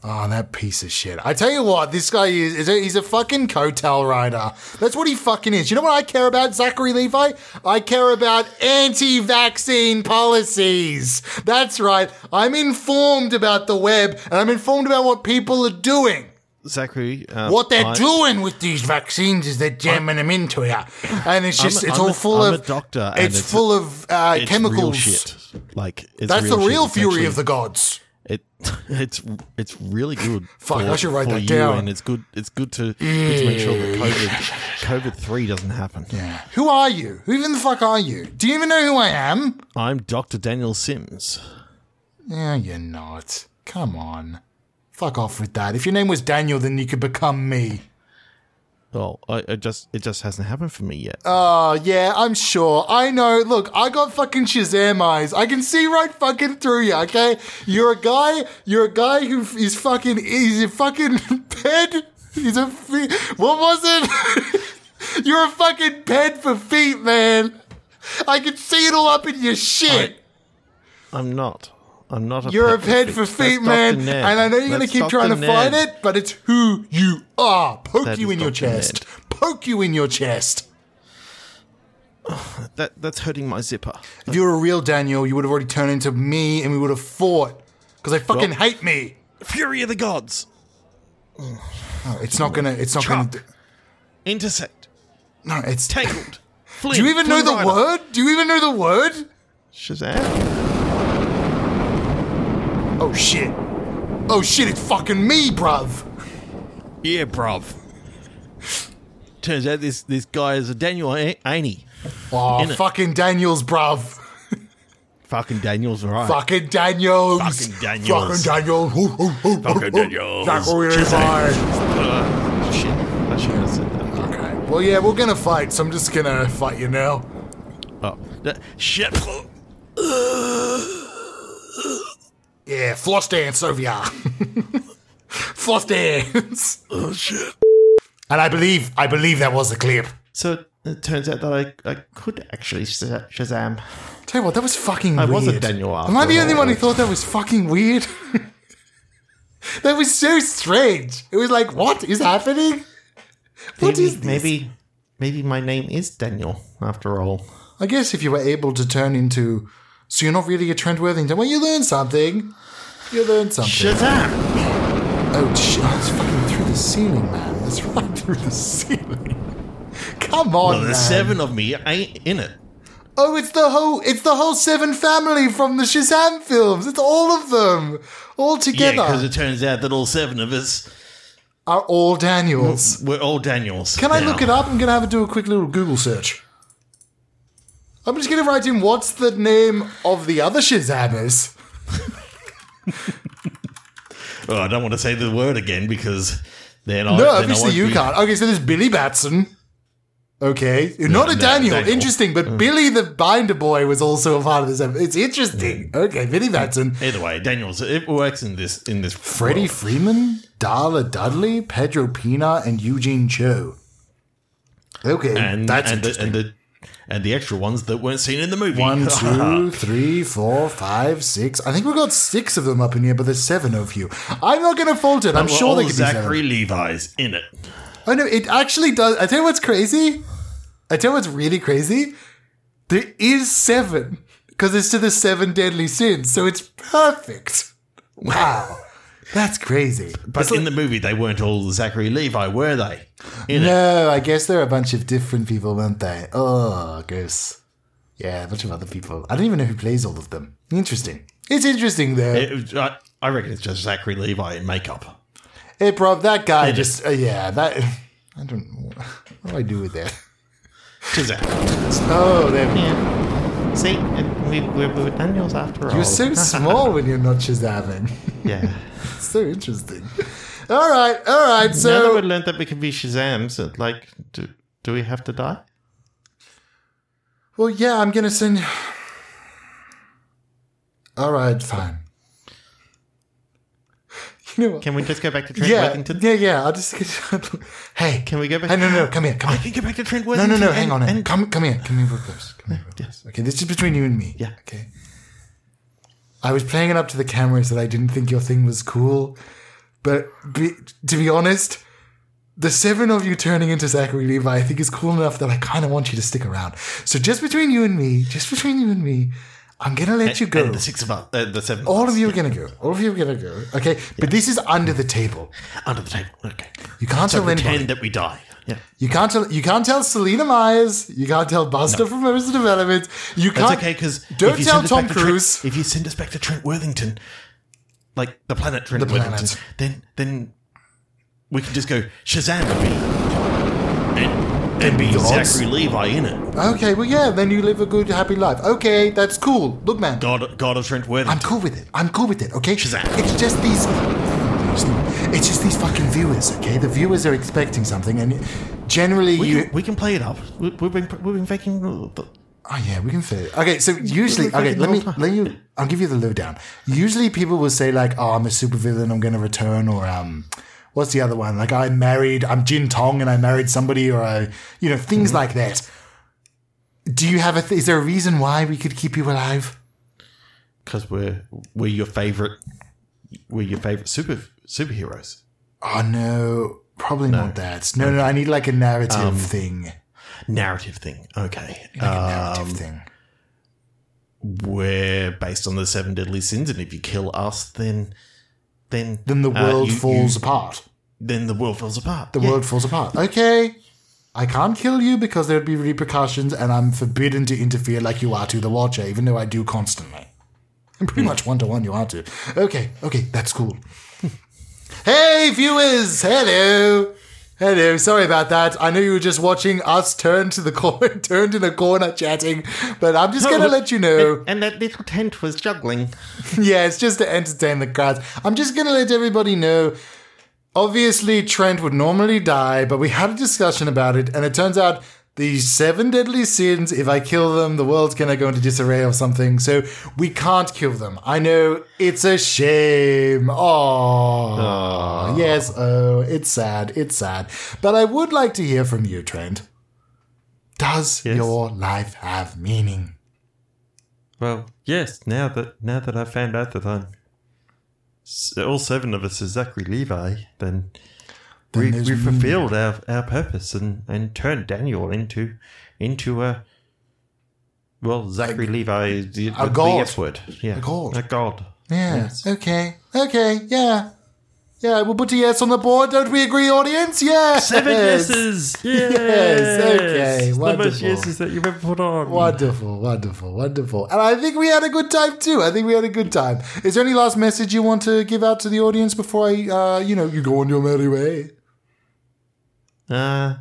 [SPEAKER 1] Oh, that piece of shit. I tell you what, this guy is, is a, he's a fucking coattail rider. That's what he fucking is. You know what I care about, Zachary Levi? I care about anti vaccine policies. That's right. I'm informed about the web and I'm informed about what people are doing.
[SPEAKER 4] Zachary, uh,
[SPEAKER 1] What they're
[SPEAKER 4] I-
[SPEAKER 1] doing with these vaccines is they're jamming them into you, and it's just
[SPEAKER 4] I'm-
[SPEAKER 1] it's
[SPEAKER 4] I'm
[SPEAKER 1] all
[SPEAKER 4] a-
[SPEAKER 1] full
[SPEAKER 4] I'm
[SPEAKER 1] of
[SPEAKER 4] a doctor and
[SPEAKER 1] It's,
[SPEAKER 4] it's-
[SPEAKER 1] full of uh,
[SPEAKER 4] it's
[SPEAKER 1] chemicals.
[SPEAKER 4] real shit. Like it's
[SPEAKER 1] That's the
[SPEAKER 4] shit.
[SPEAKER 1] real
[SPEAKER 4] It's
[SPEAKER 1] fury of
[SPEAKER 4] actually-
[SPEAKER 1] the gods.
[SPEAKER 4] It it's it's really good.
[SPEAKER 1] Fuck, I should write
[SPEAKER 4] for
[SPEAKER 1] that
[SPEAKER 4] you,
[SPEAKER 1] down. Mm.
[SPEAKER 4] And it's good. It's good to, good to make sure that COVID COVID three doesn't happen.
[SPEAKER 1] Who are you? Who even the fuck are you? Do you even know who I am?
[SPEAKER 4] I'm Doctor Daniel Sims.
[SPEAKER 1] No, you're not. Come on, fuck off with that. If your name was Daniel, then you could become me.
[SPEAKER 4] Well, I, I just it just hasn't happened for me yet.
[SPEAKER 1] Oh yeah, I'm sure. I know. Look, I got fucking Shazam eyes. I can see right fucking through you. Okay, you're a guy. You're a guy who f- is fucking. He's a fucking ped. He's a. Fe- what was it? you're a fucking ped for feet, man. I can see it all up in your shit.
[SPEAKER 4] I'm not. I'm not a
[SPEAKER 1] you're a
[SPEAKER 4] pet
[SPEAKER 1] ped for feet, man. And I know you're gonna keep trying to fight it, but it's who you are. Poke
[SPEAKER 4] That
[SPEAKER 1] you
[SPEAKER 4] is
[SPEAKER 1] in your
[SPEAKER 4] Dr.
[SPEAKER 1] chest. Poke you in your chest.
[SPEAKER 4] That that's hurting my zipper.
[SPEAKER 1] If you were a real Daniel, you would have already turned into me and we would have fought. Because they fucking
[SPEAKER 4] Well-
[SPEAKER 1] hate me.
[SPEAKER 4] Fury of the gods.
[SPEAKER 1] No, it's not gonna. It's not
[SPEAKER 4] Chuck.
[SPEAKER 1] gonna.
[SPEAKER 4] Intersect.
[SPEAKER 1] No, it's.
[SPEAKER 4] Tangled. Flynn,
[SPEAKER 1] Do you even know
[SPEAKER 4] Flynn
[SPEAKER 1] the
[SPEAKER 4] Rider.
[SPEAKER 1] word? Do you even know the word?
[SPEAKER 4] Shazam.
[SPEAKER 1] Oh shit. Oh shit, it's fucking me, bruv.
[SPEAKER 4] Yeah, bruv. Turns out this this guy is a Daniel, ain't ain't he?
[SPEAKER 1] Oh,
[SPEAKER 4] Innit?
[SPEAKER 1] fucking Daniels, bruv.
[SPEAKER 4] Fucking Daniel's right.
[SPEAKER 1] Fucking Daniels.
[SPEAKER 4] Fucking Daniels.
[SPEAKER 1] Fucking Daniels. Hoo, hoo, hoo, hoo,
[SPEAKER 7] Fucking
[SPEAKER 1] hoo.
[SPEAKER 7] Daniels.
[SPEAKER 1] Zachary
[SPEAKER 7] She's
[SPEAKER 1] Levi.
[SPEAKER 4] Uh, shit. I shouldn't have said that.
[SPEAKER 1] Okay. Well, yeah, we're gonna fight, so I'm just gonna fight you now.
[SPEAKER 4] Oh, that, shit.
[SPEAKER 1] Yeah, floss dance over ya. floss dance. Oh shit. And I believe I believe that was the clip.
[SPEAKER 4] So it turns out that I, I could actually Shaz- Shazam.
[SPEAKER 1] Tell you what, that was fucking
[SPEAKER 4] I
[SPEAKER 1] weird.
[SPEAKER 4] was a Daniel
[SPEAKER 1] Am I
[SPEAKER 4] after
[SPEAKER 1] the only
[SPEAKER 4] all.
[SPEAKER 1] one who thought that was fucking weird? that was so strange. It was like, what is happening? What
[SPEAKER 4] maybe,
[SPEAKER 1] is this?
[SPEAKER 4] Maybe, maybe my name is Daniel after all.
[SPEAKER 1] I guess if you were able to turn into so you're not really a trendworthy then when you learn something. You learn something.
[SPEAKER 4] Shazam!
[SPEAKER 1] Oh shit, I was fucking through the ceiling, man. That's right through the ceiling. Come on,
[SPEAKER 4] Well,
[SPEAKER 1] man.
[SPEAKER 4] there's seven of me ain't in it.
[SPEAKER 1] Oh, it's the whole it's the whole Seven family from the Shazam films. It's all of them, all
[SPEAKER 4] Yeah,
[SPEAKER 1] together,
[SPEAKER 4] because it turns out that all seven of us
[SPEAKER 1] are all Daniels.
[SPEAKER 4] we're all Daniels.
[SPEAKER 1] Can I look it up? I'm gonna have to do a quick little Google search. I'm just gonna write in what's the name of the other Shazammers.
[SPEAKER 4] Oh, I don't want to say the word again because then I
[SPEAKER 1] No,
[SPEAKER 4] then I
[SPEAKER 1] obviously
[SPEAKER 4] won't
[SPEAKER 1] you
[SPEAKER 4] be-
[SPEAKER 1] can't. Okay, so there's Billy Batson. Okay, not a
[SPEAKER 4] no,
[SPEAKER 1] Daniel.
[SPEAKER 4] Daniel.
[SPEAKER 1] Interesting, but Billy the Binder Boy was also a part of this. episode. It's interesting. Okay, Billy Batson.
[SPEAKER 4] Either way, Daniels. It works in this in this.
[SPEAKER 1] Freddie
[SPEAKER 4] world.
[SPEAKER 1] Freeman, Darla Dudley, Pedro Pina, and Eugene Cho. Okay,
[SPEAKER 4] and
[SPEAKER 1] that's
[SPEAKER 4] and the,
[SPEAKER 1] interesting.
[SPEAKER 4] and the and the extra ones that weren't seen in the movie.
[SPEAKER 1] One, two, three, four, five, six. I think we've got six of them up in here, but there's seven of you. I'm not going to fault it. I'm
[SPEAKER 4] Well,
[SPEAKER 1] sure
[SPEAKER 4] all
[SPEAKER 1] there could
[SPEAKER 4] Zachary Levi's in it.
[SPEAKER 1] be seven. Oh no, it actually does. I tell you what's crazy. I tell you what's really crazy. There is seven because it's to the seven deadly sins, so it's perfect. Wow, that's crazy.
[SPEAKER 4] But in the movie, they weren't all Zachary Levi, were they? In it.
[SPEAKER 1] No, I guess they're a bunch of different people, weren't they? Oh, gross. Yeah, a bunch of other people. I don't even know who plays all of them. Interesting. It's interesting though. It,
[SPEAKER 4] It was- I, I reckon it's just Zachary Levi in makeup.
[SPEAKER 1] prob- that guy just uh, yeah that I don't what do I do with that?
[SPEAKER 4] Just out.
[SPEAKER 1] Oh, there we go.
[SPEAKER 4] See, we, we're, we're Daniels after all.
[SPEAKER 1] You're so small when you're not Shazamming.
[SPEAKER 4] yeah.
[SPEAKER 1] It's so interesting. All right, all right.
[SPEAKER 4] now that
[SPEAKER 1] So
[SPEAKER 4] we learned that we can be Shazams, like, do, do we have to die?
[SPEAKER 1] well, yeah, I'm gonna send. All right, fine. You know what?
[SPEAKER 4] Can we just go back to Trent
[SPEAKER 1] Yeah,
[SPEAKER 4] Worthington?
[SPEAKER 1] yeah, yeah. I'll just. hey,
[SPEAKER 4] Can we go back?
[SPEAKER 1] Hey, no, no, come here, come
[SPEAKER 4] I
[SPEAKER 1] here.
[SPEAKER 4] can go back to Trent
[SPEAKER 1] No,
[SPEAKER 4] Worthington.
[SPEAKER 1] no, no. Hang
[SPEAKER 4] and-
[SPEAKER 1] on, hang on.
[SPEAKER 4] and-
[SPEAKER 1] Come, come here. Come here, real close. Come here, real close. Okay, this is between you and me.
[SPEAKER 4] Yeah.
[SPEAKER 1] Okay. I was playing it up to the cameras that I didn't think your thing was cool, but be, to be honest, the seven of you turning into Zachary Levi, I think is cool enough that I kind of want you to stick around. So just between you and me, just between you and me, I'm gonna let you go.
[SPEAKER 4] and the six of us, uh, the seven.
[SPEAKER 1] all of you are gonna go. All of you are gonna go. Okay, but this is under the table.
[SPEAKER 4] under the table. Okay.
[SPEAKER 1] You can't
[SPEAKER 4] So
[SPEAKER 1] tell anybody.
[SPEAKER 4] pretend that we die. Yeah.
[SPEAKER 1] You can't tell. You can't tell Selena Myers. You can't tell Buster from Arrested Development. You
[SPEAKER 4] That's
[SPEAKER 1] can't.
[SPEAKER 4] okay because
[SPEAKER 1] don't tell Tom Cruise.
[SPEAKER 4] if you send us back to Trent Worthington, like the planet Trent
[SPEAKER 1] The
[SPEAKER 4] Worthington,
[SPEAKER 1] planet.
[SPEAKER 4] then then we can just go Shazam and be and, and be
[SPEAKER 1] Gods.
[SPEAKER 4] Zachary Levi in it.
[SPEAKER 1] okay, well, yeah. Then you live a good, happy life. Okay, that's cool. Look, man,
[SPEAKER 4] God God of Trent
[SPEAKER 1] I'm
[SPEAKER 4] Worthington.
[SPEAKER 1] cool with it. I'm cool with it. Okay,
[SPEAKER 4] Shazam.
[SPEAKER 1] It's just these. It's just these fucking viewers. Okay, the viewers are expecting something, and generally
[SPEAKER 4] we,
[SPEAKER 1] you.
[SPEAKER 4] can, we can play it up. We, we've been we've been faking. The,
[SPEAKER 1] Oh yeah, we can fit it. Okay, so usually,
[SPEAKER 4] we can
[SPEAKER 1] okay,
[SPEAKER 4] fit it
[SPEAKER 1] let
[SPEAKER 4] the
[SPEAKER 1] me
[SPEAKER 4] whole time.
[SPEAKER 1] let you. I'll give you the lowdown. Usually, people will say like, "Oh, I'm a supervillain. I'm going to return," or um, what's the other one? Like, I married. I'm Jin Tong, and I married somebody, or I, you know,
[SPEAKER 4] Mm-hmm.
[SPEAKER 1] things like that. Do you have a? Th- is there a reason why we could keep you alive?
[SPEAKER 4] because we're we're your favorite we're your favorite super superheroes.
[SPEAKER 1] Oh no, probably not that. No, no, I need like a narrative
[SPEAKER 4] Um,
[SPEAKER 1] thing,
[SPEAKER 4] Narrative thing. Okay.
[SPEAKER 1] like
[SPEAKER 4] Uh,
[SPEAKER 1] a narrative thing.
[SPEAKER 4] we're based on the seven deadly sins, and if you kill us, then then
[SPEAKER 1] Then the
[SPEAKER 4] uh,
[SPEAKER 1] world
[SPEAKER 4] you- you-
[SPEAKER 1] falls apart.
[SPEAKER 4] then the world falls apart.
[SPEAKER 1] the
[SPEAKER 4] Yeah.
[SPEAKER 1] world falls apart. Okay, I can't kill you because there'd be repercussions, and I'm forbidden to interfere like you are to the Watcher, even though I do constantly. I'm pretty much one to one, you are to. Okay, okay, that's cool. hey, viewers! Hello! Hello, sorry about that. I know you were just watching us turn to the corner, turned in a corner chatting, but I'm just gonna let you know.
[SPEAKER 4] And that little tent was juggling.
[SPEAKER 1] Yeah, it's just to entertain the crowds. I'm just going to let everybody know. Obviously, Trent would normally die, but we had a discussion about it, and it turns out the seven deadly sins, if I kill them, the world's going to go into disarray or something, so we can't kill them. I know, it's a shame. Aww. Yes, oh, it's sad, it's sad. But I would like to hear from you, Trent. Does your life have meaning?
[SPEAKER 7] Well, yes. Now that now that I've found out that I'm s- all seven of us is Zachary Levi, then, we,
[SPEAKER 1] there's
[SPEAKER 7] we fulfilled our, our purpose and, and turned Daniel into into a well Zachary Levi is the, the
[SPEAKER 1] god.
[SPEAKER 7] S word, yeah,
[SPEAKER 1] A god.
[SPEAKER 7] a god.
[SPEAKER 1] Yeah.
[SPEAKER 7] Yes.
[SPEAKER 1] Okay. Okay. Yeah. Yeah. We'll put a yes on the board. Don't we agree, audience? Yes.
[SPEAKER 7] Seven yeses, yes,
[SPEAKER 1] okay,
[SPEAKER 7] the most
[SPEAKER 1] wonderful.
[SPEAKER 7] yeses that you've ever put on.
[SPEAKER 1] Wonderful. Wonderful. Wonderful. And I think we had a good time too. I think we had a good time. Is there any last message you want to give out to the audience before I, uh, you know, you go on your merry way?
[SPEAKER 4] Uh,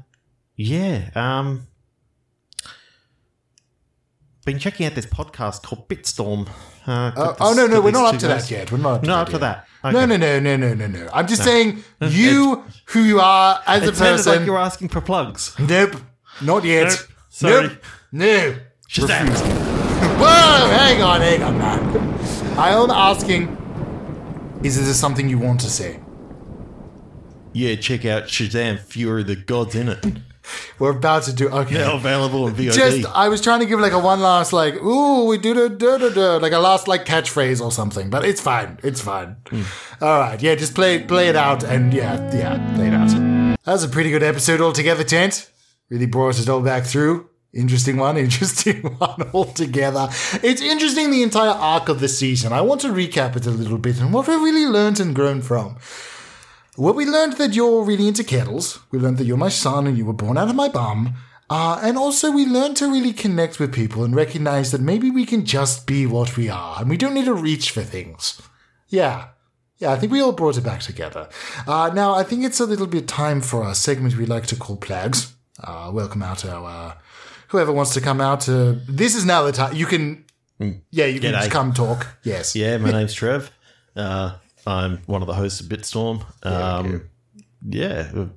[SPEAKER 4] yeah. Um, been checking out this podcast called Bitstorm. Uh,
[SPEAKER 1] Uh,
[SPEAKER 4] got
[SPEAKER 1] oh
[SPEAKER 4] this-
[SPEAKER 1] no, no,
[SPEAKER 4] got
[SPEAKER 1] we're
[SPEAKER 4] these
[SPEAKER 1] not up
[SPEAKER 4] two
[SPEAKER 1] to that
[SPEAKER 4] guys-
[SPEAKER 1] yet. We're not up to
[SPEAKER 4] Not
[SPEAKER 1] that
[SPEAKER 4] up to
[SPEAKER 1] yet.
[SPEAKER 4] that.
[SPEAKER 1] No,
[SPEAKER 4] Okay.
[SPEAKER 1] no, no, no, no, no, no. I'm just saying you, who you are as
[SPEAKER 4] It
[SPEAKER 1] a
[SPEAKER 4] sounded
[SPEAKER 1] person.
[SPEAKER 4] like you're asking for plugs.
[SPEAKER 1] nope. Not yet.
[SPEAKER 7] Nope. Sorry.
[SPEAKER 1] Nope. No.
[SPEAKER 4] Shazam!
[SPEAKER 1] Whoa, hang on, hang on, man. I am asking, is there something you want to say?
[SPEAKER 4] Yeah, check out Shazam Fury of the Gods in it.
[SPEAKER 1] We're about to do, okay.
[SPEAKER 4] Now available on VOD.
[SPEAKER 1] Just, uh, I was trying to give like a one last, like, ooh, we do do do do do, like a last like catchphrase or something, but it's fine, it's fine. All right, yeah, just play play it out, and yeah, yeah, play it out. That was a pretty good episode altogether, Tent. Really brought it all back through. Interesting one, interesting one altogether. It's interesting the entire arc of the season. I want to recap it a little bit and what we really learned and grown from. Well, we learned that you're really into kettles. We learned that you're my son and you were born out of my bum. Uh, and also, we learned to really connect with people and recognize that maybe we can just be what we are and we don't need to reach for things. Yeah. Yeah, I think we all brought it back together. Uh, now, I think it's a little bit time for our segment we like to call Plags. Uh, welcome out our. Uh, whoever wants to come out to. This is now the time. You can. Yeah, you can
[SPEAKER 4] Hmm. G'day.
[SPEAKER 1] just come talk. Yes.
[SPEAKER 4] Yeah, my name's Trev. Uh, I'm one of the hosts of Bitstorm. Um, yeah, we've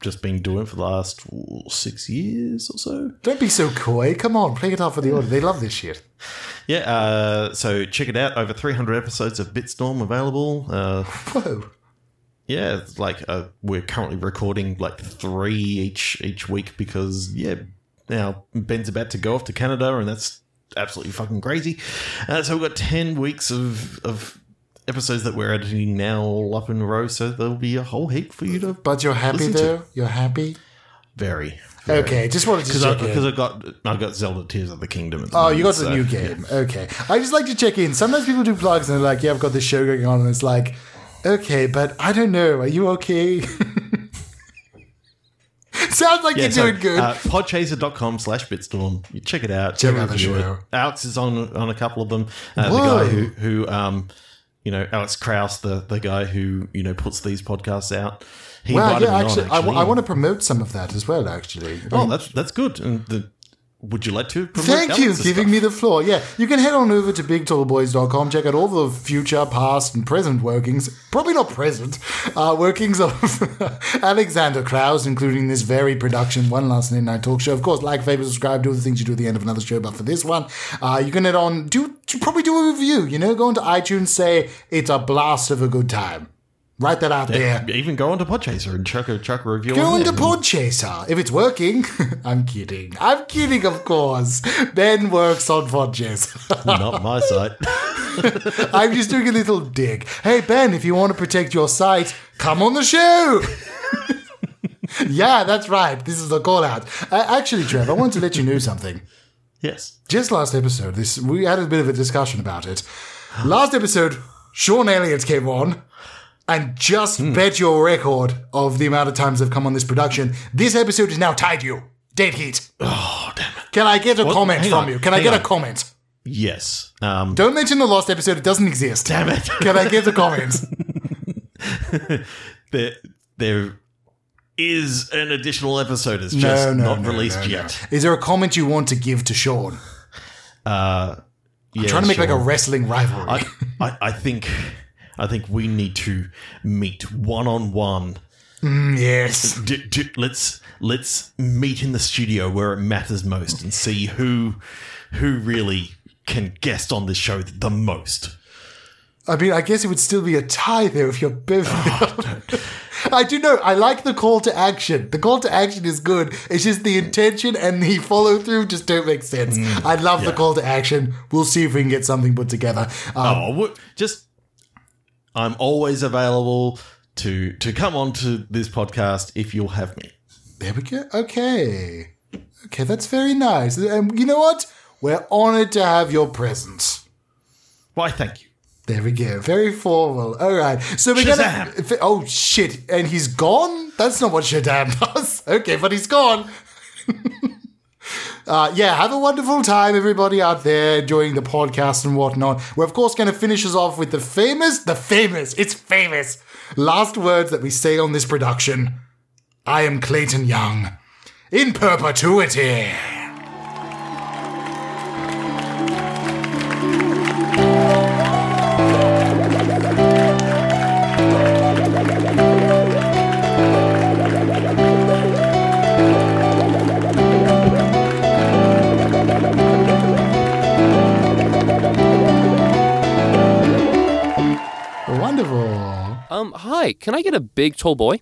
[SPEAKER 4] just been doing it for the last ooh, six years or so.
[SPEAKER 1] Don't be so coy. Come on, play it out for the audience. They love this shit.
[SPEAKER 4] Yeah, uh, so check it out. Over 300 episodes of Bitstorm available. Uh,
[SPEAKER 1] Whoa.
[SPEAKER 4] yeah, it's like uh, we're currently recording like three each each week because yeah, now Ben's about to go off to Canada and that's absolutely fucking crazy. Uh, so we've got ten weeks of of episodes that we're editing now all up in a row. So there'll be a whole heap for you to
[SPEAKER 1] But you're happy
[SPEAKER 4] Listen to-
[SPEAKER 1] though. You're happy.
[SPEAKER 4] vary.
[SPEAKER 1] Okay, just wanted to
[SPEAKER 4] Because I,
[SPEAKER 1] check
[SPEAKER 4] because
[SPEAKER 1] in.
[SPEAKER 4] I got I got Zelda Tears of the Kingdom. At the
[SPEAKER 1] Oh,
[SPEAKER 4] moment,
[SPEAKER 1] you got
[SPEAKER 4] so-
[SPEAKER 1] the new game. Okay, I just like to check in. Sometimes people do plugs and they're like, "Yeah, I've got this show going on," and it's like, "Okay, but I don't know. Are you okay?" Sounds like
[SPEAKER 4] Yeah,
[SPEAKER 1] you're
[SPEAKER 4] so,
[SPEAKER 1] doing good.
[SPEAKER 4] Uh, podchaser.com slash bitstorm. You check it out.
[SPEAKER 1] Check
[SPEAKER 4] You
[SPEAKER 1] out the
[SPEAKER 4] review it.
[SPEAKER 1] show.
[SPEAKER 4] Alex is on on a couple of them. Uh, the
[SPEAKER 1] Whoa.
[SPEAKER 4] guy who who um you know Alex Kraus, the the guy who you know puts these podcasts out. He
[SPEAKER 1] wow,
[SPEAKER 4] invited
[SPEAKER 1] yeah,
[SPEAKER 4] me
[SPEAKER 1] actually,
[SPEAKER 4] on,
[SPEAKER 1] I,
[SPEAKER 4] actually.
[SPEAKER 1] w- I want to promote some of that as well. Actually,
[SPEAKER 4] Oh, that's that's good. And the, would you like to? promote
[SPEAKER 1] Thank you,
[SPEAKER 4] Alex's
[SPEAKER 1] giving
[SPEAKER 4] stuff?
[SPEAKER 1] me the floor. Yeah, you can head on over to bigtallboys.com, check out all the future, past, and present workings. Probably not present uh, workings of Alexander Krauss, including this very production, One Last Late Night Talk Show. Of course, like, favorite, subscribe, do all the things you do at the end of another show. But for this one, uh, you can head on, do probably do a review. You know, go into iTunes, say it's a blast of a good time. Write that out there.
[SPEAKER 4] Even go onto Podchaser and chuck a chuck a review.
[SPEAKER 1] Go
[SPEAKER 4] on
[SPEAKER 1] into
[SPEAKER 4] there.
[SPEAKER 1] Podchaser if it's working. I'm kidding. I'm kidding, of course. Ben works on Podchaser.
[SPEAKER 4] Not my site.
[SPEAKER 1] I'm just doing a little dig. Hey, Ben, if you want to protect your site, come on the show. yeah, that's right. This is a call out. Uh, actually, Trev, I want to let you know something.
[SPEAKER 4] yes.
[SPEAKER 1] Just last episode, this we had a bit of a discussion about it. Last episode, Sean Elliott came on and just
[SPEAKER 4] Hmm.
[SPEAKER 1] bet your record of the amount of times I've come on this production. This episode is now tied you. Dead heat.
[SPEAKER 4] Oh damn it.
[SPEAKER 1] Can I get a comment
[SPEAKER 4] Hang
[SPEAKER 1] from
[SPEAKER 4] on,
[SPEAKER 1] you? Can I
[SPEAKER 4] hang
[SPEAKER 1] get
[SPEAKER 4] on.
[SPEAKER 1] a comment?
[SPEAKER 4] Yes. Um.
[SPEAKER 1] Don't mention the last episode, it doesn't exist.
[SPEAKER 4] Damn it.
[SPEAKER 1] Can I get a comment?
[SPEAKER 4] there there is an additional episode. It's just not released
[SPEAKER 1] no, no.
[SPEAKER 4] yet.
[SPEAKER 1] Is there a comment you want to give to Sean?
[SPEAKER 4] Uh, yeah,
[SPEAKER 1] Trying to make like a
[SPEAKER 4] sure.
[SPEAKER 1] wrestling rivalry.
[SPEAKER 4] I, I, I think, I think we need to meet one on one.
[SPEAKER 1] Mm, yes.
[SPEAKER 4] D- d- Let's let's meet in the studio where it matters most and see who who really can guest on this show the most.
[SPEAKER 1] I mean, I guess it would still be a tie there if you're both. I do know. I like the call to action. The call to action is good. It's just the intention and the follow through just don't make sense. I love the call to action. We'll see if we can get something put together. Uh,
[SPEAKER 4] Oh, wha- just I'm always available to to come on to this podcast if you'll have me.
[SPEAKER 1] There we go. Okay. Okay, that's very nice. And you know what? We're honored to have your presence.
[SPEAKER 4] Why? Thank you.
[SPEAKER 1] There we go. Very formal. All right. So we're gonna.
[SPEAKER 4] Shazam!
[SPEAKER 1] f- Oh shit! And he's gone. That's not what Shazam does. Okay, but he's gone. Uh, yeah, have a wonderful time, everybody out there enjoying the podcast and whatnot. We're of course going to finish us off with the famous, the famous, it's famous last words that we say on this production. I am Clayton Young, in perpetuity. Wonderful.
[SPEAKER 8] Um, hi, can I get a big tall boy?